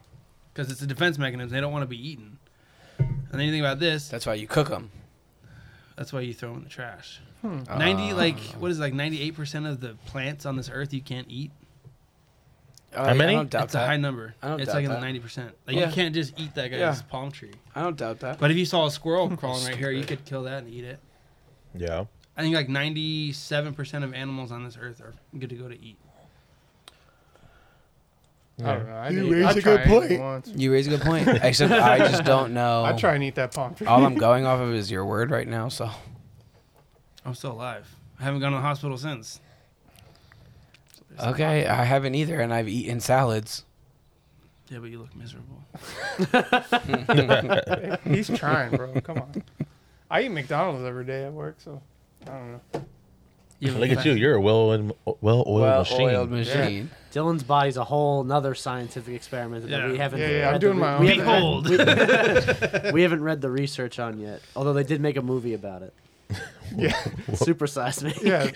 S1: because it's a defense mechanism. They don't want to be eaten. And then you think about this.
S3: That's why you cook them.
S1: That's why you throw 'em in the trash. Ninety,
S3: Ah.
S1: like what is it, like ninety eight percent of the plants on this earth you can't eat.
S3: Oh,
S4: How
S3: yeah,
S4: many?
S3: I don't doubt
S1: That's
S3: that.
S1: a high number.
S3: I don't
S1: it's
S3: doubt
S1: like in
S3: that.
S1: the ninety percent. Like
S3: Yeah.
S1: you can't just eat that guy's
S2: Yeah.
S1: palm tree.
S3: I don't doubt that.
S1: But if you saw a squirrel crawling right here, you could kill that and eat it.
S4: Yeah.
S1: I think like ninety seven percent of animals on this earth are good to go to eat.
S2: I don't know. I
S4: You
S2: did-
S4: raise
S2: I
S4: a
S2: try
S4: good
S2: and eat
S4: point.
S2: Once.
S3: You raise a good point. Except I just don't know.
S2: I try and eat that palm tree.
S3: Oh. All I'm going off of is your word right now. So
S1: I'm still alive. I haven't gone to the hospital since.
S3: okay, I haven't either, and I've eaten salads.
S1: Yeah, but you look miserable.
S2: He's trying, bro. Come on. I eat McDonald's every day at work, so I don't know.
S1: You have a
S4: Look at
S1: fa-
S4: you. You're a well well oiled machine.
S3: Well-oiled machine.
S5: Dylan's body's a whole nother scientific experiment that
S1: Yeah.
S5: we haven't.
S2: Yeah, yeah,
S5: read
S2: I'm
S5: the
S2: doing my
S5: we
S2: own
S5: haven't-
S1: Behold.
S5: we haven't read the research on yet. Although they did make a movie about it.
S2: Yeah.
S5: Super size me.
S2: yeah,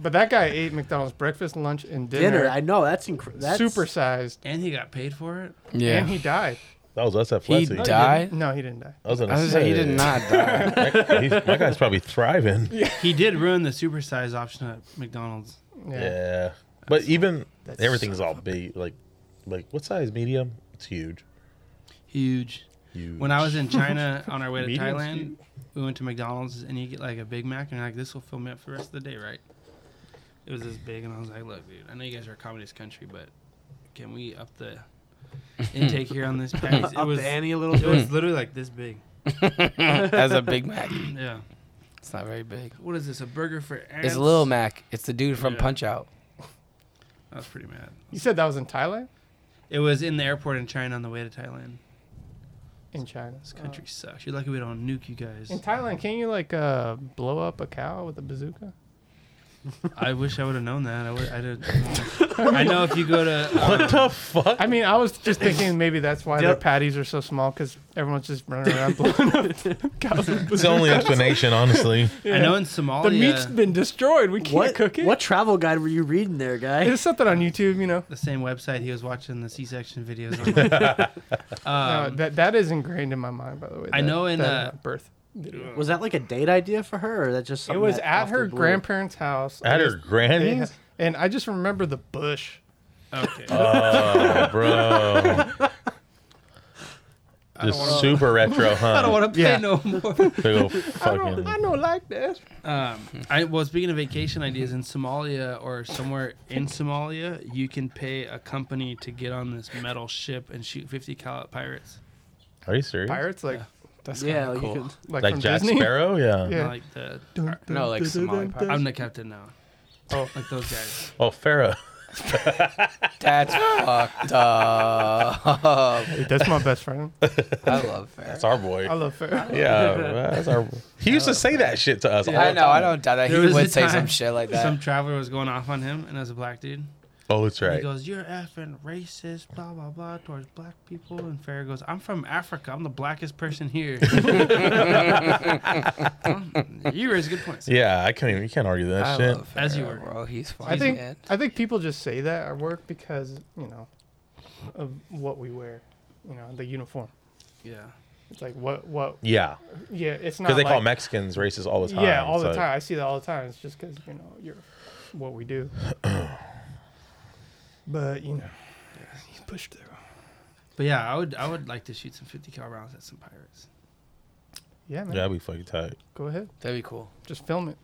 S2: but that guy ate McDonald's breakfast, lunch, and dinner.
S5: Dinner. I know that's incredible.
S2: supersized,
S1: And he got paid for it.
S3: Yeah.
S2: and he died.
S4: That was us at
S3: He
S4: Fletsy.
S2: No, he
S3: Died?
S2: didn't. No, he didn't die.
S4: I was gonna
S3: I was like, he did
S4: say,
S3: not die.
S4: that- he's- my guy's probably thriving. Yeah.
S1: He did ruin the supersize option at McDonald's.
S2: Yeah.
S4: But even
S2: That's
S4: everything's all big. Like, like what size? Medium? It's huge.
S1: Huge.
S4: Huge.
S1: When I was in China on our way to
S4: Medium
S1: Thailand,
S4: speed.
S1: we went to McDonald's and you get like a Big Mac and you're like, this will fill me up for the rest of the day, right? It was this big, and I was like, look, dude, I know you guys are a communist country, but can we up the intake here on this patties? It
S5: Up
S1: was,
S5: the ante a little
S1: it
S5: bit.
S1: was literally like this big.
S3: That's a Big Mac.
S1: Yeah.
S3: It's not very big.
S1: What is this? A burger for ants?
S3: It's Lil Mac. It's the dude from
S1: Yeah.
S3: Punch Out.
S1: I was pretty mad.
S2: You said that was in Thailand?
S1: It was in the airport in China on the way to Thailand.
S2: In China.
S1: This country sucks. You're lucky we don't nuke you guys.
S2: in Thailand, can you like uh, blow up a cow with a bazooka?
S1: I wish I would have known that. I would. I did. I know if you go to. uh,
S4: what the fuck?
S2: I mean, I was just thinking maybe that's why their
S5: Yep.
S2: patties are so small because everyone's just running around blowing up cows with
S4: It's the only explanation, honestly.
S1: I know in
S2: The meat's
S1: Somalia, the,
S2: been destroyed. We can't
S5: What,
S2: cook it.
S5: what travel guide were you reading there, guy?
S2: There's something on YouTube, you know.
S1: same website he was watching the C-section videos. On.
S2: Uh,
S1: um,
S2: that that is ingrained in my mind, by the way.
S1: I
S2: that-
S1: know in,
S2: that,
S1: uh,
S2: birth.
S5: Was that like a date idea for her, or that just
S2: It
S5: something
S2: was
S5: that
S2: at
S5: off the
S2: her
S5: blue?
S2: grandparents' house. I
S4: At her
S2: just- they
S4: granny's?
S2: ha- and I just remember the bush.
S1: okay.
S2: Uh,
S4: Oh, bro. Just super retro, huh?
S1: I don't want to pay
S2: Yeah.
S1: no more.
S4: Big
S2: I don't,
S4: ol' fucking.
S2: I don't like this.
S1: Um, I well, speaking of vacation ideas in Somalia or somewhere in Somalia, you can pay a company to get on this metal ship and shoot 50 cal at pirates.
S4: Are you serious?
S2: Pirates like
S3: That's
S5: Yeah,
S3: kinda
S5: like
S3: cool.
S5: you could.
S2: like,
S4: Like
S2: from
S4: Jack
S2: Disney.
S4: Sparrow? Yeah.
S2: Yeah.
S1: Like the,
S3: No, like Somali pirates.
S1: I'm the captain now.
S2: Oh.
S1: like those guys.
S4: Oh, Pharaoh.
S3: That's fucked up.
S2: Dude, that's my best friend.
S3: I love Fair.
S4: That's our boy.
S2: I love her.
S4: Yeah, that's our. He used to say that shit to us. all
S3: I
S4: the
S3: know. I
S4: time.
S3: don't doubt that. He
S1: There was a
S3: would say
S1: time
S3: some shit like that.
S1: Some traveler was going off on him, and as a black dude,
S4: Oh, that's
S1: he
S4: right.
S1: goes, "You're effing racist, blah blah blah, towards black people." And Farrah goes, "I'm from Africa. I'm the blackest person here." Um, you raise good points.
S4: Yeah, I can't even. You can't argue that
S3: I
S4: shit.
S3: love Fair,
S1: As you were.
S3: Bro, he's fine.
S2: I think
S3: man.
S2: I think people just say that at work because you know of what we wear, you know, the uniform.
S1: Yeah.
S2: It's like what what
S4: Yeah,
S2: yeah. It's not
S4: because they
S2: like,
S4: call Mexicans racist all the time.
S2: yeah all the
S4: so-
S2: time. I see that all the time. It's just because you know you're what we do. but you know, you push through.
S1: But yeah, I would I would like to shoot some 50 cal rounds at some pirates.
S2: Yeah, man.
S4: Yeah, that'd be fucking tight.
S2: Go ahead.
S3: That'd be cool.
S2: Just film it.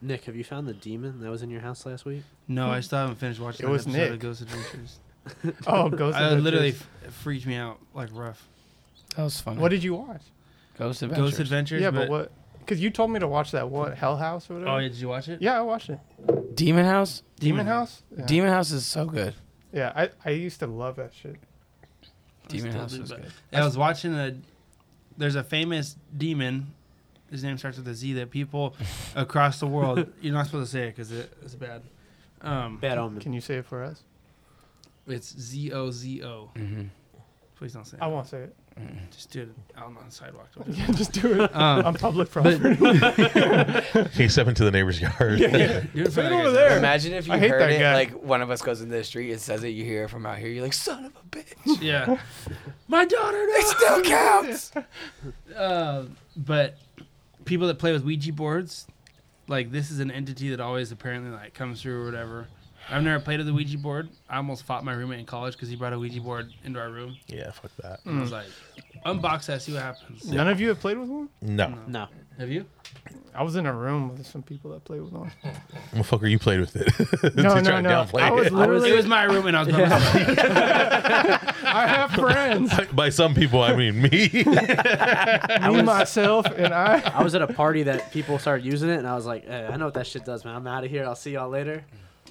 S5: Nick, have you found the demon that was in your house last week?
S1: No, I still haven't finished watching.
S2: It
S1: that
S2: was
S1: episode of
S2: Nick.
S1: Ghost Adventures.
S2: Oh, Ghost
S1: I
S2: Adventures.
S1: literally f- it freaked me out like rough.
S3: That was fun.
S2: What did you watch?
S3: Ghost
S1: Ghost Adventures.
S2: yeah, but what? Because you told me to watch that what Hell House or whatever.
S1: Oh, yeah, did you watch it?
S2: Yeah, I watched it.
S3: Demon House?
S2: Demon House. Yeah.
S3: Demon House is so good.
S2: Yeah, I, I used to love that shit.
S3: Demon
S1: still
S3: House
S1: do,
S3: was
S1: but-
S3: good.
S1: I was watching a. There's a famous demon. His name starts with a Z that people across the world. You're not supposed to say it because it, it's bad. Um,
S5: Bad omen.
S2: Can you say it for us?
S1: It's Z O Z O.
S3: Mm-hmm.
S1: Please don't say
S2: I
S1: it.
S2: won't say it.
S1: Just do it out on the sidewalk.
S2: Yeah, just do it.
S1: Um,
S2: I'm public property.
S4: He stepped into the neighbor's yard.
S1: do it in
S2: Say
S1: front
S2: it
S1: of the
S2: over
S1: guys.
S2: there.
S3: Imagine if you
S2: I hate
S3: heard
S2: that
S3: it,
S2: guy.
S3: like one of us goes into the street and says it, you hear it from out here, you're like, son of a bitch.
S1: Yeah. My daughter.
S3: It still counts.
S1: Uh, but people that play with Ouija boards, like this is an entity that always apparently like comes through or whatever. I've never played with a Ouija board. I almost fought my roommate in college because he brought a Ouija board into our room.
S4: Yeah, fuck that.
S1: I was like, unbox that, see what happens.
S2: None of you have played with one?
S4: No,
S5: No.
S1: Have you?
S2: I was in a room with some people that played with one.
S4: motherfucker, you played with it.
S2: No,
S4: You
S2: no,
S4: tried to
S2: no.
S4: downplay
S2: I was
S4: it.
S2: literally.
S1: It was my room and I was by myself.
S2: I have friends.
S4: By some people, I mean me.
S2: me, myself, and I.
S5: I was at a party that people started using it, and I was like, eh, I know what that shit does, man. I'm out of here. I'll see y'all later.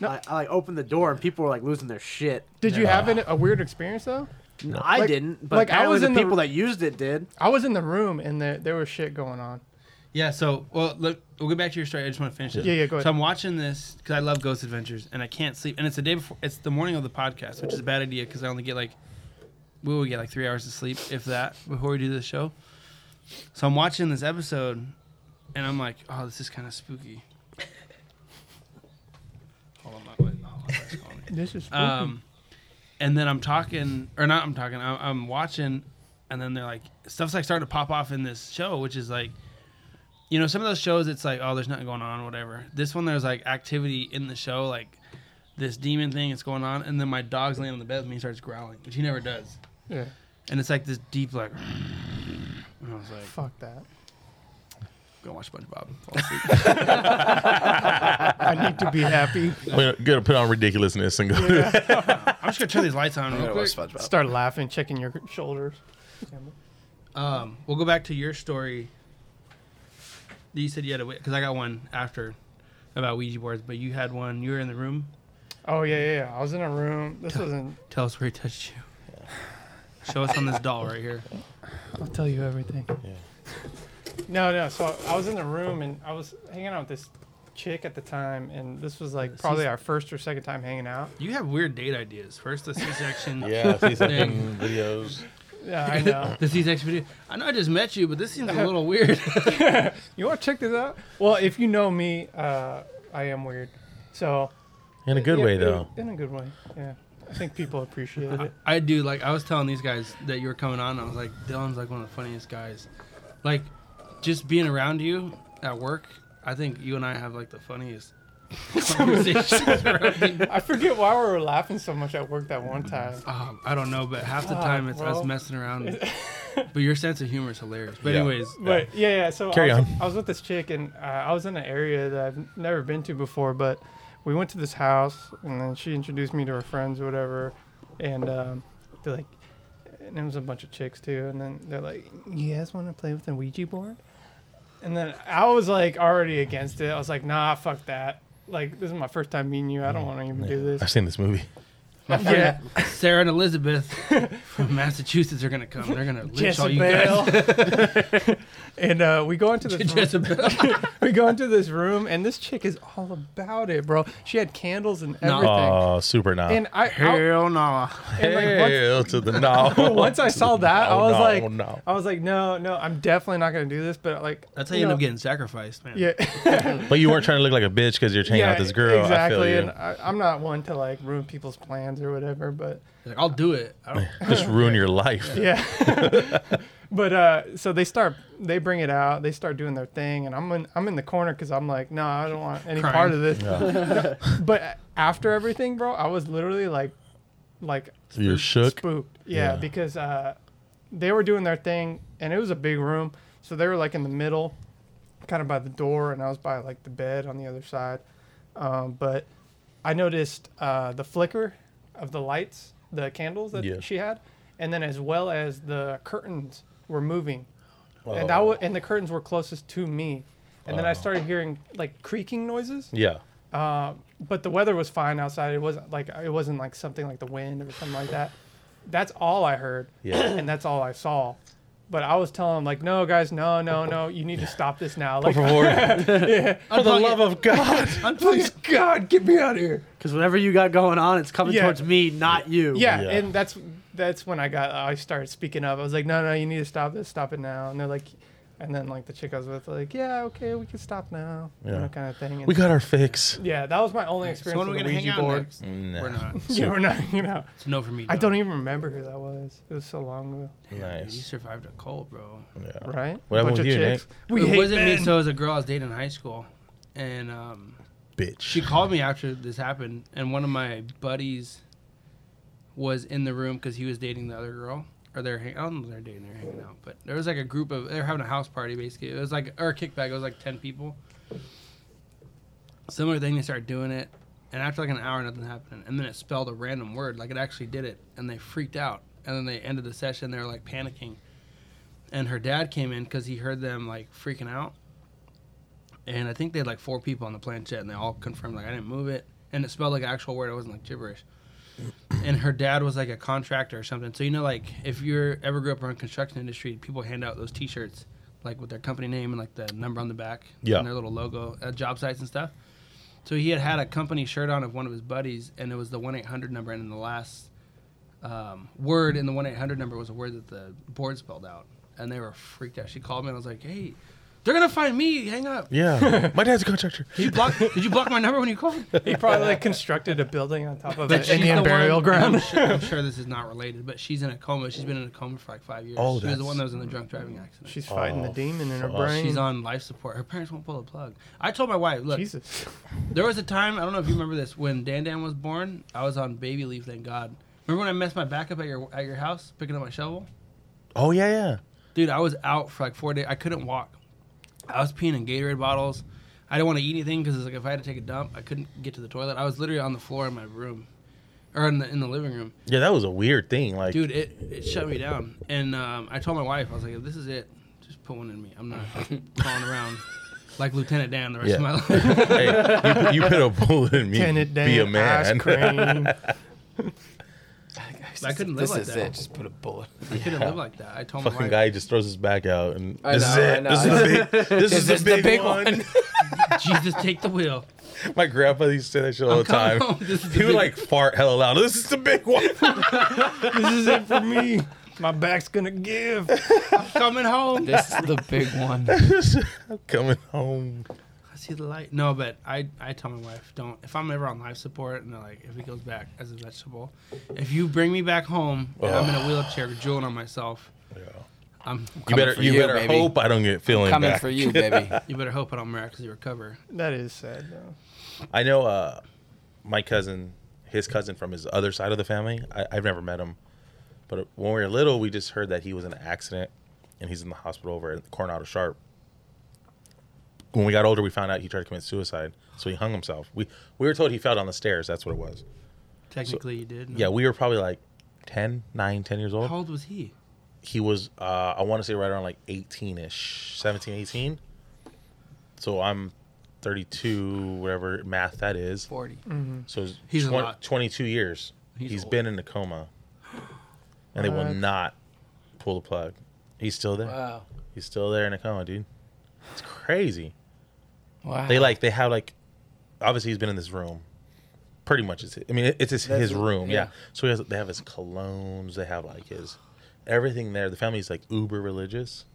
S5: I, I like opened the door, and people were like losing their shit.
S2: Did you have an, a weird experience though?
S5: No, I
S2: Like-
S5: didn't, but
S2: like, I
S5: apparently
S2: was
S5: the
S2: in the-
S5: people that used it did.
S2: I was in the room and there there was shit going on.
S1: Yeah, so well, look, we'll get back to your story. I just want to finish it.
S2: Yeah, yeah, go ahead.
S1: So I'm watching this because I love Ghost Adventures, and I can't sleep. And it's the day before, it's the morning of the podcast, which is a bad idea because I only get like, we will get like three hours of sleep, if that, before we do this show. So I'm watching this episode, and I'm like, oh, this is kind of spooky. Hold on, my hold on, my wife's calling me.
S2: This is spooky.
S3: Mm-hmm.
S1: Um, and then I'm talking, or not, I'm talking, I'm, I'm watching, and then they're like, stuff's like starting to pop off in this show, which is like, you know, some of those shows, it's like, oh, there's nothing going on, whatever. This one, there's like activity in the show, like this demon thing is going on, and then my dog's laying on the bed with me and starts growling, which he never does.
S2: yeah,
S1: And it's like this deep, like, and I was like,
S2: fuck that.
S1: go watch SpongeBob. Fall asleep.
S2: I need to be happy.
S4: We're gonna put on ridiculousness and go.
S1: I'm just gonna turn these lights on
S3: I'm
S1: real
S3: gonna
S1: quick.
S3: watch SpongeBob.
S2: Start laughing, checking your shoulders.
S1: Um, we'll go back to your story. You said you had a because I got one after about Ouija boards, but you had one. You were in the room.
S2: Oh yeah, yeah, yeah. I was in a room. This wasn't.
S1: Tell us where he touched you. Show us on this doll right here.
S2: I'll tell you everything.
S4: Yeah.
S2: No, no. So I was in the room and I was hanging out with this chick at the time, and this was like probably our first or second time hanging out.
S1: You have weird date ideas. First the C-section.
S4: Yeah, see
S1: Dang.
S4: second videos.
S2: Yeah, I know.
S1: The C-section video. I know I just met you, but this seems a little weird.
S2: you want to check this out? Well, if you know me, uh, I am weird. So
S4: In a good
S2: yeah,
S4: way
S2: in-
S4: though.
S2: In a good way. Yeah, I think people appreciate it.
S1: I do like I was telling these guys that you were coming on. I was like, Dylan's like one of the funniest guys. Like, just being around you at work, I think you and I have like the funniest conversations. around
S2: I forget why we were laughing so much at work that one time.
S1: Um, I don't know, but half the
S2: Fuck,
S1: time it's us
S2: bro.
S1: messing around. but your sense of humor is hilarious. But
S4: Yeah.
S1: anyways,
S2: But yeah, yeah. So
S4: Carry
S2: I was,
S4: on.
S2: I was with this chick, and uh, I was in an area that I've never been to before. But we went to this house, and then she introduced me to her friends or whatever, and um, they're like, and it was a bunch of chicks too. And then they're like, "You guys want to play with the Ouija board?" And then I was like already against it. I was like, "Nah, fuck that." Like this is my first time meeting you. I
S4: Mm.
S2: don't want to even do
S4: I've
S2: this.
S4: seen this movie.
S2: Yeah,
S1: Sarah and Elizabeth from Massachusetts are gonna come. They're gonna lynch all you guys.
S2: Jezebel. and uh, we go into this. room-
S1: Jezebel.
S2: we go into this room and this chick is all about it, bro. She had candles and
S1: No.
S2: everything.
S4: Oh, super now.
S2: And I, I
S1: Hell no.
S2: and like
S4: Hell to the no.
S2: once, once I saw that, I
S4: No,
S2: was
S4: no,
S2: like,
S4: no.
S2: I was like, no, no, I'm definitely not gonna do this. But like,
S1: That's how you end
S2: know,
S1: up getting sacrificed, man.
S2: Yeah,
S4: But you weren't trying to look like a bitch because you're hanging out
S2: yeah,
S4: out with this girl.
S2: exactly.
S4: I
S2: And
S4: feel
S2: I, I'm not one to like ruin people's plans or whatever, but
S1: Like, I'll do it. I don't,
S4: you. Just ruin your life.
S2: yeah. but uh, so they start, they bring it out, they start doing their thing, and I'm in, I'm in the corner because I'm like, no, I don't want any
S1: Crying.
S2: part of this.
S4: Yeah.
S2: But after everything, bro, I was literally like, like
S4: You're shook.
S2: spooked. Yeah,
S4: Yeah.
S2: because uh, they were doing their thing, and it was a big room, so they were like in the middle, kind of by the door, and I was by like the bed on the other side. Um, but I noticed uh, the flicker of the lights, the candles that
S4: Yeah.
S2: she had, and then as well as the curtains were moving, and
S4: Oh.
S2: that wa and the curtains were closest to me. And then I started hearing like creaking noises,
S4: Yeah.
S2: but the weather was fine outside. It wasn't like it wasn't like something like the wind or something like that. That's all I heard,
S4: Yeah.
S2: and that's all I saw. But I was telling him like, no, guys, no, no, no, you need to stop this now. Like,
S4: For the love of God.
S2: please, God, get me out of here.
S5: Because whatever you got going on, it's coming
S2: Yeah.
S5: towards me, not you.
S2: Yeah,
S4: Yeah.
S2: and that's that's when I got I started speaking up. I was like, no, no, you need to stop this, stop it now. And they're like, and then like the chick I was with, like, yeah, okay, we can stop now, you
S4: Yeah.
S2: know, kind of thing. And
S4: We got our fix.
S2: yeah, that was my only experience
S1: so when are we gonna hang
S2: with the
S1: out
S2: Ouija board.
S1: next?
S4: Nah.
S1: We're not.
S2: Yeah, we're not, you know.
S1: It's no for me.
S2: I
S1: Dylan.
S2: don't e- even remember who that was. It was so long ago.
S1: Dude, you
S4: Nice.
S1: survived a cult, bro.
S4: Yeah.
S2: Right?
S4: What happened with you,
S2: We
S1: it
S2: hate
S1: wasn't
S2: men.
S1: me. So it was a girl I was dating in high school, and um, she
S4: Bitch.
S1: called me after this happened, and one of my buddies was in the room because he was dating the other girl, or they're hang- I don't know if they're dating, they're hanging out, but there was like a group of they're having a house party basically. It was like or a kickback. It was like ten people. Similar thing, they started doing it, and after like an hour, nothing happened, and then it spelled a random word, like it actually did it, and they freaked out, and then they ended the session. They were like panicking, and her dad came in because he heard them like freaking out and I think they had like four people on the planchette, and they all confirmed like I didn't move it, and it spelled like an actual word. It wasn't like gibberish. And her dad was like a contractor or something. So you know, like if you're ever grew up around construction industry, people hand out those T-shirts like with their company name and like the number on the back,
S4: Yeah.
S1: and their little logo at job sites and stuff. So he had had a company shirt on of one of his buddies, and it was the one eight hundred number, and in the last um, word in the one eight hundred number was a word that the board spelled out, and they were freaked out. She called me, and I was like, "Hey, they're gonna find me. Hang up.
S4: Yeah, my dad's a contractor.
S1: Did you block? did you block my number when you called?"
S2: He probably like constructed a building on top of
S1: But
S2: an
S1: she's
S2: Indian
S1: the
S2: burial
S1: one- I'm
S2: ground.
S1: sure, I'm sure this is not related, but she's in a coma. She's been in a coma for like five years.
S4: Oh,
S1: she was the
S4: that's-
S1: one that was in the drunk driving accident.
S2: She's fighting the
S4: Oh,
S2: demon in her
S4: fuck.
S2: brain.
S1: She's on life support. Her parents won't pull the plug. I told my wife, look,
S2: Jesus.
S1: there was a time, I don't know if you remember this, when Dan Dan was born, I was on baby leave, thank God. Remember when I messed my back up at your at your house picking up my shovel?
S4: Oh yeah, yeah.
S1: Dude, I was out for like four days. I couldn't walk. I was peeing in Gatorade bottles. I didn't want to eat anything because like if I had to take a dump, I couldn't get to the toilet. I was literally on the floor in my room, or in the in the living room.
S4: Yeah, that was a weird thing. Like,
S1: dude it, it shut me down and um, i told my wife i was like if this is it just put one in me i'm not crawling around like lieutenant dan the rest
S4: Yeah.
S1: of my life
S4: hey, you, put- you put a bullet in me.
S2: Tenant
S4: be a
S2: Dan, ice
S4: man.
S2: cream.
S1: I couldn't live
S3: this
S1: like
S3: is
S1: that.
S3: it. Just put a bullet.
S1: i couldn't live like that i told my
S4: Fucking
S1: wife
S4: guy just throws his back out, and
S3: I
S4: this
S3: know,
S4: is
S3: I
S4: it.
S3: know.
S4: This is the big. This, is, the big, one.
S1: jesus take the wheel
S4: My grandpa used to say that shit all
S1: I'm
S4: the time.
S1: coming home. This is the
S4: He would
S1: big-
S4: like fart hella loud. This is the big one.
S2: this is it for me. My back's gonna give.
S1: coming home
S3: This is the big one.
S4: I'm coming home.
S1: i see the light no but i i tell my wife don't if i'm ever on life support and they're like if he goes back as a vegetable if you bring me back home and i'm in a wheelchair drooling on myself
S4: Yeah.
S1: I'm,
S4: You
S3: Coming
S4: better,
S3: for
S4: you,
S3: you,
S4: better
S3: baby.
S4: hope I don't get feeling
S3: Coming
S4: back.
S3: for you, baby.
S1: you better hope I don't miraculously recover.
S2: That is sad though.
S4: I know uh, my cousin, his cousin from his other side of the family. I, I've never met him, but when we were little, we just heard that he was in an accident and he's in the hospital over at Coronado Sharp. When we got older, we found out he tried to commit suicide, so he hung himself. We we were told he fell down the stairs. That's what it was.
S1: Technically, you did. no?
S4: Yeah, we were probably like 10, 9, 10 years old.
S1: Mm. How old was he?
S4: he was uh i want to say right around like 18ish 17 18 so i'm 32 whatever math that is
S1: Forty.
S4: so it's
S1: He's a
S4: twen-
S1: lot.
S4: 22 years
S1: He's
S4: he's
S1: old.
S4: been in a coma and they will
S2: What?
S4: not pull the plug he's still there
S3: Wow.
S4: he's still there in a coma dude it's crazy
S3: Wow.
S4: they like they have like obviously he's been in this room pretty much it's i mean it- it's his,
S3: That's
S4: his
S3: it,
S4: room yeah.
S3: yeah.
S4: so he has they have his colognes they have like his everything there the family's like uber religious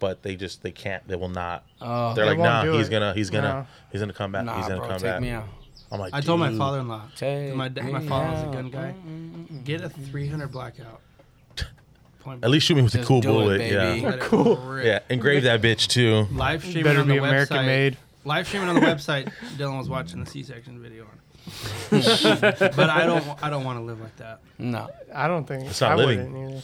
S4: but they just they can't they will not
S3: Oh,
S4: they're
S2: They
S4: like
S2: won't
S4: nah
S2: do
S4: he's
S2: it.
S4: gonna he's gonna
S2: No.
S4: he's gonna come back
S3: nah,
S4: he's gonna
S3: bro,
S4: come
S3: take
S4: back
S3: me out.
S4: i'm like
S1: I told my
S4: "Dude."
S1: father-in-law.
S3: Take
S1: my da- my
S3: me
S1: father-in-law's a
S3: out.
S1: gun guy. Get a 300 blackout. Point
S4: at least shoot me with a
S3: Just
S4: cool
S3: do it,
S4: bullet
S3: baby.
S4: yeah
S1: Let it
S2: Cool.
S1: rip.
S4: yeah engrave that bitch too
S1: Live streaming
S2: Better
S1: on the
S2: be American
S1: website.
S2: made.
S1: Live streaming on the website. Dylan was watching the C-section video on. but I don't. I don't want to live like that.
S3: No.
S2: I don't think
S4: It's not
S2: I
S4: living.
S2: wouldn't either.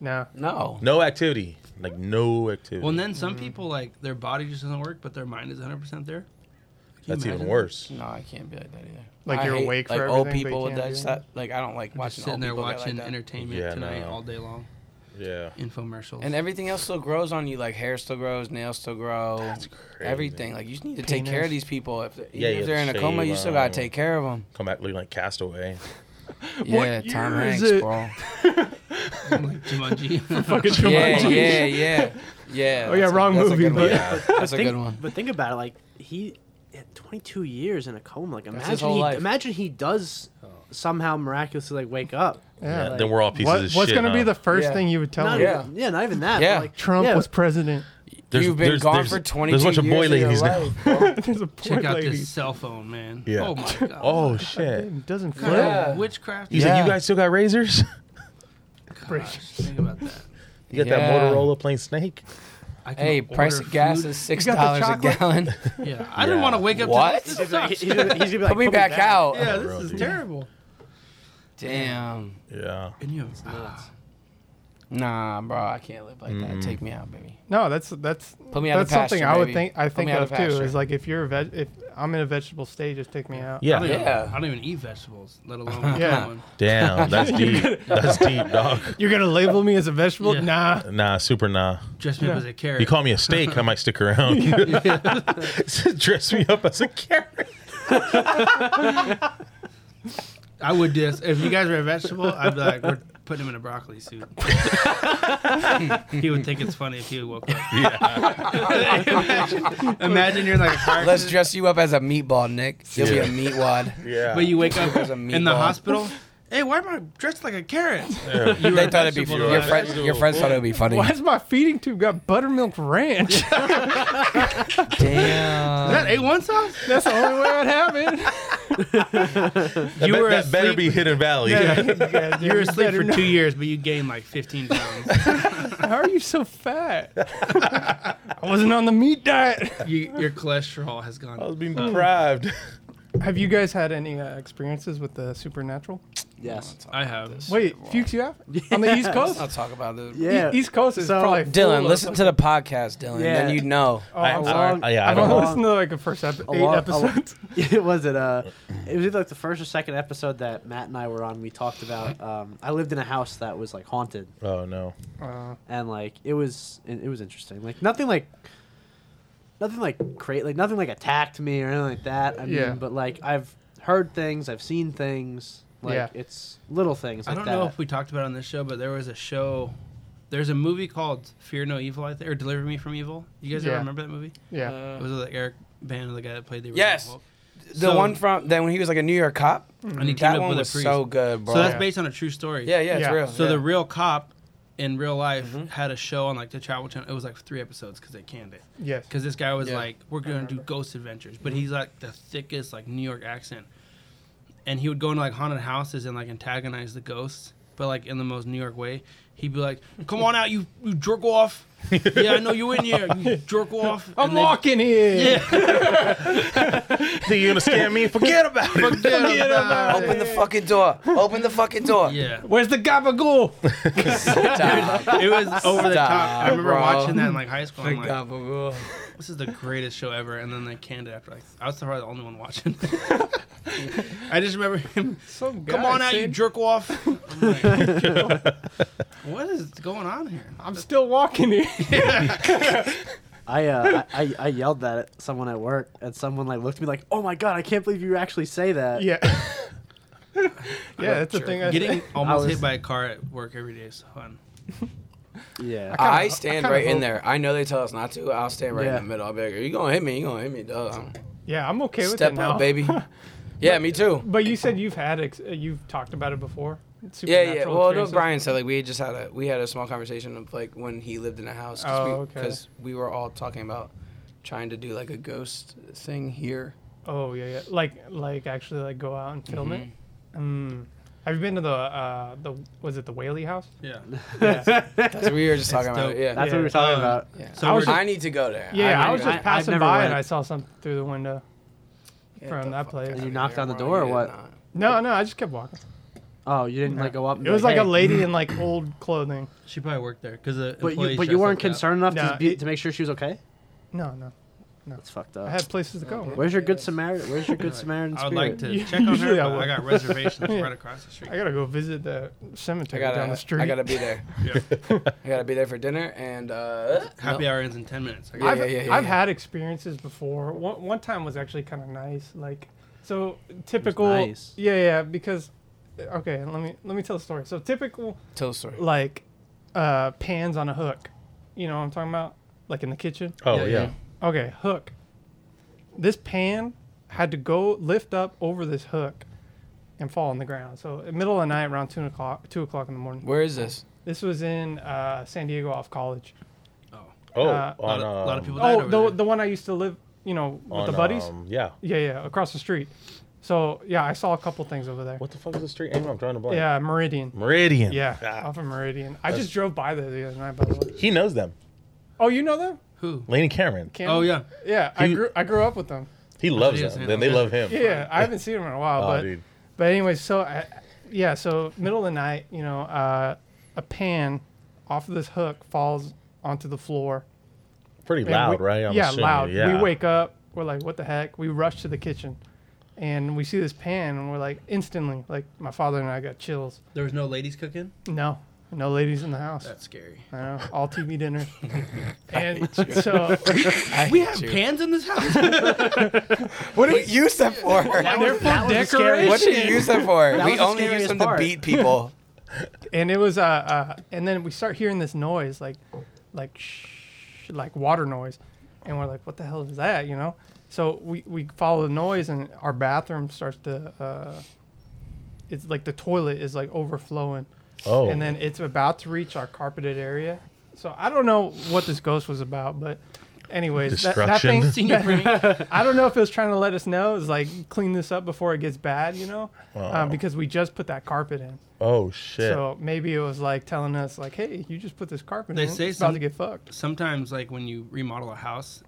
S2: No.
S3: No.
S4: no activity like no activity
S1: Well, and then some
S3: Mm-hmm.
S1: people like their body just doesn't work, but their mind is 100 percent there. Can you
S4: that's even
S1: imagine?
S4: worse
S3: No, I can't be like that either.
S2: Like
S3: I
S2: you're
S3: hate,
S2: awake
S3: like
S2: for
S3: old
S2: everything, but
S3: people
S2: you
S3: with
S2: can't
S3: that
S2: do
S3: stuff. Like I don't like watching
S1: Just
S3: old
S1: sitting there
S3: people get
S1: watching
S3: like that.
S1: entertainment
S4: Yeah,
S1: tonight
S4: no.
S1: all day long.
S4: yeah
S1: Infomercials.
S3: and everything else still grows on you. Like hair still grows, nails still grow,
S4: That's crazy.
S3: everything. Like you just need to take
S2: Penis.
S3: care of these people. If even
S4: Yeah, you
S3: if they're
S4: have
S3: in a
S4: to
S3: coma,
S4: shave
S3: you still gotta
S4: them.
S3: take care of them.
S4: come back looking like castaway
S3: Yeah, Tom
S2: year is
S3: Hanks,
S2: it?
S3: bro.
S1: like Jumanji.
S2: Fucking
S3: yeah,
S2: Jumanji.
S3: yeah, yeah, yeah.
S2: Oh, yeah,
S3: that's a-
S2: wrong
S3: that's a
S2: movie,
S3: good one.
S2: but-
S4: Yeah.
S3: that's a
S5: think,
S3: good one.
S5: But think about it, like he had 22 years in a coma. Like
S3: his
S5: imagine
S3: whole
S5: he
S3: life. Oh.
S5: imagine he does somehow miraculously like wake up.
S2: Yeah.
S4: then we're all pieces
S2: What,
S4: of shit.
S2: what's gonna be
S4: huh?
S2: the first
S3: Yeah.
S2: thing you would tell
S5: Not
S2: me?
S3: yeah.
S5: even, yeah, not even that.
S3: Yeah.
S5: but like,
S2: Trump
S5: yeah,
S2: was president.
S3: You've been gone for 22
S4: There's a bunch of
S3: years.
S4: boy
S3: of your
S4: ladies now.
S3: life, bro.
S2: There's a poor
S1: Check out
S2: lady.
S1: this cell phone, man.
S4: Yeah.
S1: Oh my god.
S4: Oh shit!
S2: It doesn't flip.
S1: Kind of
S3: Yeah.
S1: Witchcraft.
S4: He's like,
S3: Yeah.
S4: you guys still got razors?
S1: Gosh, think about that.
S4: You got
S3: Yeah.
S4: that Motorola playing snake?
S1: I can
S3: Hey, price
S1: order
S3: of gas
S1: food.
S3: is six
S2: got the
S3: dollars a
S2: chocolate?
S3: gallon.
S1: Yeah, I didn't want to wake up.
S3: What?
S1: To this.
S5: He's
S1: this
S5: gonna,
S1: sucks.
S5: he's gonna- he's gonna be like,
S3: Put me back out.
S1: yeah,
S4: Bro,
S1: this is
S4: dude.
S1: terrible.
S3: Damn.
S4: Yeah.
S1: And you
S3: Ah.
S1: have nuts.
S3: Nah, bro, I can't live like that. Take me out, baby.
S2: No, that's that's
S3: Put me out
S2: that's
S3: of pasture,
S2: something I would
S3: baby.
S2: think I
S3: Put me
S2: think
S3: out
S2: of too.
S3: pasture.
S2: Is like if you're a veg, if I'm in a vegetable state, just take me out.
S1: I don't,
S4: Yeah.
S1: even,
S3: Yeah.
S1: I don't even eat vegetables, let alone
S2: Yeah.
S1: yeah. one.
S4: Damn, that's deep. That's deep, dog.
S2: You're gonna label me as a vegetable?
S1: Yeah.
S2: Nah.
S4: Nah, super nah.
S1: Dress me up as a carrot.
S4: You call me a steak, I might stick around. Dress me up as a carrot.
S1: I would just if you guys were a vegetable, I'd be like, we're Putting him in a broccoli suit. he would think it's funny if he woke up. imagine, imagine you're in like a car
S3: Let's dress you up as a meatball, Nick. You'll
S4: Yeah.
S3: be a meatwad.
S4: Yeah.
S1: But you wake up
S3: As a
S1: in the
S3: meatball.
S1: hospital. Hey, why am I dressed like a carrot?
S4: Yeah.
S1: You
S3: They thought it'd be
S1: vegetable
S3: your,
S1: to
S3: friend,
S1: us.
S3: your friends thought it would be funny.
S2: Why is my feeding tube got buttermilk ranch?
S1: Is that
S3: Damn.
S1: A1 sauce?
S2: That's the only way I'd have it.
S4: That,
S1: You
S4: be-
S1: were
S4: that better
S1: asleep-
S4: be Hidden Valley.
S2: Yeah,
S1: You were
S2: dude,
S1: asleep
S2: better
S1: for
S2: not.
S1: two years, but you gained like 15 pounds.
S2: How are you so fat? I wasn't on the meat diet.
S1: you, your cholesterol has gone.
S4: I was being
S1: up.
S4: deprived.
S2: Have you guys had any uh, experiences with the supernatural?
S5: Yes.
S1: I have.
S2: Wait, Fuchs, you have on the East Coast.
S3: I'll talk about this.
S2: E-
S5: Yeah.
S2: East Coast is
S5: So-
S2: probably
S3: Dylan,
S2: full
S3: listen
S2: Of,
S3: to the podcast, Dylan.
S5: Yeah.
S3: Then you know.
S2: oh, I,
S4: I- I'm
S2: love-
S4: sorry.
S5: long-
S4: I- Uh, yeah,
S2: I
S4: I don't
S2: don't
S5: know.
S2: listen to like the first ep- eight
S5: lot- a lot-
S2: episodes.
S5: it was it uh it was either like the first or second episode that Matt and I were on we talked about um I lived in a house that was like haunted
S4: Oh no.
S2: Uh,
S5: and like it was it, it was interesting like nothing like nothing like create like nothing like attacked me or anything like that I mean
S2: Yeah.
S5: but like I've heard things I've seen things like
S2: Yeah.
S5: it's little things
S1: I
S5: like
S1: don't
S5: that
S1: know if we talked about it on this show, but there was a show. There's a movie called Fear No Evil, I think, or Deliver Me from Evil. You guys ever
S2: Yeah.
S1: remember that movie?
S2: yeah,
S3: Uh,
S1: It was with Eric Bana, the guy that played the original
S3: Yes.
S1: Hulk.
S3: The
S1: So-
S3: one from then when he was like a New York cop.
S1: And he teamed
S3: That
S1: up
S3: one
S1: with
S3: was
S1: a priest.
S3: so good, bro.
S1: So that's
S2: Yeah.
S1: based on a true story.
S3: yeah, Mm-hmm. yeah, it's
S2: Yeah.
S3: real.
S1: So
S3: yeah.
S1: the real cop in real life had a show on like the Travel Channel. It was like three episodes because they canned it.
S2: yes.
S1: Because this guy was
S3: Yeah.
S1: like, "We're gonna do ghost adventures," but he's like the thickest like New York accent, and he would go into like haunted houses and like antagonize the ghosts, but like in the most New York way. He'd be like, "Come on out, you you jerk off." yeah, I know you in here, you jerk off.
S2: I'm
S1: And they'd-
S2: walking here.
S1: Yeah,
S4: Think you're gonna scam me? Forget about it.
S1: forget about it.
S3: Open the fucking door. Open the fucking door.
S1: Yeah.
S2: Where's the gabagool?
S3: Stop.
S1: It was over the top.
S3: Stop,
S1: I remember
S3: bro.
S1: watching that in like high
S3: Oh
S1: school. I'm like, um,
S3: Gabagool.
S1: this is the greatest show ever. And then they canned it after like I was probably the only one watching. I just remember him.
S2: Some
S1: Come
S2: guy
S1: on out, you
S2: said,
S1: jerk off. I'm like, what is going on here?
S2: I'm still walking here.
S5: I, uh, I I- I yelled that at someone at work and someone like looked at me like oh my god I can't believe you actually say that
S2: yeah. yeah, that's the thing. I
S1: Getting
S2: Getting
S1: almost
S5: was-
S1: hit by a car at work every day is fun.
S5: yeah
S3: I
S2: kinda-
S3: stand
S2: I kinda
S3: right in
S2: hope-
S3: there. I know they tell us not to. I'll stand right
S5: Yeah.
S3: in the middle. I'll be like, "Are you gonna hit me? You gonna hit me, dog?
S2: yeah, I'm okay with
S3: Step
S2: it
S3: out,
S2: now.
S3: baby." Yeah, me too.
S2: But you said you've had ex- uh, you've talked about it before.
S3: Yeah, yeah.
S2: supernatural
S3: Well, no,
S2: experiences?
S3: Brian said like we had just had a we had a small conversation of like when he lived in a house
S2: Oh,
S3: because
S2: okay.
S3: we, were all talking about trying to do like a ghost thing here.
S2: Oh yeah, yeah. Like like actually like go out and film it.
S3: Mm-hmm.
S2: Mm. Have you been to the uh the was it the Whaley House?
S1: Yeah.
S2: Yeah.
S3: That's what we were just talking about.
S1: dope.
S3: it, Yeah.
S5: that's what we were talking
S1: Um,
S5: about
S3: yeah.
S1: So
S2: I
S1: we're
S2: was
S1: just-
S3: I need to go there.
S2: yeah, I,
S3: need
S2: was
S3: to
S2: just
S5: I- I've
S2: passing
S5: never
S2: by
S5: went.
S2: and I saw something through the window.
S3: Get
S2: from
S3: the
S2: that
S3: fuck
S2: place.
S3: out
S2: And
S5: you
S3: of
S5: knocked
S3: here,
S5: on the
S3: bro.
S5: door or
S3: Yeah,
S5: what?
S3: nah.
S2: No, no, I just kept walking.
S5: oh you didn't like go up and
S2: It
S5: be
S2: was like a
S5: "Hey."
S2: lady in like old clothing.
S1: She probably worked there because the
S5: But you,
S1: employees
S5: but you
S1: dressed
S5: weren't
S1: like that.
S5: concerned enough
S2: Nah,
S5: to, be,
S2: it-
S5: to make sure she was okay.
S2: No, no.
S5: That's fucked
S2: I
S5: up.
S2: had places to go.
S5: Where's your good Samaritan? Where's your good Samaritan
S1: I
S5: spirit?
S1: would like to
S2: Yeah,
S1: check on her.
S2: usually I
S1: but I,
S2: would.
S1: got reservations
S2: Yeah.
S1: right across the street.
S2: I gotta go visit the
S3: I
S2: cemetery
S3: gotta,
S2: down the street.
S3: I gotta be there.
S1: Yeah.
S3: I gotta be there for dinner and uh,
S1: Happy
S3: no.
S1: hour ends in ten minutes. I
S3: Yeah,
S1: got
S2: I've,
S3: yeah, yeah,
S2: I've
S3: yeah.
S2: had experiences before. One, one time was actually kind of nice. Like, so typical.
S5: nice.
S2: Yeah, yeah. Because, okay, let me let me tell the story. So typical,
S3: Tell the story.
S2: like, uh, pans on a hook. You know what I'm talking about? Like in the kitchen.
S4: Oh
S1: Yeah,
S4: yeah.
S1: yeah.
S2: Okay, hook. This pan had to go lift up over this hook, and fall on the ground. So middle of the night, around two o'clock, two o'clock in the morning.
S3: Where is this?
S2: This was in uh, San Diego off college.
S4: Oh,
S1: a
S2: Uh,
S1: lot
S4: on
S1: of, lot of
S4: um,
S1: people. died
S2: Oh,
S1: over
S2: the
S1: there.
S2: the one I used to live, you know, with
S4: on,
S2: the buddies.
S4: um, yeah.
S2: Yeah, yeah, across the street. So yeah, I saw a couple things over there.
S4: What the fuck is the street name? I'm drawing a blank.
S2: Yeah, Meridian.
S4: Meridian.
S2: Yeah,
S4: Ah,
S2: off of Meridian. I just drove by there the other night. By the way.
S4: he knows them.
S2: Oh, you know them?
S1: Who?
S4: Laney Cameron.
S2: Cam?
S1: Oh yeah.
S2: Yeah, I
S4: He-
S2: grew I grew up with them.
S4: He loves
S1: Yes,
S4: them.
S1: yeah.
S4: Then they love him.
S2: Yeah, yeah, I haven't seen them in a while,
S4: Oh,
S2: but
S4: dude.
S2: but anyways, so I, yeah, so middle of the night, you know, uh, a pan off of this hook falls onto the floor.
S4: Pretty
S2: And
S4: loud,
S2: we-
S4: right? I'm
S2: yeah,
S4: assuming,
S2: loud.
S4: Yeah.
S2: We wake up. We're like, what the heck? We rush to the kitchen, and we see this pan, and we're like, instantly, like my father and I got chills.
S1: There was no ladies cooking.
S2: No, no ladies in the house.
S1: That's scary.
S2: I know, all TV dinner. and so
S1: We have pans in this house.
S3: What do you use that for?
S5: That was-
S2: they're for
S5: that was the scariest
S2: decoration.
S3: What do you use that for?
S5: That
S3: we
S5: was the
S3: only use
S5: scariest
S3: them
S5: part.
S3: to beat people.
S2: and it was uh, uh and then we start hearing this noise like like shh, like water noise and we're like what the hell is that you know so we we follow the noise and our bathroom starts to uh it's like the toilet is like overflowing
S4: Oh,
S2: and then it's about to reach our carpeted area so i don't know what this ghost was about but anyways that, that thing
S4: Destruction.
S2: I don't know if it was trying to let us know, is like clean this up before it gets bad, you know,
S4: Wow.
S2: um, because we just put that carpet in.
S4: oh shit.
S2: So maybe it was like telling us, like, hey, you just put this carpet
S1: They
S2: in.
S1: say
S2: it's about
S1: some-
S2: to get fucked.
S1: Sometimes, like when you remodel a house,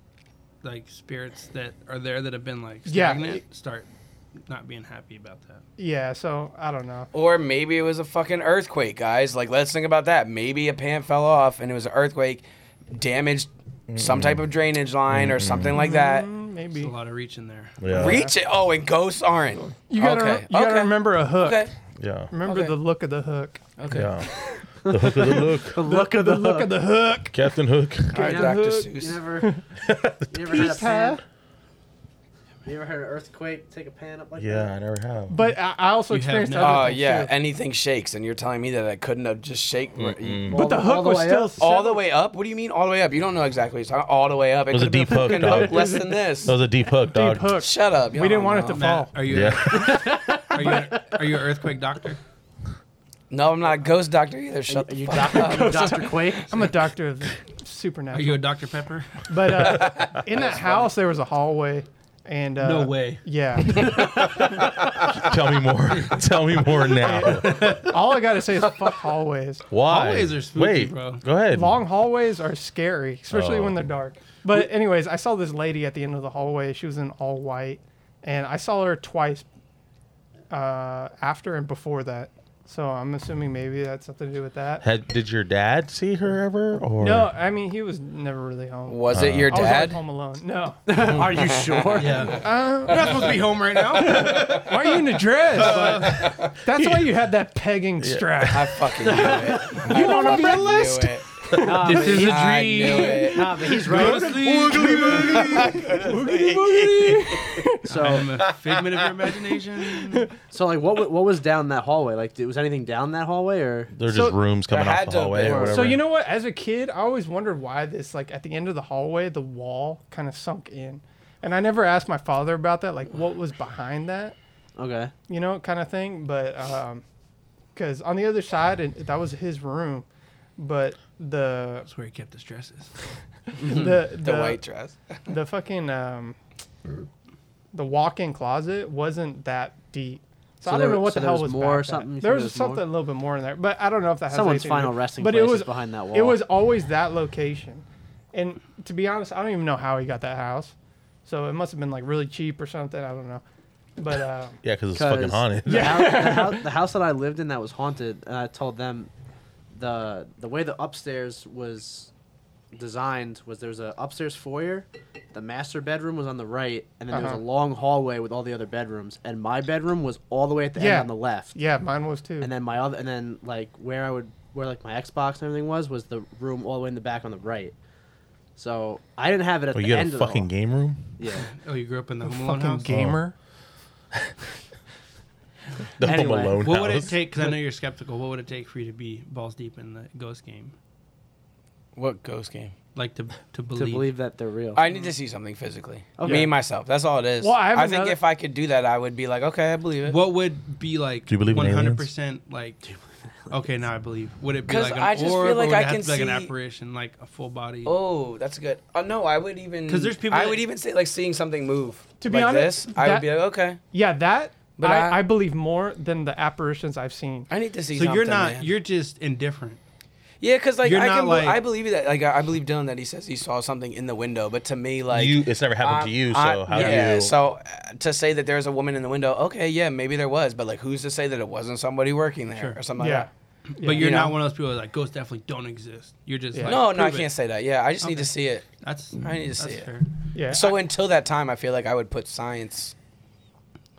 S1: like spirits that are there that have been like
S2: Yeah.
S1: stagnant start not being happy about that.
S2: Yeah, so I don't know.
S3: Or maybe it was a fucking earthquake, guys. Like, let's think about that. Maybe a pan fell off and it was an earthquake, damaged some type of drainage line or something like that.
S2: Mm,
S1: There's
S2: maybe.
S1: a lot of reach in there.
S4: yeah,
S3: Reach it. Oh, and ghosts aren't.
S2: You gotta,
S3: okay.
S2: you gotta
S3: okay.
S2: remember a hook.
S3: Okay.
S4: yeah,
S2: Remember
S3: Okay.
S2: the look of the hook.
S3: Okay.
S4: yeah. The hook of the look,
S5: The look of the,
S2: The look of the hook.
S4: Captain Hook.
S3: All right,
S5: Yeah.
S3: Dr.
S2: Hook,
S3: Seuss.
S5: You never, you never had a
S2: Peace, huh?
S5: pan. You ever heard an earthquake take a pan up like
S4: Yeah,
S5: that?
S4: I never have.
S2: But I, I also
S1: You have
S2: experienced
S1: no-
S2: other
S3: Oh,
S2: things,
S3: yeah.
S2: too.
S3: Anything shakes, and you're telling me that I couldn't have just shake.
S4: Mm-mm.
S2: But the
S5: All the-
S2: hook
S5: all the
S2: was
S5: way
S2: still
S5: up?
S3: All the way up? What do you mean all the way up? You don't know exactly what you're talking about. All the way up. It
S4: was a
S3: could be
S4: deep hook,
S3: fucking
S4: dog.
S3: hook less than this.
S4: that was a deep hook,
S2: deep
S4: dog.
S2: hook.
S3: Shut up.
S2: We didn't want it to
S1: Matt,
S2: fall.
S1: are you
S4: Yeah.
S1: are you are you an earthquake doctor?
S3: No, I'm not a ghost doctor either. Shut
S5: Are
S3: the
S5: you
S3: Oh, fuck
S5: Doctor,
S3: up.
S5: you Doctor Quake?
S2: I'm a doctor of
S1: Are
S2: supernatural.
S1: you a Dr Pepper?
S2: But uh, in that house, there was a hallway, and uh,
S1: no way.
S2: Yeah,
S4: Tell me more. Tell me more now.
S2: all I gotta say is fuck hallways.
S4: Why?
S1: Hallways are spooky,
S4: Wait,
S1: bro.
S4: go ahead.
S2: Long hallways are scary, especially
S4: Oh.
S2: when they're dark. But anyways, I saw this lady at the end of the hallway. She was in all white, and I saw her twice uh, after and before that. So I'm assuming maybe that's something to do with that.
S4: Had, did your dad see her ever? Or
S2: No, I mean he was never really home.
S3: Was
S4: Uh.
S3: it your
S2: I was always
S3: dad?
S2: home alone. No,
S5: Are you sure?
S1: Yeah.
S2: uh,
S1: You're not supposed to be home right now.
S2: why are you in a dress? that's why you had that pegging strap.
S3: I fucking knew it.
S2: You want to be a list?
S3: I knew it.
S5: Nah,
S1: this is
S3: I
S1: a
S3: knew
S1: dream.
S3: it.
S5: Nah, but he's
S1: Go
S5: right.
S1: to sleep.
S5: So,
S1: I'm a figment of your imagination.
S5: so like, what wa- what was down that hallway? Like, did- was anything down that hallway or?
S4: They're just
S2: So-
S4: rooms coming
S3: There
S4: off
S3: had
S4: the
S3: to have
S4: hallway
S3: been.
S4: or
S3: So
S4: whatever.
S2: So you know what? As a kid, I always wondered why this like at the end of the hallway, the wall kind of sunk in, and I never asked my father about that, like what was behind that,
S5: Okay.
S2: you know, kind of thing. But um, because on the other side, and that was his room, but the
S1: That's where he kept his dresses.
S2: the
S3: The white dress.
S2: the fucking um, the walk-in closet wasn't that deep. So,
S5: So
S2: I
S5: there
S2: don't know
S5: were-
S2: what
S5: so
S2: the
S5: there
S2: hell was
S5: was more
S2: back
S5: or
S2: there.
S5: something? You
S2: There was,
S5: think there was more?
S2: something a little bit more in there, but I don't know if that has
S5: Someone's
S2: anything to do-
S5: final resting
S2: But
S5: place
S2: it
S5: is
S2: was
S5: behind that
S2: It
S5: wall.
S2: was always that location, and to be honest, I don't even know how he got that house. So it must have been like really cheap or something. I don't know, but um,
S4: yeah, because it's fucking
S5: 'Cause
S4: haunted.
S5: The, house, the, house, the house that I lived in that was haunted, and I told them the the way the upstairs was designed was there was a upstairs foyer, the master bedroom was on the right, and then there was
S2: Uh-huh.
S5: a long hallway with all the other bedrooms, and my bedroom was all the way at the
S2: Yeah.
S5: end on the left.
S2: yeah, mine was too.
S5: And then my other, and then like where I would, where like my Xbox and everything was, was the room all the way in the back on the right. So I didn't have it at
S4: Oh,
S5: the
S4: you had
S5: end
S4: a
S5: of the
S4: fucking
S5: hall.
S4: game room?
S5: Yeah.
S1: Oh, you grew up in the Home Alone
S2: fucking
S1: house. Oh.
S2: gamer.
S4: The Home
S5: Anyway,
S4: Alone
S1: What would it
S4: house?
S1: take? Because I know you're skeptical. What would it take for you to be balls deep in the ghost game?
S3: What ghost game?
S1: Like to to
S5: To
S1: believe.
S5: believe that they're real.
S3: I need to see something physically.
S5: Okay.
S3: Me myself. That's all it is.
S2: Well, I have
S3: I think
S2: another-
S3: if I could do that, I would be like, okay, I believe it.
S1: What would be like
S4: Do you believe in
S1: one
S4: aliens?
S1: hundred percent like? Okay, now I believe. Would it be
S3: 'Cause
S1: like an
S3: I just feel
S1: orb, or
S3: like
S1: would
S3: I
S1: it have
S3: can
S1: to be like an
S3: see-
S1: apparition, like a full body?
S3: Oh, that's good. Oh no, I would even
S1: 'Cause there's people
S3: I
S1: that-
S3: would even say like seeing something move.
S2: To be
S3: like
S2: honest,
S3: this, I would
S2: that-
S3: be like, okay,
S2: Yeah, that.
S3: But
S2: But
S3: I-
S2: I, I believe more than the apparitions I've seen.
S3: I need to see.
S1: so you're
S3: something,
S1: not.
S3: man.
S1: You're just indifferent.
S3: yeah, because like
S1: you're
S3: I
S1: not,
S3: can. be-
S1: like-
S3: I believe that. Like I I believe Dylan that he says he saw something in the window, but to me, like
S4: you, it's never happened to
S3: I'm-
S4: you, so
S3: I-
S4: how
S3: yeah,
S4: do you?
S3: So uh, to say that there's a woman in the window, okay, yeah, maybe there was, but like, who's to say that it wasn't somebody working there
S1: Sure.
S3: or something
S2: Yeah.
S3: like
S2: Yeah.
S1: But you're
S3: You
S1: not
S3: know?
S1: one of those people that's like ghosts definitely don't exist. You're just
S2: Yeah.
S3: that?
S1: like,
S3: no, no, I
S1: prove it.
S3: can't say that. Yeah, I just need
S1: Okay.
S3: to see it.
S1: That's
S3: I need to
S1: that's
S3: see it.
S1: fair.
S2: Yeah.
S3: So until that time, I feel like I would put science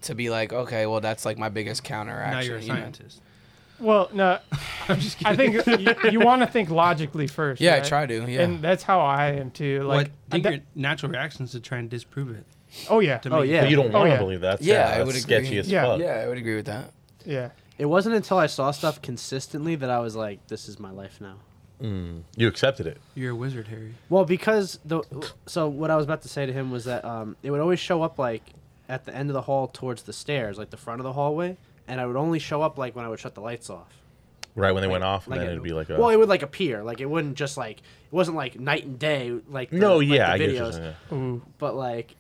S3: to be like, okay, well, that's like my biggest counteraction.
S1: Now you're a
S3: you know?
S1: scientist.
S2: well, no,
S1: I'm just
S2: I
S1: kidding.
S2: think you, you want to think logically first.
S3: Yeah,
S2: right?
S3: I try to. Yeah.
S2: And that's how I am too.
S1: Well,
S2: Like,
S1: I think
S2: I-
S1: your natural reaction is to try and disprove it.
S2: oh yeah,
S1: To
S5: Oh,
S1: me.
S5: yeah.
S4: But you don't
S2: Oh,
S4: want to
S2: yeah.
S4: believe that.
S3: Yeah, I
S4: that's
S3: would agree.
S4: sketchy as
S2: Yeah.
S4: fuck.
S3: yeah, I would agree with that.
S2: yeah.
S5: It wasn't until I saw stuff consistently that I was like, "This is my life now."
S4: You accepted it.
S1: You're a wizard, Harry.
S5: Well, because the so what I was about to say to him was that um, it would always show up like at the end of the hall towards the stairs, like the front of the hallway, and I would only show up like when I would shut the lights off.
S4: Right when they went off, and
S5: Like
S4: then
S5: a-
S4: it'd be like, a,
S5: well, it would like appear, like it wouldn't just like it wasn't like night and day, like the-
S4: no,
S5: like,
S4: yeah,
S5: the
S4: I get
S5: videos.
S4: you. Yeah.
S5: but like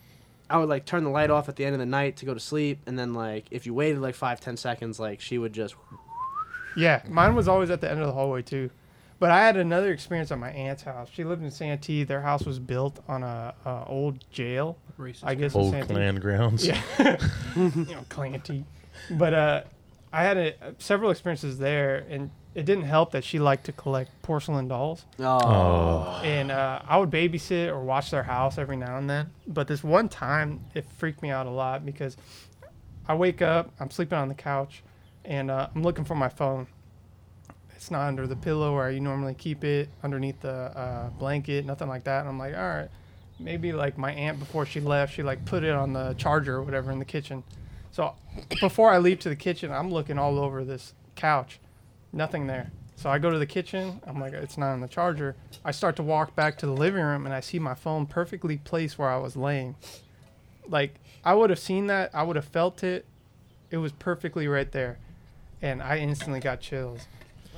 S5: I would like turn the light off at the end of the night to go to sleep, and then like if you waited like five ten seconds, like she would just
S2: Yeah, mine was always at the end of the hallway too. But I had another experience at my aunt's house. She lived in Santee. Their house was built on a, a old jail,
S1: Racist.
S2: I guess. in
S4: Old
S2: Santee.
S4: clan grounds.
S2: Yeah. you know, clanty. But uh, I had a, several experiences there, and it didn't help that she liked to collect porcelain dolls.
S5: oh,
S2: And uh, I would babysit or watch their house every now and then. But this one time, it freaked me out a lot because I wake up, I'm sleeping on the couch, and uh, I'm looking for my phone. It's not under the pillow where you normally keep it, underneath the uh, blanket, nothing like that. And I'm like, all right, maybe like my aunt before she left, she like put it on the charger or whatever in the kitchen. So before I leave to the kitchen, I'm looking all over this couch, nothing there. So I go to the kitchen. I'm like, it's not on the charger. I start to walk back to the living room, and I see my phone perfectly placed where I was laying. Like I would have seen that, I would have felt it. It was perfectly right there, and I instantly got chills.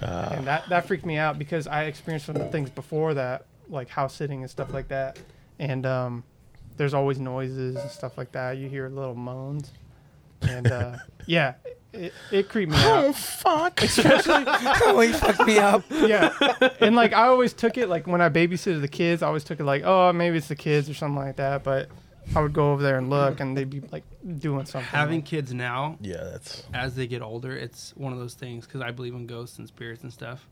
S2: and that that freaked me out because I experienced some things before that, like house sitting and stuff like that. And um, there's always noises and stuff like that. You hear little moans, and uh, yeah, it, it creeped me out.
S4: fuck.
S3: oh, he fucked me up.
S2: yeah. And like I always took it like when I babysitted the kids, I always took it like, oh, maybe it's the kids or something like that. But I would go over there and look, and they'd be like doing something.
S1: Having kids now,
S4: Yeah, that's
S1: as they get older, it's one of those things because I believe in ghosts and spirits and stuff.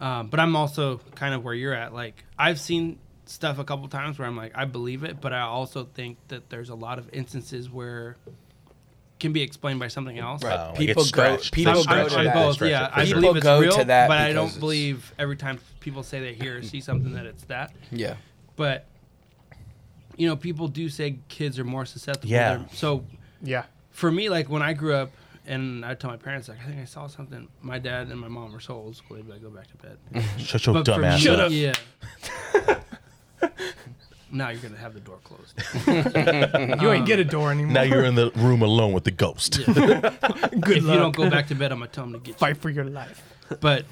S1: Um, but I'm also kind of where you're at. Like I've seen stuff a couple times where I'm like, I believe it, but I also think that there's a lot of instances where it can be explained by something else.
S4: Wow, like
S3: People
S4: it's
S3: go-
S4: stretched.
S3: people
S4: They
S1: I'm, I'm,
S4: stretch
S3: go to
S4: it.
S1: I'm
S3: that.
S1: both.
S4: Stretch it,
S1: Yeah,
S4: stretch
S1: I
S4: it.
S3: People
S1: believe it's
S3: go
S1: real,
S3: to that
S1: but I
S3: because
S1: don't
S3: it's-
S1: believe every time people say they hear or see something that it's that.
S3: Yeah.
S1: But you know, people do say kids are more susceptible.
S4: Yeah.
S1: They're- So
S2: Yeah.
S1: for me, like when I grew up, and I tell my parents, like I think I saw something. My dad and my mom were so old school; they'd be like, "Go back to bed."
S4: Shut your
S1: for
S4: dumb ass
S1: me-
S4: up.
S1: Yeah. now you're gonna have the door closed.
S2: You ain't get a door anymore.
S4: Now you're in the room alone with the ghost.
S2: Good
S1: if
S2: luck.
S1: you don't go back to bed, I'm gonna tell them to get you.
S2: Fight for your life.
S1: But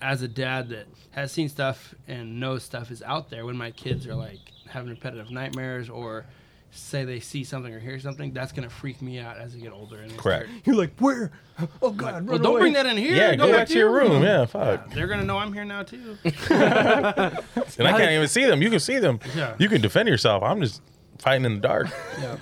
S1: as a dad that has seen stuff and knows stuff is out there, when my kids are like having repetitive nightmares or say they see something or hear something, that's gonna freak me out as they get older. And they
S4: Correct.
S1: start-
S2: You're like, where? Oh God!
S1: Well,
S2: run
S1: don't
S2: away.
S1: bring that in here.
S4: Yeah, go back to your room. Yeah, fuck.
S1: They're gonna know I'm here now too.
S4: And I can't even see them. You can see them.
S1: Yeah.
S4: You can defend yourself. I'm just fighting in the dark.
S1: Yeah.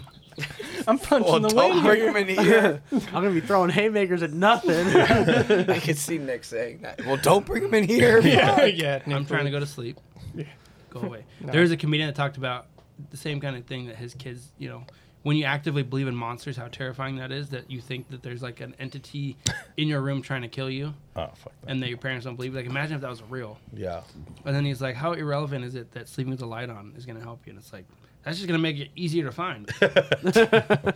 S2: I'm punching the window.
S3: Don't bring him in here.
S5: I'm gonna be throwing haymakers at nothing.
S3: I could see Nick saying that. Well, don't bring him in here.
S2: yeah.
S1: I'm trying to go to sleep. Go away. There's a comedian that talked about the same kind of thing that his kids, you know, when you actively believe in monsters, how terrifying that is that you think that there's like an entity in your room trying to kill you
S4: Oh fuck. That.
S1: and that your parents don't believe. Like, imagine if that was real.
S4: Yeah.
S1: And then he's like, how irrelevant is it that sleeping with the light on is going to help you? And it's like, that's just going to make it easier to find. what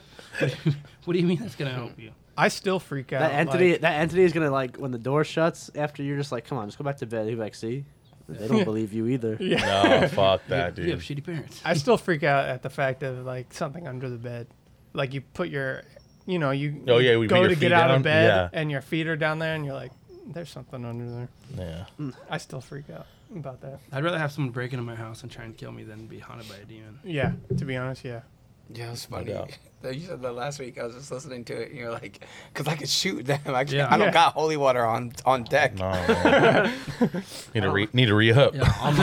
S1: do you mean that's going to help you?
S2: I still freak out.
S5: that entity,
S2: like-
S5: that entity is gonna like when the door shuts after you're just like, come on, just go back to bed. He'll be like, see, they don't believe you either.
S4: No, fuck that,
S1: You have
S4: dude.
S1: shitty parents.
S2: I still freak out at the fact of like something under the bed, like you put your, you know, you
S4: Oh, yeah, we put
S2: go
S4: your
S2: to get
S4: feet
S2: out
S4: down?
S2: of bed
S4: Yeah.
S2: and your feet are down there and you're like, there's something under there.
S4: Yeah.
S2: I still freak out about that.
S1: I'd rather have someone break into my house and try and kill me than be haunted by a demon.
S2: Yeah, to be honest, yeah.
S3: Yeah, it was funny.
S4: doubt.
S3: You said that last week. I was just listening to it, and you're like, "Cause I could shoot them. I, can't,
S1: Yeah.
S3: I don't
S2: Yeah.
S3: got holy water on on deck.
S4: No. man. need to re need to re up.
S1: Yeah, I'll,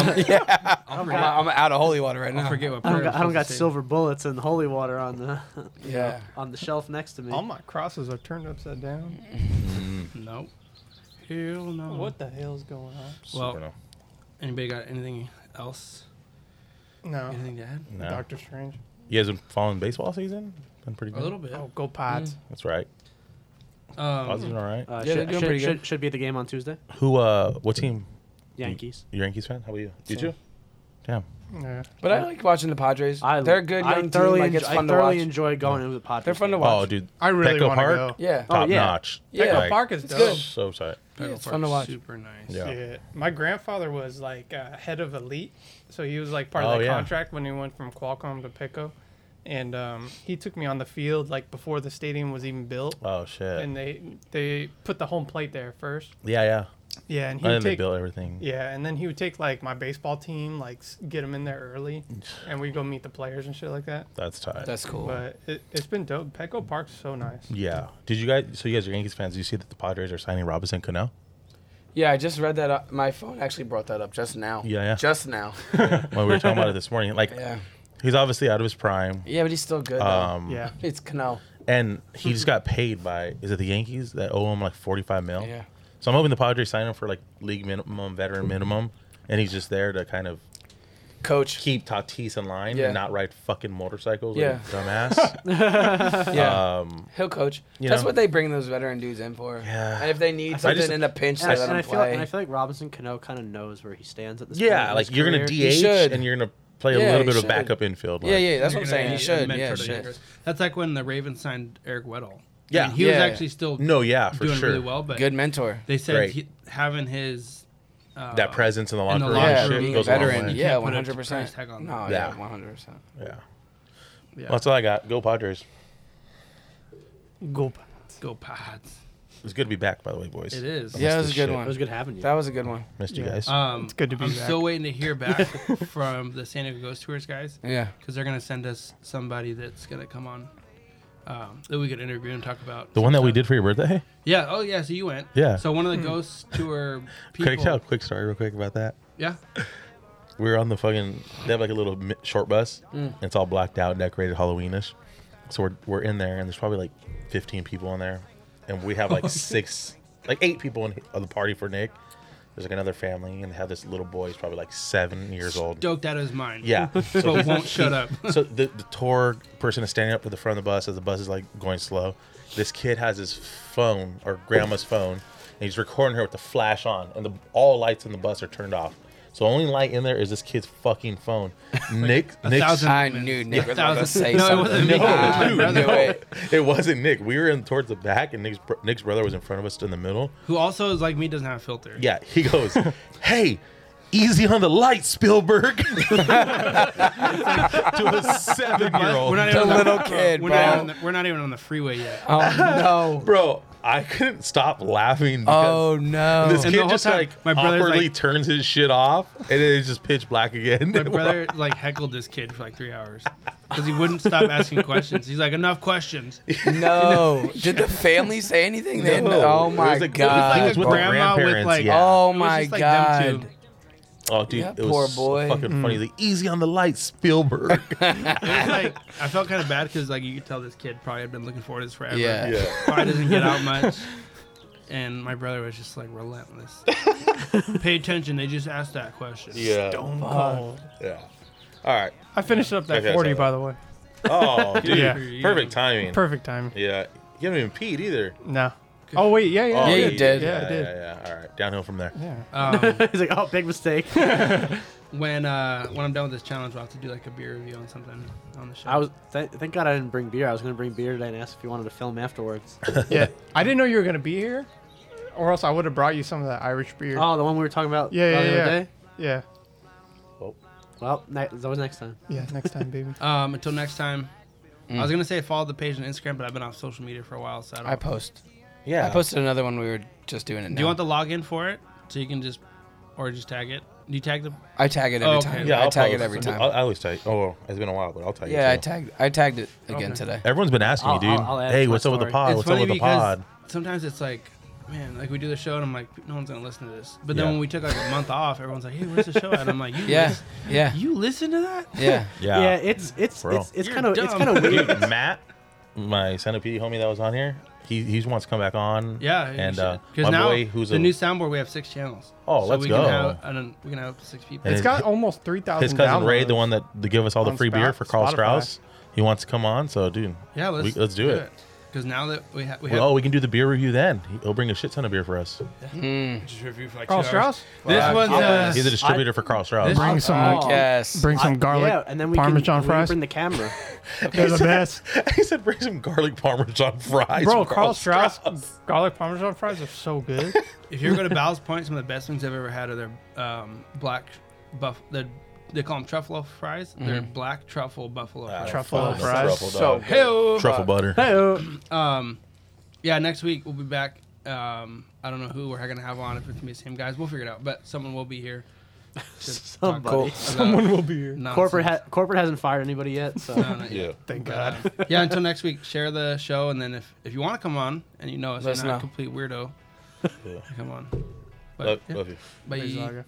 S1: I'll,
S3: I'm, I'm out of holy water right now.
S1: forget what
S5: I don't
S1: prayer
S5: got, I
S1: I'm
S5: don't got
S1: supposed to say.
S5: silver bullets and holy water on the
S3: Yeah.
S5: on the shelf next to me. Uh,
S2: All my crosses are turned upside down.
S1: No. Hell no.
S2: What the hell's going on?
S1: Well-
S4: Supernova.
S1: Anybody got anything else?
S2: No,
S1: Anything to add?
S4: No.
S2: Doctor Strange.
S4: You guys been following baseball season? Been pretty
S1: A
S4: good.
S1: little bit.
S2: Oh, go Pods.
S4: That's right. I was
S1: Um,
S4: doing all right.
S5: Uh,
S3: Yeah, they're
S5: should,
S3: doing
S5: should,
S3: pretty good.
S5: should, should be at the game on Tuesday.
S4: Who? uh What team?
S5: Yankees.
S4: You Yankees fan? How about you? Did
S5: Same.
S4: you? Damn.
S2: Yeah.
S3: But I like watching the Padres.
S5: I,
S3: They're a good.
S5: I
S3: Young
S5: thoroughly,
S3: team. Like,
S5: enjoy,
S3: it's fun
S5: I
S3: to
S5: thoroughly
S3: watch.
S5: enjoy going to the Padres.
S3: They're fun to
S5: game.
S3: watch.
S4: Oh, dude.
S2: I really
S4: Petco
S2: want
S4: Park,
S2: to go.
S3: yeah.
S5: Oh,
S4: Top
S5: yeah.
S4: notch.
S3: Yeah.
S2: Echo
S4: Like,
S2: Park is
S3: it's
S2: dope.
S3: good.
S4: So tight.
S3: Yeah,
S1: Pedal
S3: it's
S1: Park's
S3: fun to watch.
S1: Super nice.
S4: Yeah.
S2: Yeah. My grandfather was like uh, head of elite, so he was like part
S4: Oh,
S2: of that
S4: yeah.
S2: contract when he went from Qualcomm to Pico, and um, he took me on the field like before the stadium was even built,
S4: Oh shit.
S2: and they they put the home plate there first.
S4: yeah, yeah.
S2: Yeah, and he
S4: And then
S2: would
S4: they
S2: take
S4: built everything.
S2: yeah, and then he would take like my baseball team, like s- get them in there early, and we go meet the players and shit like that.
S4: That's tight.
S3: That's cool.
S2: But it, it's been dope. Petco Park's so nice.
S4: yeah. Did you guys? So you guys are Yankees fans. Do you see that the Padres are signing Robinson Cano?
S3: yeah, I just read that. Up. My phone actually brought that up just now.
S4: Yeah, yeah.
S3: Just now.
S4: when we were talking about it this morning, like
S3: yeah.
S4: he's obviously out of his prime.
S3: Yeah, but he's still good. though.
S4: Um,
S2: Yeah,
S3: It's Cano.
S4: And he
S3: Mm-hmm.
S4: just got paid by is it the Yankees that owe him like forty five mil?
S3: Yeah.
S4: So I'm hoping the Padres sign him for like league minimum, veteran minimum, and he's just there to kind of
S3: Coach.
S4: keep Tatis in line
S3: Yeah.
S4: and not ride fucking motorcycles.
S3: Yeah.
S4: Yeah. Dumbass.
S3: Yeah.
S4: um,
S3: He'll coach.
S4: you
S3: That's
S4: know?
S3: what they bring those veteran dudes in for.
S4: Yeah.
S3: And if they need something
S4: just-
S3: in a pinch,
S5: And
S3: they
S5: I,
S3: let
S5: and I
S3: them
S5: feel like, and I
S3: play.
S5: feel like Robinson Cano kind of knows where he stands at this point.
S4: yeah,
S5: in
S4: like
S5: his
S4: you're
S5: career.
S4: gonna DH
S3: should.
S4: and you're gonna play
S3: Yeah,
S4: a little
S3: he
S4: bit of
S3: should.
S4: backup infield.
S3: Yeah,
S4: like-
S3: yeah, that's what I'm saying.
S1: Yeah,
S3: He should.
S1: mentor
S3: Yeah,
S1: to
S3: shit.
S1: youngsters. That's like when the Ravens signed Eric Weddle.
S4: Yeah.
S1: I mean, he was
S3: Yeah.
S1: actually still
S4: No, yeah, for
S1: doing
S4: sure.
S1: really well, but
S3: Good mentor.
S1: they said
S4: Great.
S1: he, having his uh,
S4: That presence in the
S1: In
S4: locker
S1: the
S4: room
S1: locker
S4: yeah,
S3: Yeah,
S1: room,
S4: shit
S3: being a
S4: goes a long
S3: veteran.
S4: way.
S1: You
S3: Yeah,
S1: can't put
S3: one
S1: a
S3: hundred percent.
S1: price tag on
S3: No,
S1: that.
S3: yeah,
S4: Yeah.
S3: one hundred percent.
S4: Yeah.
S1: yeah,
S4: Well, that's all I got. Go Padres.
S2: go.
S1: go Pats.
S4: It's good to be back, by the way, boys.
S1: It is.
S3: Yeah, that was a
S4: this
S3: good
S4: shit.
S5: It
S3: one.
S5: was good having you.
S3: That was a good one.
S4: Missed you
S2: Yeah.
S4: guys.
S1: Um,
S2: It's good to be
S1: I'm
S2: back.
S1: still waiting to hear back from the San Diego Ghost Tours guys
S3: Yeah.
S1: because they're gonna send us somebody that's gonna come on um, that we could interview and talk about
S4: the one that we
S1: sometime.
S4: did for your birthday?
S1: Yeah. Oh, yeah. So you went.
S4: Yeah.
S1: So one of the
S2: Hmm.
S1: ghost tour people.
S4: Quick tell a quick story real quick about that.
S1: Yeah.
S4: We were on the fucking. They have like a little mi- short bus. And it's all blacked out, decorated Halloweenish. So we're we're in there, and there's probably like 15 people in there, and we have like six, like eight people in on the party for Nick. There's like another family, and they have this little boy. He's probably like seven years old.
S1: Doped out of his mind.
S4: Yeah. So
S1: But
S4: he's-
S1: won't shut up.
S4: so the, the tour person is standing up at the front of the bus as the bus is like going slow. This kid has his phone or grandma's phone, and he's recording her with the flash on, and the all lights in the bus are turned off. So the only light in there is this kid's fucking phone. Nick,
S1: a
S4: Nick,
S1: thousand-
S3: I knew Nick was about to say
S1: No, it
S3: something.
S1: wasn't me. No,
S3: I
S4: dude,
S3: knew
S4: no.
S3: it.
S4: it wasn't Nick. We were in towards the back, and Nick's br- Nick's brother was in front of us in the middle.
S1: Who also is like me, doesn't have a filter.
S4: Yeah, he goes, "Hey, easy on the light, Spielberg." to a seven-year-old.
S1: We're not
S3: The
S1: even on
S3: little kid,
S1: We're not, even
S3: bro.
S1: on the, we're not even on the freeway yet.
S3: Oh no.
S4: Bro, I couldn't stop laughing
S3: Oh
S4: because
S3: no.
S4: this
S1: And the
S4: kid
S1: whole
S4: just
S1: time,
S4: like
S1: my brother's
S4: awkwardly
S1: like-
S4: turns his shit off, and then it's just pitch black again.
S1: My brother like heckled this kid for like three hours because he wouldn't stop asking questions. He's like, enough questions.
S3: Oh No. Did the family say anything? They-
S4: No.
S3: Oh
S4: It
S3: my
S4: was like-
S1: It
S3: god.
S1: was like a
S4: with our
S1: grandma with
S4: grandparents,
S1: like.
S4: yeah.
S3: Oh
S1: it was
S3: my
S1: just, like, them
S3: god.
S1: two.
S4: oh, dude,
S3: Yeah,
S4: it was
S3: poor
S4: so
S3: boy.
S4: fucking funny. The easy on the light, Spielberg.
S1: It was like I felt kind of bad because like you could tell this kid probably had been looking forward to this forever.
S3: Yeah.
S1: probably doesn't get out much. And my brother was just like relentless. Pay attention. They just asked that question.
S4: yeah,
S2: Stone cold.
S4: yeah. All right.
S2: Uh, I finished up that
S4: Okay, I saw
S2: 40,
S4: that.
S2: by the way.
S4: Oh, dude,
S2: Yeah.
S4: perfect timing.
S2: Perfect timing.
S4: Yeah, you haven't even peed either.
S2: No. Oh wait, yeah, yeah,
S4: Oh,
S3: Yeah,
S2: yeah,
S3: you did.
S2: Yeah, I
S4: yeah,
S2: did.
S4: yeah, yeah. All right, downhill from there.
S2: yeah.
S1: Um,
S5: He's like, oh, big mistake.
S1: when uh, when I'm done with this challenge, I'll have to do like a beer review on something on the show.
S5: I was th- thank God I didn't bring beer. I was gonna bring beer today and ask if you wanted to film afterwards.
S2: Yeah, I didn't know you were gonna be here, or else I would have brought you some of that Irish beer.
S5: oh, the one we were talking about
S2: Yeah,
S5: the
S2: yeah,
S5: other
S2: yeah.
S5: day.
S2: yeah,
S5: Well, ne- that was next time.
S2: yeah. Next time, baby.
S1: um, until next time. I was gonna say follow the page on Instagram, but I've been off social media for a while, so I don't.
S3: I post.
S4: Yeah,
S3: I posted another one. We were just doing it.
S1: do you want the login for it so you can just or just tag it? Do you tag the?
S3: I tag it every
S1: Oh, okay.
S3: time.
S4: yeah.
S3: I
S4: I'll
S3: tag it
S4: post.
S3: every time.
S4: I'll- I always tag. Oh, well, it's been a while, but I'll tag. you
S3: yeah, I
S4: too.
S3: tagged. I tagged it again
S1: Okay.
S3: today.
S4: Everyone's been asking
S5: I'll-
S4: me, dude.
S5: I'll- I'll add it
S4: hey,
S5: to my
S4: what's up with the
S5: story.
S4: pod?
S1: it's
S4: What's up
S1: funny
S4: with the
S1: because
S4: pod?
S1: sometimes it's like, man, like we do the show and I'm like, no one's gonna listen to this. But then
S4: Yeah.
S1: when we took like a month off, everyone's like, hey, where's the show at? I'm like, you
S3: Yeah,
S1: lis-
S3: yeah,
S1: you listen to that?
S3: yeah.
S4: Yeah.
S5: it's it's
S4: Bro.
S5: it's
S1: You're
S5: kind of it's
S1: dumb.
S5: kind of
S4: Dude,
S5: weird.
S4: Matt, my centipede homie that was on here, he he wants to come back on.
S1: Yeah,
S4: and uh,
S1: because
S4: my
S1: now
S4: boy, who's
S1: the
S4: a
S1: new soundboard, we have six channels.
S4: Oh,
S1: so
S4: let's
S1: we
S4: go.
S1: Can have, I don't- we can have six people.
S4: And
S2: It's
S4: it-
S2: got almost three thousand.
S4: his cousin
S2: downloads.
S4: Ray, the one that gave us all the
S2: on
S4: free beer
S2: Spout-
S4: for Carl
S2: Spotify.
S4: Strauss, he wants to come on. So, dude,
S1: yeah, let's
S4: we- let's do it.
S1: Because now that we, ha- we have,
S4: Well, we can do the beer review then. He'll bring a shit ton of beer for us.
S1: just review for like
S2: Carl
S1: two hours.
S2: Strauss?
S1: This
S3: Fuck
S1: one's uh,
S3: yes.
S4: oh, He's a distributor for Carl Strauss.
S1: This-
S6: Bring some
S5: Oh.
S6: like,
S3: Yes.
S6: bring some garlic
S5: yeah, and then we
S6: parmesan
S5: can, we can
S6: fries.
S5: bring the camera.
S6: They're the best.
S4: he said, bring some garlic parmesan fries.
S2: Bro,
S4: from
S2: Carl Strauss, garlic parmesan fries are so good.
S1: if you ever go to Ball's Point, some of the best things I've ever had are their um, black buff. The, they call them truffle fries. They're black truffle buffalo
S4: Ah,
S1: fries.
S2: Truffle
S4: fuck,
S2: fries.
S4: Truffle,
S3: So
S4: dog.
S3: hell.
S4: truffle butter.
S1: Um, yeah, next week we'll be back. Um, I don't know who we're gonna have on. If it's gonna be the same guys, we'll figure it out. But someone will be here.
S5: Somebody.
S1: Oh, Someone will be here.
S5: Corporate ha- corporate hasn't fired anybody yet, so
S4: Yeah.
S2: Thank God.
S1: uh, yeah, until next week, share the show, and then if, if you want to come on, and you know us,
S3: Let us
S1: you're not a
S3: know.
S1: complete weirdo,
S4: Yeah.
S1: come on. But,
S4: Love,
S1: yeah,
S4: love you.
S1: bye.
S2: Thanks, Zaga.